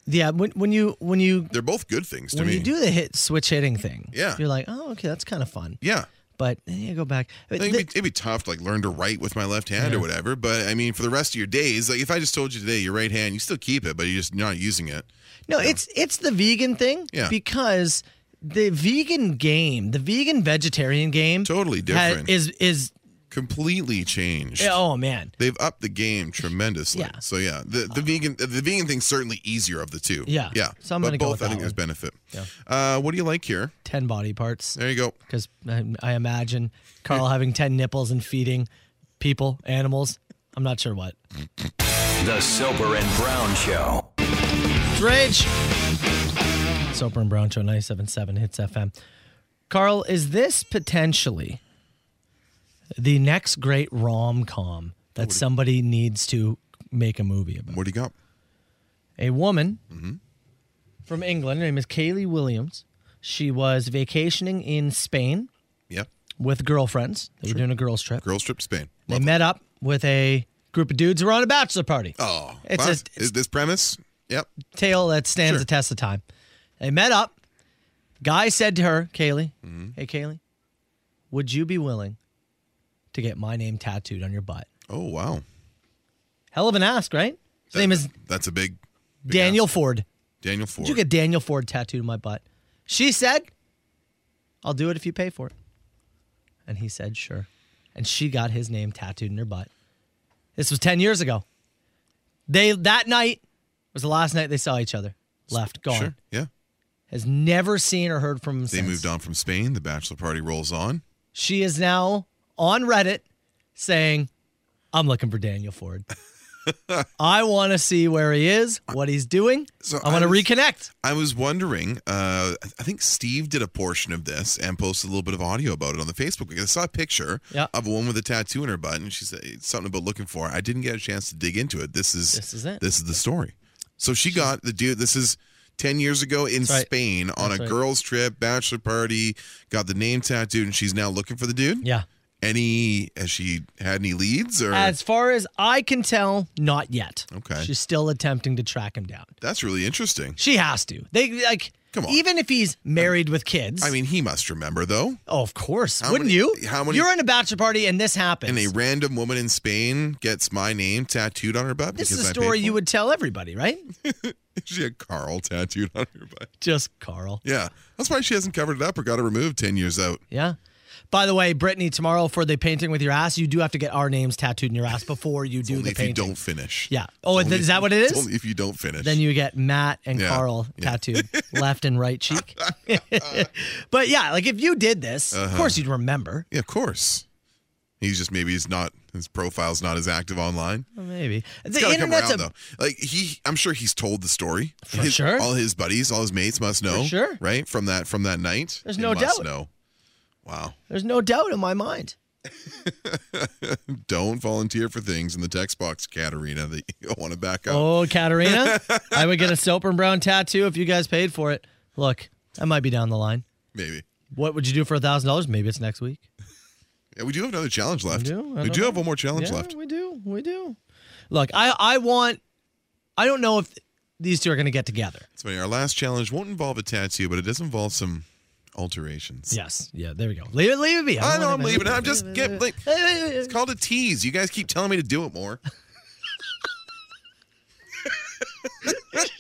S5: yeah. When, when you when you
S6: They're both good things to
S5: when
S6: me.
S5: you do the hit switch hitting thing,
S6: Yeah.
S5: you're like, oh, okay, that's kind of fun.
S6: yeah.
S5: But then you go back.
S6: I think it'd, be, it'd be tough, to, like learn to write with my left hand or
S5: Yeah.
S6: whatever. But I mean, for the rest of your days, like if I just told you today your right hand, you still keep it, but you're just not using it.
S5: No, it's it's the vegan thing
S6: Yeah.
S5: because the vegan game, the vegan vegetarian game,
S6: Totally
S5: has-
S6: different.
S5: is is
S6: Completely changed.
S5: oh man,
S6: They've upped the game tremendously.
S5: Yeah. Uh.
S6: So yeah, the the vegan the vegan thing's certainly easier of the two.
S5: Yeah.
S6: Yeah.
S5: So I'm
S6: but
S5: gonna go
S6: both
S5: with
S6: I
S5: that
S6: think there's
S5: one.
S6: benefit.
S5: Yeah.
S6: Uh, what do you like here?
S5: ten body parts
S6: There you go.
S5: because I, I imagine Carl having ten nipples and feeding people animals. I'm not sure what.
S4: The Soper and Brown Show.
S5: It's Rage. Soper and Brown Show 977 hits FM. Carl, is this potentially the next great rom com that somebody needs to make a movie about?
S6: What do you got?
S5: A woman from England, her name is Kaylee Williams. She was vacationing in Spain
S6: Yeah.
S5: with girlfriends. They were doing a girls' trip.
S6: Girls trip to Spain.
S5: They met up with a group of dudes who were on a bachelor party.
S6: Oh.
S5: It's
S6: wow.
S5: a-
S6: is this premise? Yep.
S5: tale that stands
S6: Sure.
S5: the test of time. They met up. Guy said to her, Kaylee,
S6: Mm-hmm.
S5: hey, Kaylee, would you be willing to get my name tattooed on your butt?
S6: Oh wow.
S5: Hell of an ask, right? His name is
S6: That's a big
S5: Daniel Ford.
S6: Daniel Ford.
S5: Would you get Daniel Ford tattooed on my butt? She said, I'll do it if you pay for it. And he said, sure. And she got his name tattooed in her butt. This was 10 years ago. They That night was the last night they saw each other. Left, gone.
S6: Sure. Yeah.
S5: has never seen or heard from him
S6: They
S5: since.
S6: moved on from Spain. The bachelor party rolls on.
S5: She is now on Reddit saying, I'm looking for Daniel Ford. I want to see where he is, what he's doing.
S6: So
S5: I want to
S6: I was-
S5: reconnect.
S6: I was wondering. Uh, I think Steve did a portion of this and posted a little bit of audio about it on the Facebook. Because I saw a picture
S5: Yeah.
S6: of a woman with a tattoo in her butt, and she said it's something about looking for. it. I didn't get a chance to dig into it. This is
S5: This is it.
S6: This is the story. So she got the dude. This is 10 years ago in
S5: That's right.
S6: Spain on
S5: That's
S6: a
S5: right.
S6: girls' trip, bachelor party, got the name tattooed, and she's now looking for the dude?
S5: Yeah.
S6: Any, has she had any leads? or
S5: As far as I can tell, not yet.
S6: Okay.
S5: She's still attempting to track him down.
S6: That's really interesting.
S5: She has to. They like
S6: Come on.
S5: even if he's married with kids.
S6: I mean, he must remember, though.
S5: Oh, of course.
S6: How
S5: Wouldn't
S6: many-
S5: you?
S6: how many-
S5: You're in a bachelor party and this happens.
S6: And a random woman in Spain gets my name tattooed on her butt
S5: this
S6: because
S5: is a
S6: I paid
S5: story
S6: for
S5: you would tell everybody, right?
S6: it. She had Carl tattooed on her butt.
S5: Just Carl.
S6: Yeah. That's why she hasn't covered it up or got it removed 10 years out.
S5: Yeah. By the way, Brittany, tomorrow for the painting with your ass, you do have to get our names tattooed in your ass before you do
S6: Only
S5: the
S6: if you
S5: painting.
S6: don't finish.
S5: Yeah. Oh,
S6: It's only-
S5: is that what it
S6: it's
S5: is?
S6: only if you don't finish.
S5: Then you get Matt and
S6: Yeah,
S5: Carl tattooed left and right cheek. but yeah, like if you did this, of
S6: Uh-huh.
S5: course you'd remember.
S6: Yeah, of course. He's just maybe he's not his profile's not as active online.
S5: Well, maybe
S6: It's
S5: the
S6: gotta come
S5: internet's
S6: around
S5: a
S6: though. Like he, I'm sure he's told the story.
S5: For
S6: His-
S5: sure.
S6: all his buddies, all his mates must know.
S5: sure.
S6: right from that from that night.
S5: There's
S6: They
S5: no
S6: must
S5: doubt.
S6: Know. Wow!
S5: there's no doubt in my mind.
S6: Don't volunteer for things in the text box, Katarina, that you don't want to back up.
S5: Oh, Katarina, I would get a soap and brown tattoo if you guys paid for it. Look, that might be down the line.
S6: Maybe.
S5: What would you do for a thousand dollars? Maybe it's next week.
S6: Yeah, we do have another challenge left.
S5: do? I
S6: we
S5: don't
S6: do
S5: know.
S6: have one more challenge
S5: Yeah,
S6: left.
S5: We do. We do. Look, I I want. I don't know if these two are going to get together.
S6: It's funny. Our last challenge won't involve a tattoo, but it does involve some alterations.
S5: Yes. Yeah. There we go. Leave it. Leave it be.
S6: I,
S5: don't
S6: know I'm
S5: wanna-
S6: leaving. I'm just get like it's called a tease. You guys keep telling me to do it more.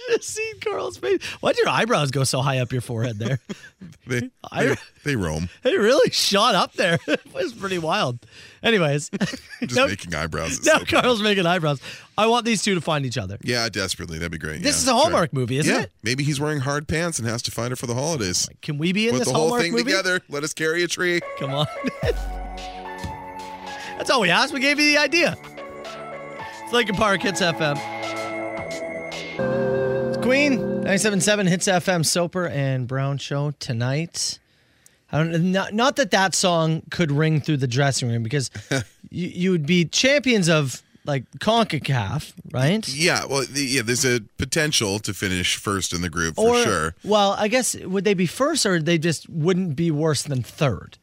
S5: Just see Carl's face. Why'd your eyebrows go so high up your forehead there?
S6: They
S5: I-
S6: they, they roam.
S5: They really shot up there. it was pretty wild. Anyways,
S6: Just
S5: no,
S6: making eyebrows. It's
S5: now
S6: so bad.
S5: Carl's making eyebrows. I want these two to find each other.
S6: Yeah, desperately. That'd be great.
S5: This
S6: yeah,
S5: is a Hallmark movie, isn't
S6: Yeah,
S5: it?
S6: Maybe he's wearing hard pants and has to find her for the holidays.
S5: Can we be in
S6: Put
S5: this
S6: the whole
S5: Hallmark
S6: thing
S5: movie?
S6: together. Let us carry a tree.
S5: Come on. That's all we asked. We gave you the idea. It's Lincoln Park, Hits FM. It's Queen, 97.7 Hits FM, Soper and Brown Show tonight. I don't, not, not that that song could ring through the dressing room because you, you would be champions of like CONCACAF, right?
S6: Yeah, well, the, yeah. There's a potential to finish first in the group for
S5: or,
S6: sure.
S5: Well, I guess would they be first or they just wouldn't be worse than third?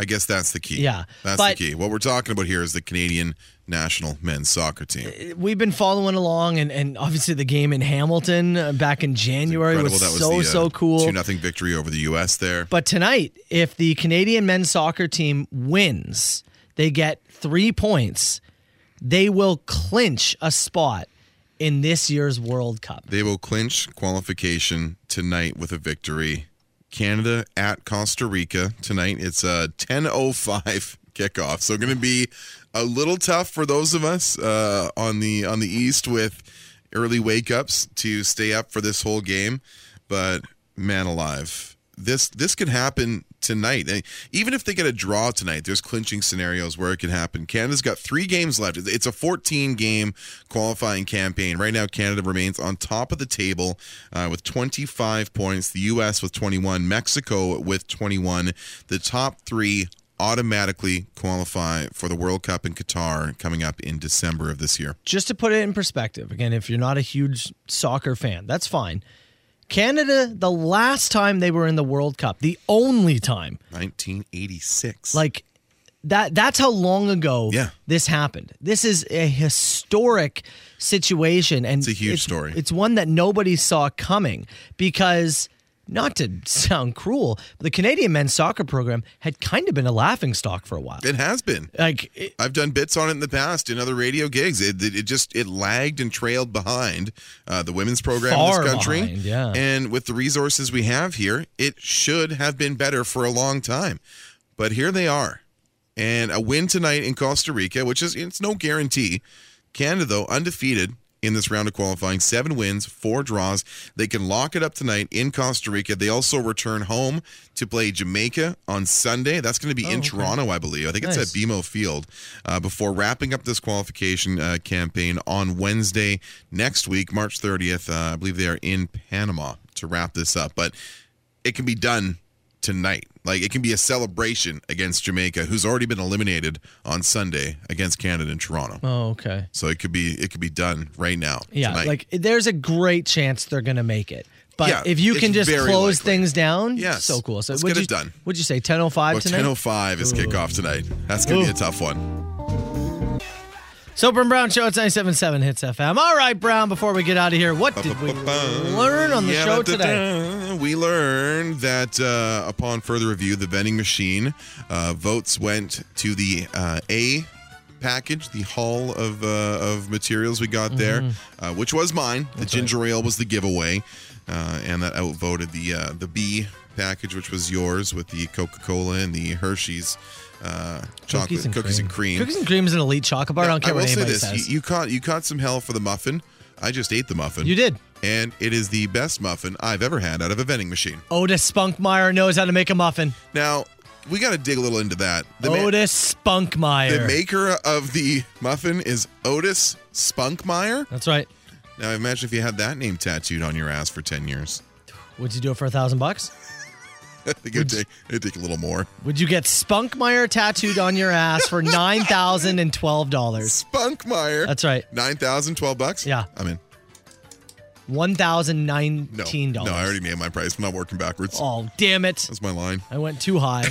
S6: I guess that's the key.
S5: Yeah,
S6: that's
S5: but-
S6: the key. What we're talking about here is the Canadian national men's soccer team.
S5: we've been following along, and, and obviously the game in Hamilton uh, back in January was,
S6: Incredible,
S5: so so cool.
S6: uh, Two nothing victory over the U.S. There.
S5: But tonight, if the Canadian men's soccer team wins, they get three points. They will clinch a spot in this year's World Cup.
S6: They will clinch qualification tonight with a victory. Canada at Costa Rica tonight. It's a 10:05 kickoff, so going to be a little tough for those of us uh, on the on the East with early wake ups to stay up for this whole game. But man alive, this this could happen tonight. And Even if they get a draw tonight, there's clinching scenarios where it could happen. Canada's got three games left. It's a 14 game qualifying campaign. Right now, Canada remains on top of the table uh, with 25 points, the U.S. with 21, Mexico with 21. The top three automatically qualify for the World Cup in Qatar coming up in December of this year.
S5: Just to put it in perspective, again, if you're not a huge soccer fan, that's fine. Canada, the last time they were in the World Cup, the only time
S6: 1986.
S5: Like that that's how long ago
S6: Yeah.
S5: this happened. This is a historic situation and it's
S6: a huge story.
S5: It's one that nobody saw coming because not to sound cruel, but the Canadian men's soccer program had kind of been a laughing stock for a while.
S6: It has been.
S5: Like it-
S6: I've done bits on it in the past in other radio gigs. It, it, it just it lagged and trailed behind uh, the women's program in
S5: Far
S6: this country.
S5: behind, yeah.
S6: And with the resources we have here, it should have been better for a long time. But here they are, and a win tonight in Costa Rica, which is it's no guarantee. Canada though undefeated. In this round of qualifying, seven wins, four draws. They can lock it up tonight in Costa Rica. They also return home to play Jamaica on Sunday. That's going to be
S5: Oh,
S6: in Toronto, I believe. I think it's
S5: Nice.
S6: at BMO Field uh, before wrapping up this qualification uh, campaign on Wednesday next week, March 30th. Uh, I believe they are in Panama to wrap this up, but it can be done tonight. Like it can be a celebration against Jamaica, who's already been eliminated on Sunday against Canada in Toronto.
S5: Oh, okay.
S6: So it could be it could be done right now.
S5: Yeah,
S6: tonight.
S5: like there's a great chance they're gonna make it. But
S6: Yeah,
S5: if you
S6: it's
S5: can just
S6: very
S5: close
S6: likely.
S5: things down,
S6: Yes.
S5: so cool. So
S6: Let's
S5: what'd
S6: get
S5: you,
S6: it done.
S5: What'd you say? Ten oh five
S6: Well,
S5: tonight.
S6: 10:05 is kickoff tonight. That's gonna be a tough one.
S5: Soper and Brown Show. It's 97.7 Hits FM. All right, Brown. Before we get out of here, what did we learn on the
S6: Yeah,
S5: show
S6: da-da-da.
S5: today?
S6: We learned that uh, upon further review, the vending machine uh, votes went to the uh, A package, the haul of uh, of materials we got there,
S17: Mhm.
S5: Mm-hmm.
S6: uh, which was mine. The ginger ale was the giveaway, uh, and that outvoted the uh, the B package, which was yours with the Coca Cola and the Hershey's uh, chocolate cookies and, cream.
S5: Cookies and cream is an elite chocolate bar. I don't care
S6: will
S5: what
S6: say
S5: anybody
S6: this:
S5: says.
S6: You, you caught you caught some hell for the muffin. I just ate the muffin. You
S5: did,
S6: and it is the best muffin I've ever had out of a vending machine.
S5: Otis Spunkmeyer knows how to make a muffin.
S6: Now we got to dig a little into that. The, ma-
S5: Otis Spunkmeyer.
S6: the maker of the muffin is Otis Spunkmeyer.
S5: That's right.
S6: Now imagine if you had that name tattooed on your ass for ten years.
S5: Would you do it for a thousand bucks?
S6: I think it'd take, it'd take a little more.
S5: Would you get Spunkmeyer tattooed on your ass for nine thousand and twelve dollars?
S6: Spunkmeyer.
S5: That's right.
S6: Nine thousand twelve bucks.
S5: Yeah.
S6: I mean,
S5: One thousand
S6: no,
S5: nineteen
S6: no,
S5: dollars.
S6: I already made my price. I'm not working backwards.
S5: Oh damn it! That's
S6: my line.
S5: I went too high.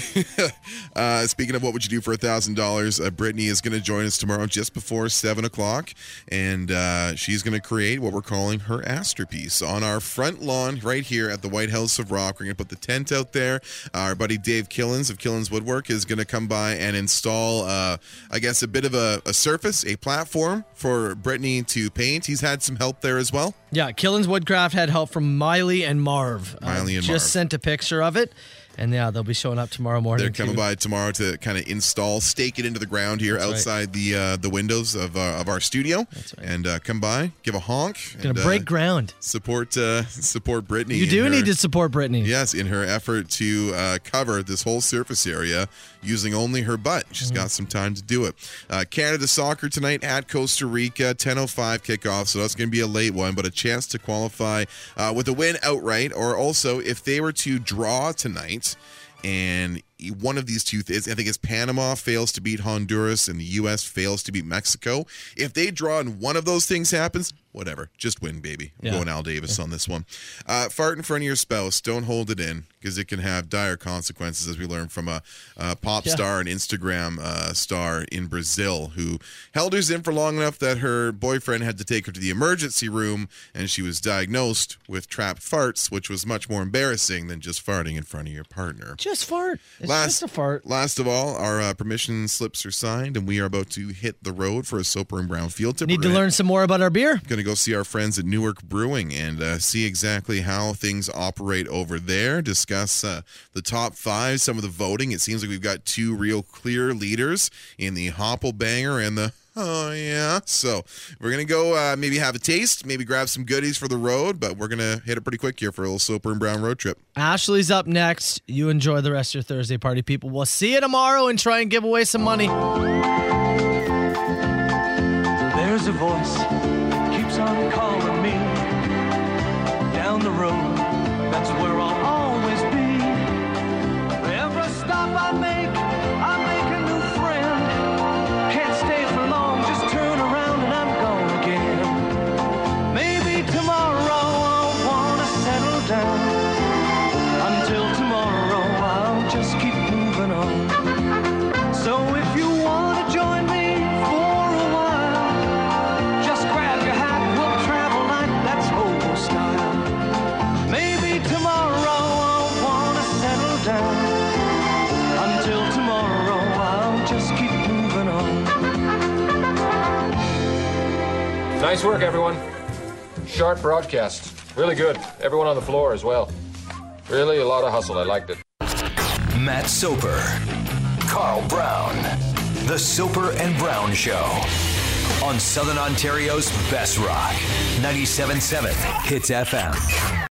S6: Uh, speaking of what would you do for a thousand dollars, uh, Brittany is going to join us tomorrow just before seven o'clock, and uh, she's going to create what we're calling her masterpiece on our front lawn right here at the White House of Rock. We're going to put the tent out there. Our buddy Dave Killens of Killens Woodwork is going to come by and install, uh, I guess, a bit of a, a surface, a platform for Brittany to paint. He's had some help there as well.
S5: Yeah, Killins Woodcraft had help from Miley and Marv. Uh,
S6: Miley and
S5: just
S6: Marv.
S5: sent a picture of it, and yeah, they'll be showing up tomorrow morning.
S6: They're coming
S5: too.
S6: by tomorrow to kind of install, stake it into the ground here
S5: That's right.
S6: outside the uh, the windows of uh, of our studio, That's right. and uh, come by, give a honk.
S5: Gonna
S6: and, uh,
S5: break ground.
S6: support uh, support Brittany.
S5: You
S6: in
S5: do
S6: her-
S5: need to support Brittany.
S6: Yes, in her effort to uh, cover this whole surface area using only her butt. She's got some time to do it. Uh, Canada soccer tonight at Costa Rica, 10.05 kickoff, so that's going to be a late one, but a chance to qualify uh, with a win outright, or also if they were to draw tonight and e, one of these two things, I think it's Panama fails to beat Honduras and the U.S. fails to beat Mexico. If they draw and one of those things happens, whatever, just win, baby. I'm
S17: Yeah.
S6: going Al Davis on this one. Uh, fart in front of your spouse. Don't hold it in because it can have dire consequences, as we learned from a, a pop
S17: Yeah.
S6: star and Instagram uh, star in Brazil who held hers in for long enough that her boyfriend had to take her to the emergency room and she was diagnosed with trapped farts, which was much more embarrassing than just farting in front of your partner.
S5: Just fart. It's
S6: Last-
S5: just a fart.
S6: Last of all, our uh, permission slips are signed, and we are about to hit the road for a Soper and Brown field trip.
S5: Need to learn some more about our beer.
S6: Going to go see our friends at Newark Brewing and uh, see exactly how things operate over there. Discuss uh, the top five, some of the voting. It seems like we've got two real clear leaders in the Hopple Banger and the. Oh yeah, so we're gonna go uh, maybe have a taste, maybe grab some goodies for the road, but we're gonna hit it pretty quick here for a little Soper and Brown road trip.
S5: Ashley's up next. You enjoy the rest of your Thursday party, people. We'll see you tomorrow and try and give away some money.
S18: There's a voice keeps on calling me down the road. That's where I'll always be. Every stop I make, I make a new friend. Can't stay for long, just turn around and I'm gone again. Maybe tomorrow I'll Oh, wanna settle down. Until tomorrow I'll just keep moving on. So if you wanna join me for a while. Just grab your hat, we'll travel like that's old style. Maybe tomorrow I'll wanna settle down. Until tomorrow I'll just keep moving on.
S19: Nice work, everyone. Sharp broadcast. Really good. Everyone on the floor as well. Really a lot of hustle. I liked it.
S4: Matt Soper, Carl Brown, The Soper and Brown Show on Southern Ontario's best rock, 97.7 Hits FM.